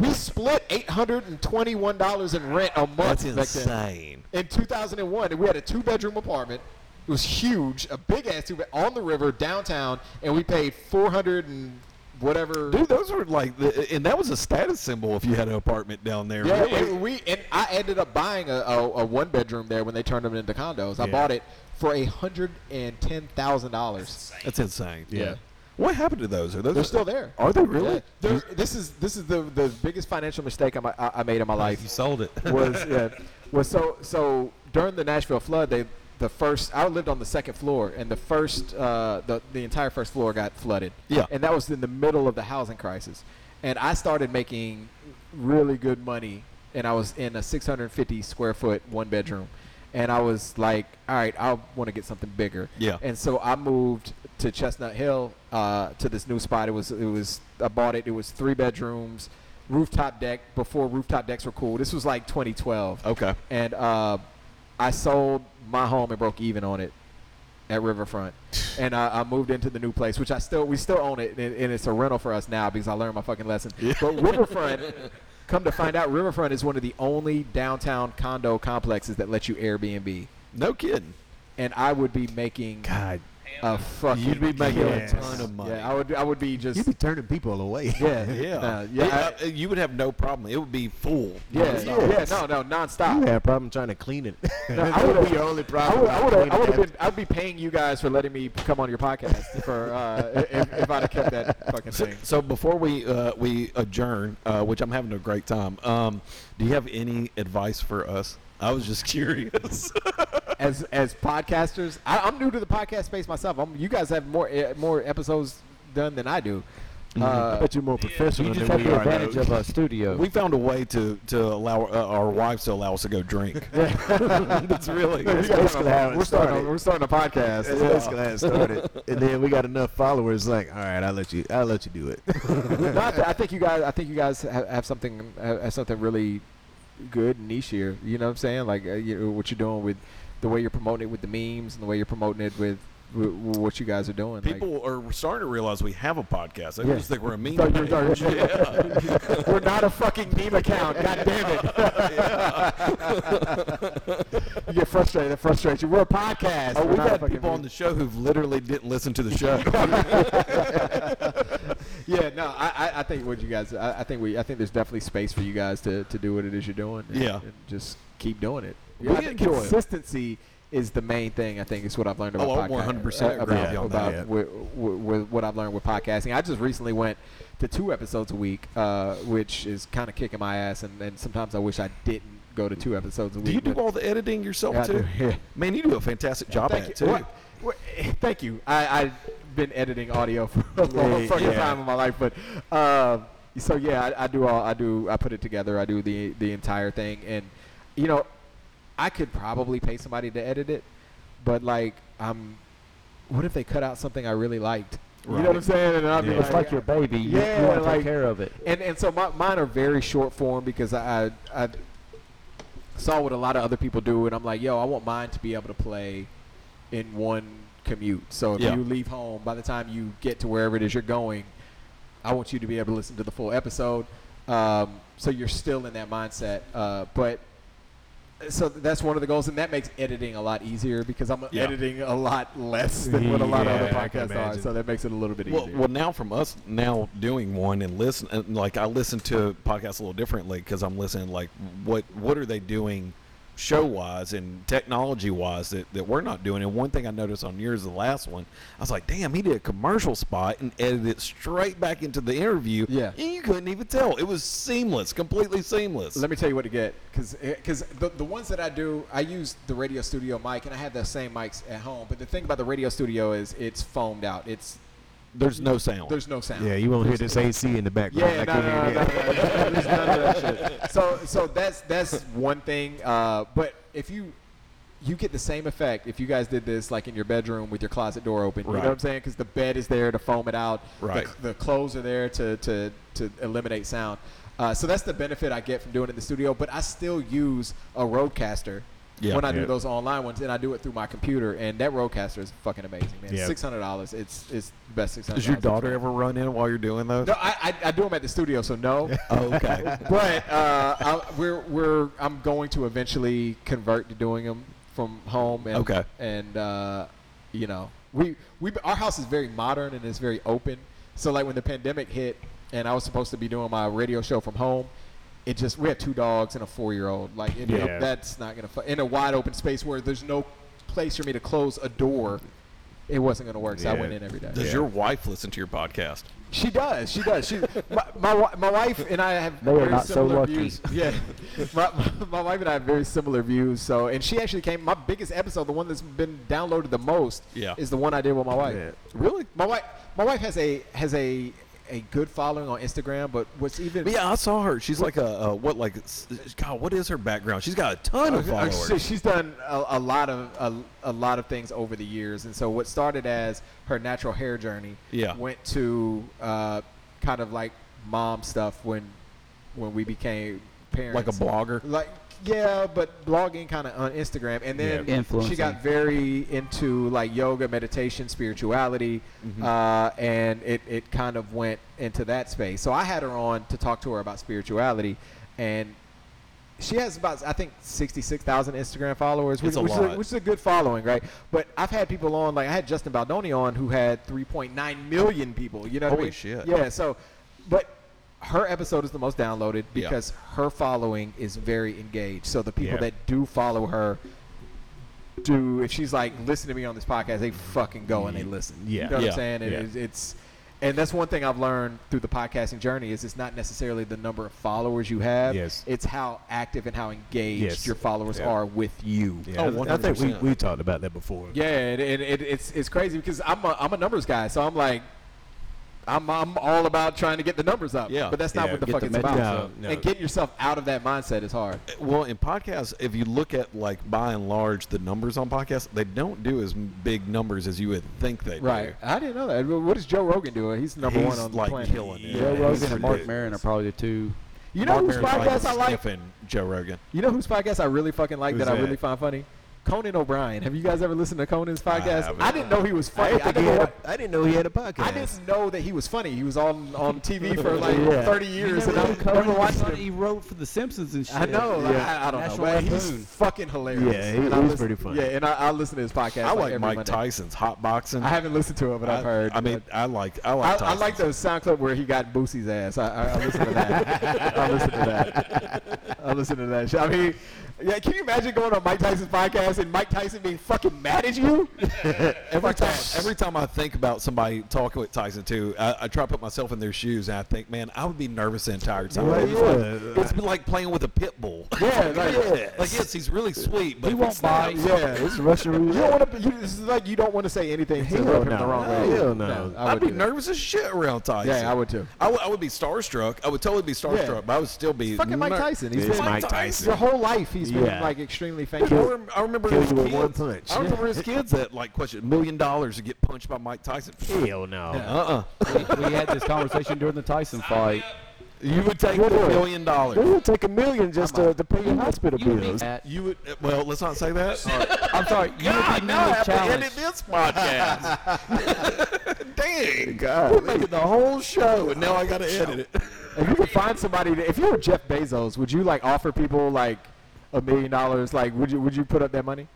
S3: we split eight hundred and twenty-one dollars in rent a month
S2: That's
S3: back then.
S2: insane.
S3: In two thousand and one, and we had a two-bedroom apartment. It was huge, a big ass two on the river downtown, and we paid four hundred and whatever.
S2: Dude, those were like, the, and that was a status symbol if you had an apartment down there.
S3: Yeah,
S2: really.
S3: we, we and I ended up buying a, a, a one bedroom there when they turned them into condos. I bought it for a hundred and ten thousand dollars.
S2: that's insane.
S3: Yeah.
S2: What happened to those? Are those?
S3: They're still there.
S2: Are they really?
S3: Yeah. There's- This is this is the the biggest financial mistake I'm- I, I made in my
S4: you
S3: life
S4: sold it.
S3: was yeah, was so so during the Nashville flood they the first I lived on the second floor and the first uh, the the entire first floor got flooded.
S2: Yeah.
S3: and that was in the middle of the housing crisis, and I started making really good money, and I was in a 650 square foot one bedroom, and I was like, all right, I want to get something bigger.
S2: Yeah.
S3: and so I moved to Chestnut Hill uh, to this new spot. It was it was I bought it. It was three bedrooms, rooftop deck before rooftop decks were cool. This was like 2012.
S2: Okay.
S3: And uh, I sold my home and broke even on it at Riverfront, and I, I moved into the new place, which I still we still own it, and, and it's a rental for us now because I learned my fucking lesson. But Riverfront, come to find out, Riverfront is one of the only downtown condo complexes that let you Airbnb,
S2: No kidding.
S3: and I would be making
S1: God
S3: a fucking.
S1: You'd be making a
S3: killing.
S1: ton of
S2: money.
S3: Yeah, I would. I would be just.
S1: You'd be turning people away.
S3: yeah,
S2: Yeah,
S3: no,
S2: yeah.
S3: yeah, I-
S2: uh, you would have no problem. It would be full.
S3: yeah,
S1: Yes.
S3: yeah. No, no, nonstop.
S1: You had a problem trying to clean it.
S3: I
S1: that would
S3: would've-
S1: be your only
S3: I
S1: problem.
S3: would, I would, I would have been, I'd be paying you guys for letting me come on your podcast for uh, if, if I'd have kept that fucking
S2: So,
S3: thing.
S2: so before we uh, we adjourn, uh, which I'm having a great time, um, do you have any advice for us? I was just curious.
S3: As as podcasters, I, I'm new to the podcast space myself. I'm, you guys have more eh, more episodes done than I do.
S1: I
S3: Uh,
S1: bet you're more professional
S5: You just
S1: than
S5: have
S1: we
S5: the
S1: are. though.
S5: advantage of a studio.
S2: we found a way to to allow uh, our wives to allow us to go drink. That's really
S1: That's basically how it
S3: we're starting.
S1: started.
S3: a- We're starting a podcast.
S1: That's basically how it started. And then we got enough followers. Like, all right, I'll let you. I'll let you do it.
S3: no, I, th- I think you guys. I think you guys have, have something have, have something really good and niche here. You know what I'm saying? Like uh, you know, what you're doing with the way you're promoting it with the memes and the way you're promoting it with w- w- what you guys are doing. like-
S2: People are starting to realize we have a podcast. They
S3: Yeah.
S2: just think we're a meme.
S3: Thought you were
S2: page.
S3: talking- We're not a fucking meme account. God damn it. you get frustrated. That frustrates you. We're a podcast.
S2: Oh,
S3: We're
S2: we've
S3: not a
S2: had
S3: fucking
S2: people on
S3: meme.
S2: the show who've literally didn't listen to the show.
S3: yeah, no, I, I, I think what you guys, I, I think we, I think there's definitely space for you guys to, to do what it is you're doing. and-
S2: Yeah.
S3: and just keep doing it.
S2: We
S3: Yeah, I think
S2: enjoy it.
S3: consistency is the main thing. I think is what I've learned about.
S2: Oh, I
S3: podca-
S2: 100% agree
S3: uh, about,
S2: with you on
S3: about
S1: that.
S3: wi- wi- wi- what I've learned with podcasting. I just recently went to two episodes a week, uh, which is kind of kicking my ass, and, and sometimes I wish I didn't go to two episodes a week.
S2: do you do
S3: but-
S2: all the editing yourself
S3: Yeah, I
S2: too?
S3: do, yeah.
S2: Man, you do a fantastic job
S3: Thank
S2: at it
S3: you.
S2: too.
S3: What- what- thank you. I, I've been editing audio for a long
S1: Yeah,
S3: fucking
S1: yeah.
S3: time in my life, but um so yeah, I, I do all. I do. I put it together. I do the the entire thing, and you know, I could probably pay somebody to edit it, but like, um, what if they cut out something I really liked? You know what I'm saying? And I'd be
S5: it's like your baby. You,
S3: Yeah,
S5: you want to
S3: like-
S5: take care of it.
S3: and and so my, mine are very short form because I, I I saw what a lot of other people do, and I'm like, yo, I want mine to be able to play in one commute. So if
S2: Yeah.
S3: you leave home, by the time you get to wherever it is you're going, I want you to be able to listen to the full episode. Um, so you're still in that mindset, uh, but. So that's one of the goals, and that makes editing a lot easier because I'm
S2: Yeah.
S3: editing a lot less than what a lot of
S1: Yeah, I
S3: other
S1: can
S3: podcasts are.
S1: imagine.
S3: So that makes it a little bit easier.
S2: Well, well, now from us now doing one and listen, and like I listen to podcasts a little differently because I'm listening like what what are they doing show wise and technology wise that, that we're not doing. And one thing I noticed on yours, the last one, I was like, damn, he did a commercial spot and edited it straight back into the interview.
S3: Yeah.
S2: and you couldn't even tell. It was seamless, completely seamless.
S3: Let me tell you what to get, because the, the ones that I do, I use the radio studio mic, and I have the same mics at home. But the thing about the radio studio is it's foamed out. It's
S2: There's no sound.
S3: there's no sound.
S1: Yeah, you won't hear this AC in the background.
S3: Yeah,
S1: like
S3: no,
S1: you
S3: no, no,
S1: hear
S3: no,
S1: that.
S3: no, no, there's none of that shit. So, so that's that's one thing. Uh, but if you you get the same effect if you guys did this like in your bedroom with your closet door open. You
S2: Right.
S3: know what I'm saying? Because the bed is there to foam it out.
S2: Right.
S3: The, the clothes are there to to to eliminate sound. Uh, so that's the benefit I get from doing it in the studio. But I still use a Rodecaster.
S2: Yeah.
S3: when I do
S1: Yeah.
S3: those online ones, and I do it through my computer, and that Rodecaster is fucking amazing, man.
S1: Yeah.
S3: Six hundred dollars, it's it's the best six hundred.
S2: Does your daughter ever run in while you're doing those?
S3: No, I, I, I do them at the studio, so no.
S2: Oh, okay.
S3: but uh, I, we're we're I'm going to eventually convert to doing them from home. And,
S2: Okay.
S3: And uh, you know, we we our house is very modern and it's very open. So like when the pandemic hit, and I was supposed to be doing my radio show from home. It just we had two dogs and a four year old. Like it,
S1: Yeah.
S3: that's not gonna fu- in a wide open space where there's no place for me to close a door. It wasn't gonna work, so I
S1: Yeah.
S3: went in every day.
S2: Does your wife listen to your podcast?
S3: She does. She does. She my, my wi- my wife and I have
S5: They are
S3: very
S5: not so
S3: similar
S5: lucky.
S3: views. Yeah, my, my, my wife and I have very similar views. So, and she actually came. My biggest episode, the one that's been downloaded the most,
S2: Yeah.
S3: is the one I did with my wife.
S1: Yeah.
S3: Really, my wife. My wife has a has a a good following on Instagram, but what's even
S2: But yeah, I saw her. She's like a, a what like s- God. What is her background? She's got a ton of
S3: Okay, uh,
S2: followers.
S3: she- she's done a, a lot of a, a lot of things over the years, and so what started as her natural hair journey
S2: Yeah.
S3: went to uh, kind of like mom stuff when when we became parents,
S2: Like a blogger?
S3: like yeah, but blogging kind of on Instagram, and then
S5: Yeah.
S3: she
S5: Influencing.
S3: got very into like yoga, meditation, spirituality,
S2: Mm-hmm.
S3: uh, and it it kind of went into that space. So I had her on to talk to her about spirituality, and she has about I think sixty six thousand Instagram followers,
S2: It's
S3: which,
S2: a
S3: which, Is a,
S2: lot.
S3: which is a good following, right? But I've had people on like I had Justin Baldoni on who had three point nine million people. You know, what I
S2: Holy
S3: mean?
S2: shit.
S3: Yeah. So, but her episode is the most downloaded
S2: Yeah.
S3: because her following is very engaged. So the people
S1: Yeah.
S3: that do follow her. Do if she's like listen to me on this podcast, they fucking go and they listen.
S1: Yeah.
S3: you know what
S2: Yeah.
S3: I'm saying. And
S1: Yeah.
S3: it's- it's and that's one thing I've learned through the podcasting journey is it's not necessarily the number of followers you have.
S1: Yes.
S3: It's how active and how engaged
S1: Yes.
S3: your followers
S1: Yeah.
S3: are with you.
S1: Yeah,
S2: Oh,
S1: I think we,
S2: 100%.
S1: we talked about that before.
S3: Yeah, and, and it, it's it's crazy because I'm a, I'm a numbers guy, so I'm like, I'm I'm all about trying to get the numbers up.
S2: Yeah.
S3: But that's not
S1: Yeah,
S3: what the
S1: get
S3: fuck
S1: the
S3: it's about.
S1: metrics up. No, no.
S3: And getting yourself out of that mindset is hard.
S2: Well, in podcasts, if you look at like by and large the numbers on podcasts, they don't do as big numbers as you would think they
S3: Right. I didn't know that. What does Joe Rogan do? He's number
S2: He's
S3: one on
S2: like
S3: the planet.
S2: killing it.
S5: Joe
S2: Yeah,
S5: Rogan
S2: it's
S5: and Mark
S2: ridiculous.
S5: Maron are probably the two.
S3: You know
S5: Mark
S3: whose
S2: do.
S5: Maron's
S3: podcast I like?
S2: Sniffing Joe Rogan.
S3: You know whose podcast I really fucking like
S1: Who's
S3: that, I
S1: that?
S3: really find funny? Conan O'Brien. Have you guys ever listened to Conan's podcast?
S2: haven't.
S3: I, didn't know he was
S1: I,
S3: funny. I,
S1: didn't
S3: didn't
S1: think he
S3: know
S1: had
S3: what,
S1: a, I didn't know he had a podcast.
S3: I didn't know that he was funny. He was on, on TV for like
S1: Yeah.
S3: 30 years, and I've never watched him.
S5: He wrote for The Simpsons and shit.
S3: I know. like, I, I don't
S5: National
S3: know. But he's
S5: Lampoon.
S3: fucking hilarious.
S1: Yeah, he-
S3: And I
S1: he's
S3: listen-
S1: pretty funny.
S3: Yeah, and I, I listen to his podcast.
S2: I like
S3: every
S2: Mike
S3: Monday.
S2: Tyson's hot boxing.
S3: I haven't listened to it, but I've heard.
S2: I mean, I like. I
S3: I,
S2: like.
S3: I like
S2: Tyson's.
S3: the sound clip where he got Boosie's ass. I, I, I listen to that. I listen to that. I listen to that. shit. I mean, yeah, can you imagine going on Mike Tyson's podcast and Mike Tyson being fucking mad at you?
S2: Every time, every time I think about somebody talking with Tyson too, I, I try to put myself in their shoes, and I think, man, I would be nervous the entire time.
S1: Well,
S2: it's,
S1: yeah.
S2: like, it's like playing with a pit bull.
S3: Yeah, like,
S2: like yes, he's really sweet, but
S5: He
S2: if
S5: won't
S2: it's not-
S5: bite.
S3: yeah.
S1: It's Russian
S3: You
S1: roulette.
S3: don't want to. This is like you don't want to say anything to
S1: Hell
S3: rub him
S1: no.
S3: the wrong way.
S1: Hell no.
S3: I
S2: I'd
S3: would
S2: be
S3: do that.
S2: nervous as shit around Tyson.
S3: Yeah, I would too.
S2: I would- I would be starstruck. I would totally be starstruck,
S3: Yeah.
S2: but I would still be
S3: Fucking Mike
S2: ner-
S3: Tyson. He's
S1: It's
S3: been
S1: Mike
S3: Your
S1: Tyson.
S3: whole life, he's been
S1: Yeah.
S3: like extremely
S2: Dude, I,
S3: famous.
S2: rem- I remember
S1: kill
S2: his
S1: you with
S2: kids.
S1: one punch.
S2: I remember his kids that like question million dollars to get punched by Mike Tyson.
S1: Hell no.
S2: Uh-uh.
S5: we, we had this conversation during the Tyson fight.
S2: You would take
S1: What
S2: the
S1: a-
S2: million
S1: It
S2: dollars.
S1: would take a million just to, to pay your hospital
S5: You would be
S1: bills.
S5: mad.
S2: You would. Well, let's not say that.
S5: I'm sorry. You would
S2: God,
S5: be
S2: now I
S5: mentally
S2: have to
S5: challenged.
S2: edit this podcast. Dang. We're making the whole show, and now I got to edit it.
S3: If you could find somebody, that, if you were Jeff Bezos, would you like offer people like a million dollars? Like, would you would you put up that money?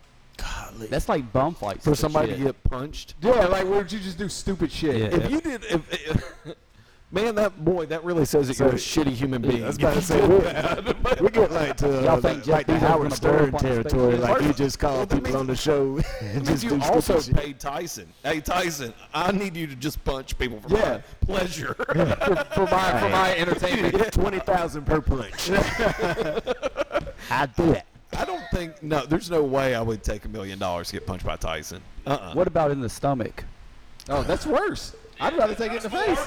S5: That's like bum fights
S2: For
S5: and
S2: somebody
S5: shit.
S2: to get punched.
S3: Yeah, like would you just do stupid shit?
S5: Yeah.
S2: If you did, if, if- man, that boy, that really says that you're a shitty human being.
S1: I was about to say, we, we get like to uh,
S5: Y'all think
S1: like
S5: Jeff
S1: the
S5: Bezos
S1: Howard
S5: gonna blow
S1: Stern
S5: up on his face?
S1: territory. Like
S2: First-
S1: you just call
S2: well, that
S1: people
S2: means-
S1: on the show and just
S2: you
S1: do
S2: also
S1: stupid shit.
S2: paid Tyson. Hey Tyson, I need you to just punch people for
S3: Yeah.
S2: my pleasure.
S3: For my for my entertainment.
S1: Twenty thousand per punch. I do it.
S2: I don't think no. There's no way I would take a million dollars to get punched by Tyson. Uh-uh.
S5: What about in the stomach?
S3: Oh, that's worse. I'd rather take it in the face.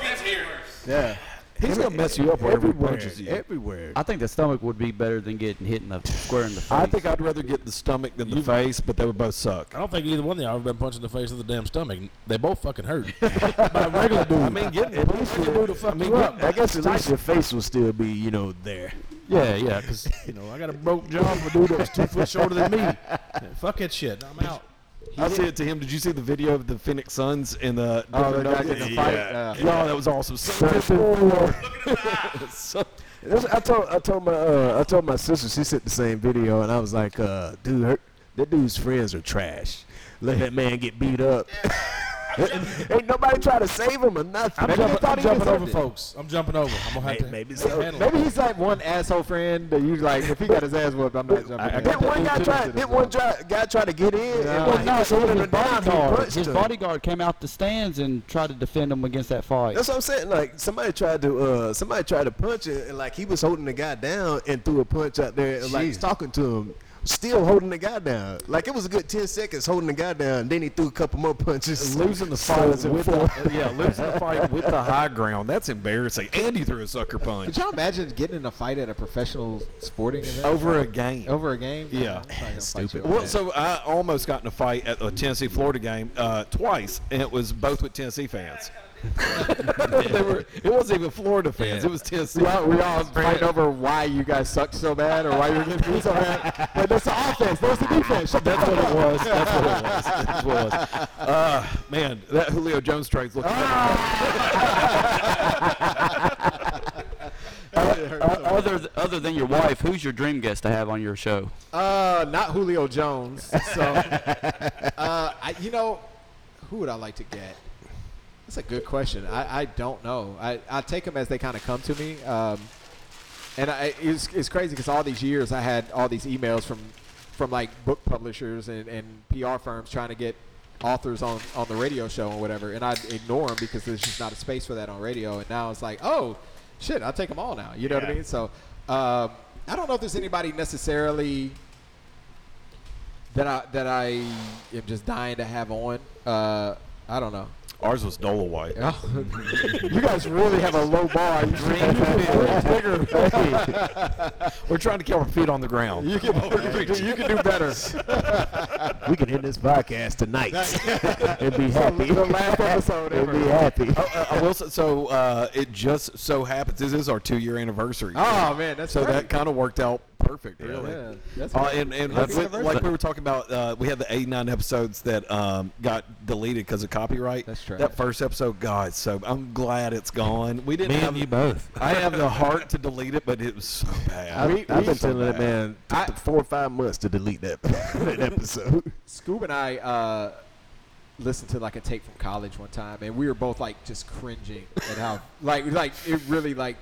S3: Yeah.
S2: He's gonna mess you up whenever he punches you.
S1: Everywhere.
S5: I think the stomach would be better than getting hit in the square in the face.
S2: I think I'd rather get the stomach than the face, but they would both suck.
S6: I don't think either one of y'all have been punched in the face with the damn stomach. They both fucking hurt. but a regular dude.
S2: I mean, getting punched would fuck
S1: I mean,
S2: you up.
S1: I guess at least your face will still be, you know, there.
S6: Yeah, yeah, because you know I got a broke jaw from a dude that was two foot shorter than me. Fuck that shit. I'm out.
S2: I said to him, "Did you see the video of the Phoenix Suns in the
S3: Oh, they're not getting a fight. Yeah.
S2: Yeah, that was awesome.
S1: That's- I told I told my uh, I told my sister she sent the same video and I was like, uh, dude, her, that dude's friends are trash. Let that man get beat up. Ain't nobody try to save him or nothing.
S6: I'm,
S1: Maybe they
S6: jumping,
S1: thought
S6: I'm
S1: he
S6: jumping
S1: deserved
S6: over,
S1: it.
S6: folks. I'm jumping over. I'm gonna have
S1: Hey,
S6: to
S1: maybe so.
S6: handle it.
S3: Maybe he's like one asshole friend that you like. If he got his ass whooped, I'm not jumping. in.
S1: Didn't one guy try? Didn't one try, guy try to get in?
S3: No.
S1: And
S5: Well,
S1: like,
S5: no,
S1: he
S5: his
S1: was holding him down. He
S5: bodyguard,
S1: punched
S5: his
S1: him.
S5: bodyguard came out the stands and tried to defend him against that fight.
S1: That's what I'm saying. Like somebody tried to uh somebody tried to punch him and like he was holding the guy down and threw a punch out there and like he's talking to him. Still holding the guy down. Like it was a good ten seconds holding the guy down. And then he threw a couple more punches.
S2: Losing the
S1: So
S2: fight
S1: it's a
S2: with
S1: four.
S2: the, yeah, losing the fight with the high ground. That's embarrassing. And he threw a sucker
S3: Could
S2: punch
S3: y'all imagine getting in a fight at a professional sporting event?
S2: over a game.
S3: Over a game?
S2: Yeah.
S3: I'm not gonna fight you
S1: Stupid.
S3: over
S2: Well,
S3: that.
S2: so I almost got in a fight at a Tennessee Florida game uh, twice, and it was both with Tennessee fans. they were, it wasn't even Florida fans; it was Tennessee.
S3: We all, we all fight over why you guys sucked so bad or why you were getting beat so bad. But that's the offense. That's the defense. Shut the
S2: That's what
S3: fuck
S2: it
S3: up.
S2: was. That's what it was. That's what it was. Uh, man, that Julio Jones trade's looking.
S1: I, I
S8: other th- other than your wife, who's your dream guest to have on your show?
S3: Uh, not Julio Jones. So, uh, I, you know, who would I like to get? That's a good question. I, I don't know. I, I take them as they kind of come to me. Um, and I, it's, it's crazy because all these years I had all these emails from, from like book publishers and, and PR firms trying to get authors on, on the radio show or whatever. And I'd ignore them because there's just not a space for that on radio. And now it's like, oh, shit, I'll take them all now. You know what I mean? So um, I don't know if there's anybody necessarily that I, that I am just dying to have on. Uh, I don't know.
S2: Ours was Nola White.
S3: You guys really have a low bar. You
S2: We're trying to keep our feet on the ground. Oh,
S3: You can, you can do, you can do better.
S1: We can end this podcast tonight and be happy.
S3: the last episode
S1: and be
S3: ever.
S1: happy.
S2: I, I will say, so uh, it just so happens this is our two year anniversary.
S3: Oh man, that's
S2: so that
S3: great.
S2: kind of worked out perfect, really.
S3: yeah, that's
S2: Uh,
S3: great.
S2: and and
S3: Happy
S2: with- like
S3: anniversary.
S2: we were talking about, uh, we had the 89 episodes that um, got deleted because of copyright.
S3: That's trash.
S2: That first episode, God, so I'm glad it's gone. We didn't
S4: Me
S2: have
S4: and you both.
S2: I have the heart to delete it, but it was so bad.
S1: I've, I've been
S2: so
S1: telling that
S2: bad.
S1: man took four or five months to delete that, that episode.
S3: Scoob and I uh, listened to like a tape from college one time, and we were both like just cringing at how like like it really like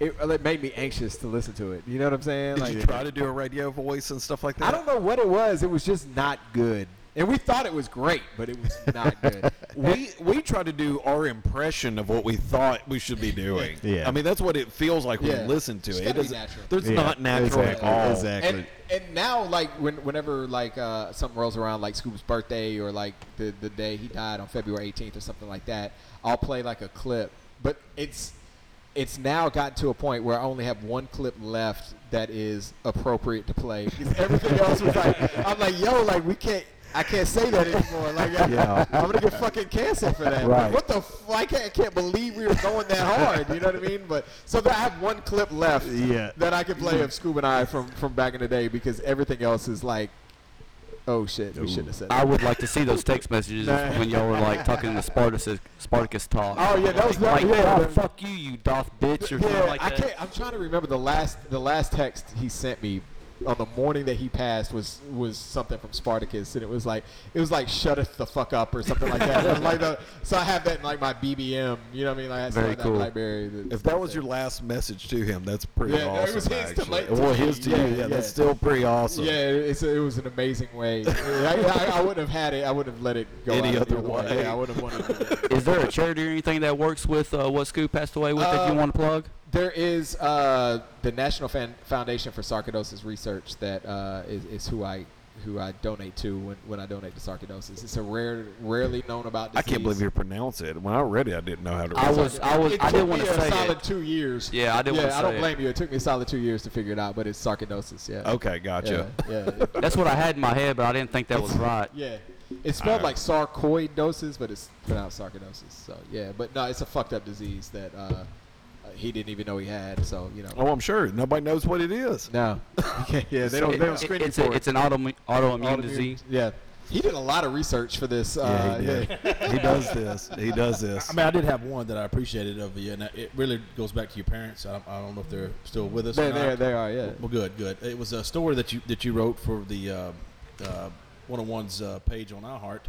S3: it, it made me anxious to listen to it. You know what I'm saying?
S2: Did
S3: Like,
S2: you try to do a radio voice and stuff like that?
S3: I don't know what it was. It was just not good, and we thought it was great, but it was not good.
S2: we we try to do our impression of what we thought we should be doing.
S1: Yeah.
S2: I mean that's what it feels like when
S3: Yeah.
S2: you listen to
S3: It's
S2: it.
S3: gotta
S2: It
S3: be
S2: doesn't.
S3: natural.
S2: There's
S1: Yeah,
S2: not natural
S1: exactly,
S2: at all.
S1: exactly.
S3: And, and now, like when, whenever like uh, something rolls around, like Scoop's birthday or like the, the day he died on February 18th or something like that, I'll play like a clip. But it's it's now gotten to a point where I only have one clip left that is appropriate to play. 'Cause everything else was like, I'm like, yo, like we can't. I can't say that anymore. Like, I, am gonna get fucking canceled for that. Like, what the? F- I can't, I can't believe we were going that hard. You know what I mean? But so that I have one clip left
S1: Yeah.
S3: that I can play of Scoob and I from, from back in the day because everything else is like, oh shit, we shouldn't have said
S8: I
S3: that.
S8: would like to see those text messages
S3: Nah.
S8: when y'all were like talking the Spartacus Spartacus talk.
S3: Oh yeah, that was not
S8: like,
S3: yeah,
S8: "Oh, fuck you, you doth bitch, or
S3: yeah,
S8: something like
S3: I
S8: that.
S3: can't. I'm trying to remember the last the last text he sent me on the morning that he passed was was something from Spartacus and it was like it was like shut us the fuck up or something like that. It was like the, so I have that in like my BBM. You know what I mean? Like I still
S8: Very
S3: have that
S8: cool.
S3: BlackBerry.
S2: If that was your last message to him, that's pretty
S3: Yeah,
S2: awesome.
S3: it was his to
S2: actually.
S3: late-
S2: well, his to
S3: yeah,
S2: you. Yeah, that's
S3: yeah.
S2: still pretty awesome.
S3: yeah, it's it was an amazing way. I, I, I wouldn't have had it. I wouldn't have let it go
S2: Any
S3: out
S2: other way.
S3: Yeah, I wouldn't have wanted. To
S8: Is there a charity or anything that works with uh, what Scoop passed away with that
S3: Uh,
S8: you want to plug?
S3: There is uh, the National Fan Foundation for Sarcoidosis Research that uh, is, is who I who I donate to when, when I donate to sarcoidosis. It's a rare, rarely known about
S2: I
S3: disease.
S2: can't believe you pronounce it. When I read it, I didn't know how to.
S8: I
S2: read
S8: was,
S2: It.
S8: I was,
S3: It
S8: I
S3: took
S8: didn't want
S3: me
S8: to
S3: a
S8: say
S3: solid
S8: it.
S3: two years.
S8: Yeah, I didn't
S3: Yeah,
S8: wanna
S3: I don't
S8: say it.
S3: blame you. It took me a solid two years to figure it out, but it's sarcoidosis. Yeah.
S2: Okay, gotcha.
S3: Yeah. Yeah.
S8: That's what I had in my head, but I didn't think that was right.
S3: Yeah. It's spelled like sarcoidosis, but it's pronounced sarcoidosis. So yeah, but no, it's a fucked up disease that uh, he didn't even know he had. So you know.
S2: Oh, I'm sure nobody knows what it is.
S3: No. yeah, they don't. They don't
S8: It-
S3: screen you
S8: it's,
S3: for
S8: a-
S3: it.
S8: it's an autoimmune, autoimmune
S3: Autoimmune-
S8: disease.
S3: Yeah. He did a lot of research for this.
S2: Yeah,
S3: Uh,
S2: he did. he does this. He does this.
S6: I mean, I did have one that I appreciated of you, and it really goes back to your parents. I don't, I don't know if they're still with us.
S3: They,
S6: or not.
S3: they, they are, yeah.
S6: Well, good, good. It was a story that you that you wrote for the uh, uh, 101's uh, page on iHeart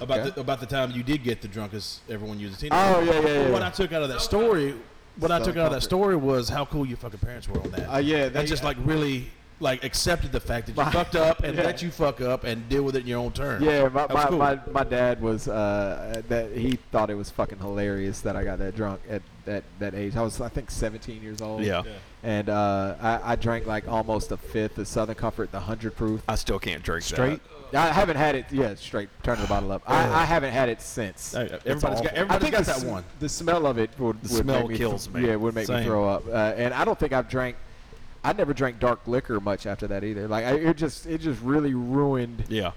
S6: about
S3: Okay.
S6: the, about the time you did get the drunkest ever when you was a teenager.
S3: Oh, yeah, yeah, yeah,
S6: What
S3: yeah.
S6: I took out of that story, what I
S3: So
S6: took out of
S3: comfort.
S6: that story was how cool your fucking parents were on that.
S3: Uh, yeah, they-
S6: and just like really like accepted the fact that you
S3: My-
S6: fucked up and
S3: Yeah.
S6: let you fuck up and deal with it in your own terms.
S3: Yeah, my,
S6: That was
S3: my,
S6: cool.
S3: my, my dad was uh, that he thought it was fucking hilarious that I got that drunk at that, that age. I was I think 17 years old.
S2: Yeah. Yeah.
S3: And uh, I, I drank like almost a fifth of Southern Comfort, the hundred proof.
S2: I still can't drink
S3: Straight. Uh, I haven't had it. Yeah, straight. Turn the bottle up. I, I haven't had it since.
S6: Hey, everybody's got
S2: awful.
S3: I
S6: everybody's
S3: think
S6: got
S3: the
S6: that
S3: sm-
S6: one.
S3: The smell of it would,
S2: The
S3: would
S2: smell
S3: make me
S2: kills
S3: th-
S2: me.
S3: Yeah, would make me
S6: Same.
S3: throw up. Uh, and I don't think I've drank. I never drank dark liquor much after that either. Like I, it just it just really ruined
S2: Yeah.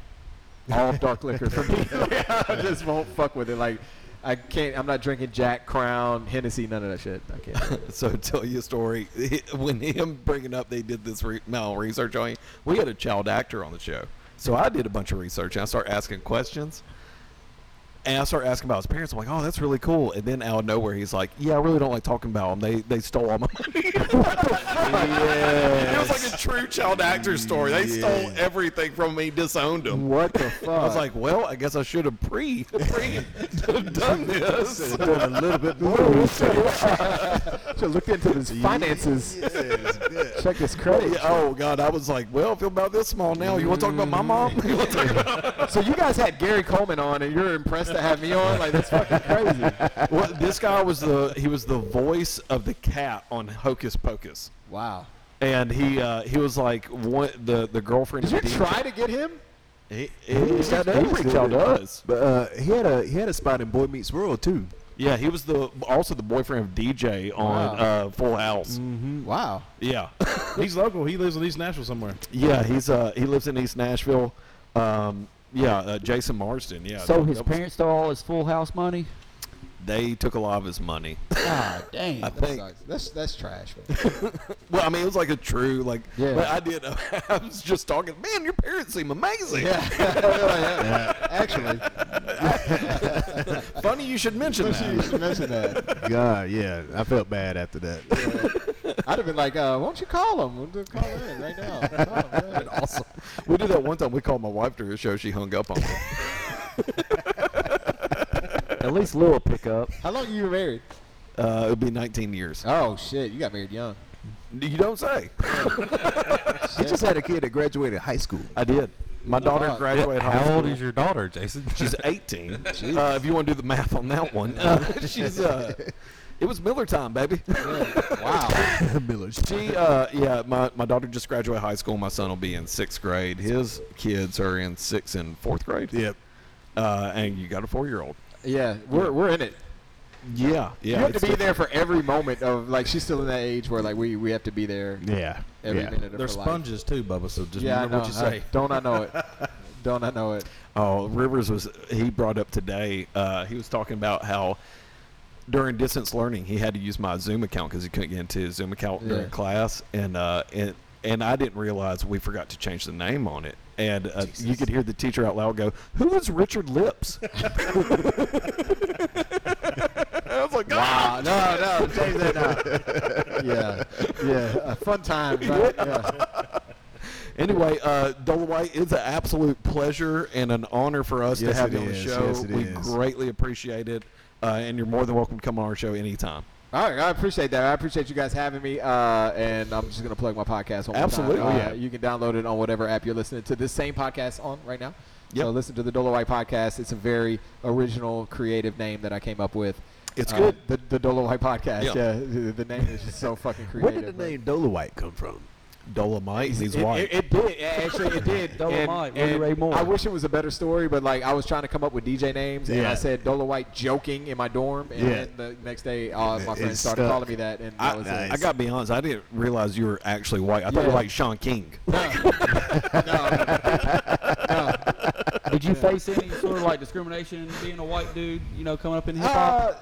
S3: all dark liquor for me. Like, I just won't fuck with it. Like I can't. I'm not drinking Jack Crown, Hennessy, none of that shit. I can't. do it.
S2: So tell you a story. When him bringing up they did this re- no, research on you, we had a child actor on the show. So I did a bunch of research and I started asking questions. and I started asking about his parents. I'm like, oh, that's really cool. And then out of nowhere, he's like, yeah, I really don't like talking about them. They they stole all my money. It was like a true child actor story. They stole everything from me, disowned him.
S3: What the fuck?
S2: I was like, well, I guess I should have pre, pre done this.
S1: a little bit more.
S3: Should've looked into his finances. Check his credit.
S2: Yeah, oh God, I was like, well, I feel about this small now. You want to talk about my mom? You wanna talk about-
S3: So you guys had Gary Coleman on, and you're impressed to have me on? Like that's fucking crazy.
S2: well, this guy was the he was the voice of the cat on Hocus Pocus,
S3: Wow.
S2: and he uh, he was like one the the girlfriend.
S3: Did
S2: of
S3: you
S2: Dean-
S3: try to get him?
S2: He, he,
S1: He's got
S2: every
S1: everything.
S2: child does.
S1: But uh, he had a he had a spot in Boy Meets World too.
S2: Yeah, he was the also the boyfriend of DJ on
S3: Wow.
S2: uh, Full House.
S3: Wow.
S2: Yeah,
S6: He's local. He lives in East Nashville somewhere.
S2: yeah, he's uh he lives in East Nashville. Um, yeah, uh, Jason Marsden. Yeah.
S5: So
S2: that-
S5: his
S2: that was-
S5: parents stole all his Full House money.
S2: they took a lot of his money.
S5: God dang.
S2: I think.
S3: That's that's trash.
S2: Well, I mean, it was like a true like.
S3: Yeah.
S2: But I did. I was just talking. Man, your parents seem amazing.
S3: Actually,
S2: Funny you should mention that.
S3: mention that.
S1: God, yeah, I felt bad after that.
S3: I'd have been like, uh, "Won't you call him? We'll just call him in right now." Call him, yeah.
S2: awesome. We did that one time. We called my wife to her show. She hung up on me.
S5: At least Lil will pick up.
S3: How long you were married?
S2: Uh, it would be 19 years.
S3: Oh shit, you got married young.
S2: Uh, You don't say.
S1: He just had a kid that graduated high school.
S2: I did. My daughter
S3: fuck.
S2: graduated high
S4: How
S2: school.
S4: old is your daughter, Jason?
S2: She's 18. uh, if you want to do the math on that one, uh, she's. Uh, it was Miller time, baby.
S3: Wow.
S2: She, uh, yeah, my, my daughter just graduated high school. My son will be in sixth grade. His kids are in sixth and fourth grade.
S1: Yep.
S2: Uh, and you got a four year old.
S3: yeah, we're we're in it.
S2: Yeah. Yeah.
S3: you have to
S2: it's
S3: be
S2: the-
S3: there for every moment of like she's still in that age where like we we have to be there
S1: Yeah.
S3: every
S1: yeah.
S3: minute of
S6: They're
S3: her life.
S6: sponges too, Bubba. So just
S3: yeah, I
S6: remember
S3: know.
S6: what you
S3: I-
S6: say.
S3: don't I know it? Don't I know it?
S2: Oh, Rivers was he brought up today. Uh, he was talking about how during distance learning he had to use my Zoom account because he couldn't get into his Zoom account
S3: Yeah.
S2: during class, and uh, and and I didn't realize we forgot to change the name on it. And uh, you could hear the teacher out loud go, "Who is Richard Lips?" I was like, "God,
S3: Wow. No, no, change that now. yeah, yeah. A fun time. Right? Yeah.
S2: Anyway, uh, Dola White, it's an absolute pleasure and an honor for us
S1: Yes,
S2: to have
S1: it
S2: you on the
S1: is.
S2: show.
S1: Yes, it
S2: we
S1: is.
S2: greatly appreciate it, uh, and you're more than welcome to come on our show anytime.
S3: All right, I appreciate that. I appreciate you guys having me, uh, and I'm just gonna plug my podcast. One more
S2: Absolutely, Oh,
S3: time. Uh,
S2: yeah.
S3: You can download it on whatever app you're listening to this same podcast on right now.
S2: Yep.
S3: So listen to the Dolo White podcast. It's a very original, creative name that I came up with. Uh,
S2: It's good.
S3: The, the Dolo White podcast.
S2: Yeah.
S3: Yeah, the, the name is just so fucking
S1: Where
S3: creative.
S1: did the
S3: but-
S1: name Dola White come from?
S2: Dolomite, he's
S3: It-
S2: white.
S3: It, it did. It Actually, it did.
S5: Dola
S3: And-
S5: White, Willie
S3: and
S5: Ray Moore.
S3: I wish it was a better story, but like I was trying to come up with DJ names, and I
S1: Yeah.
S3: said Dola White joking in my dorm, and
S1: Yeah.
S3: then the next day uh, my
S1: It-
S3: friend
S1: it
S3: started
S1: stuck.
S3: calling me that, and that
S2: I,
S3: was
S1: nice.
S2: I
S3: it.
S2: gotta be honest, I didn't realize you were actually white. I thought you
S3: Yeah.
S2: were like Sean King.
S5: Did you face any sort of like discrimination being a white dude, you know, coming up in hip hop?
S3: Uh,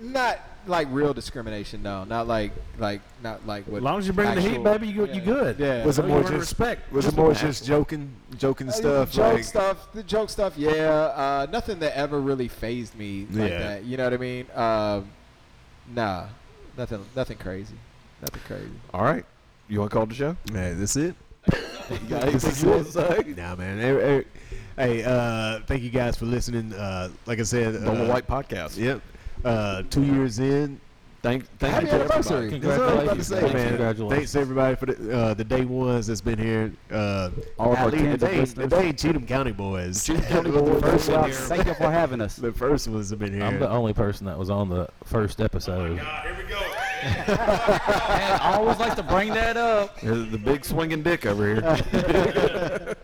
S3: not like real discrimination, no. Not like like not like what.
S6: As long as you bring the heat,
S3: actual-
S6: baby, you, you
S3: yeah,
S6: good.
S3: Yeah.
S1: Was it
S6: You
S1: more
S6: earn
S1: just
S6: respect?
S1: Was it more just joking, joking
S3: Uh,
S1: stuff?
S3: Joke
S1: like-
S3: stuff, the joke stuff, yeah. Uh, nothing that ever really phased me like
S1: Yeah.
S3: that. You know what I mean? Uh, nah, nothing, nothing crazy, nothing crazy.
S2: All right. You want to call the show?
S1: Man, that's it.
S2: got
S1: This
S2: anything
S1: is
S2: you wanna
S1: it. Nah, man. Hey, hey, hey, uh, thank you guys for listening. Uh, like I said,
S2: The
S1: uh,
S2: White Podcast.
S1: Yep. Uh, two years in.
S2: Thank, thank
S3: Happy
S2: you. to
S3: anniversary.
S2: everybody.
S1: That's what I was about to
S4: Congratulations.
S1: say,
S4: Thanks,
S1: man.
S4: Congratulations.
S1: Thanks to everybody for the, uh, the day ones that's been here. Uh,
S5: All of our
S1: golly,
S5: tens of
S1: today,
S5: listeners.
S1: today, Cheatham County boys.
S2: Cheatham County
S1: Was the
S2: boys.
S1: first one-
S5: Thank you for having us.
S1: The first ones have been here.
S4: I'm the only person that was on the first episode.
S5: Man, I always like to bring that up.
S2: There's Uh, The big swinging dick over here.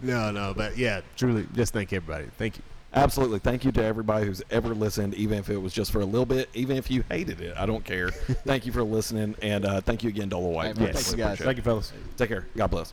S1: no, no, but yeah, truly, just thank everybody. Thank you.
S2: Absolutely. Thank you to everybody who's ever listened, even if it was just for a little bit, even if you hated it. I don't care. thank you for listening. And uh, thank you again, Dola White.
S3: Hey, man, thank you guys.
S2: Thank you, fellas. Take care. God bless.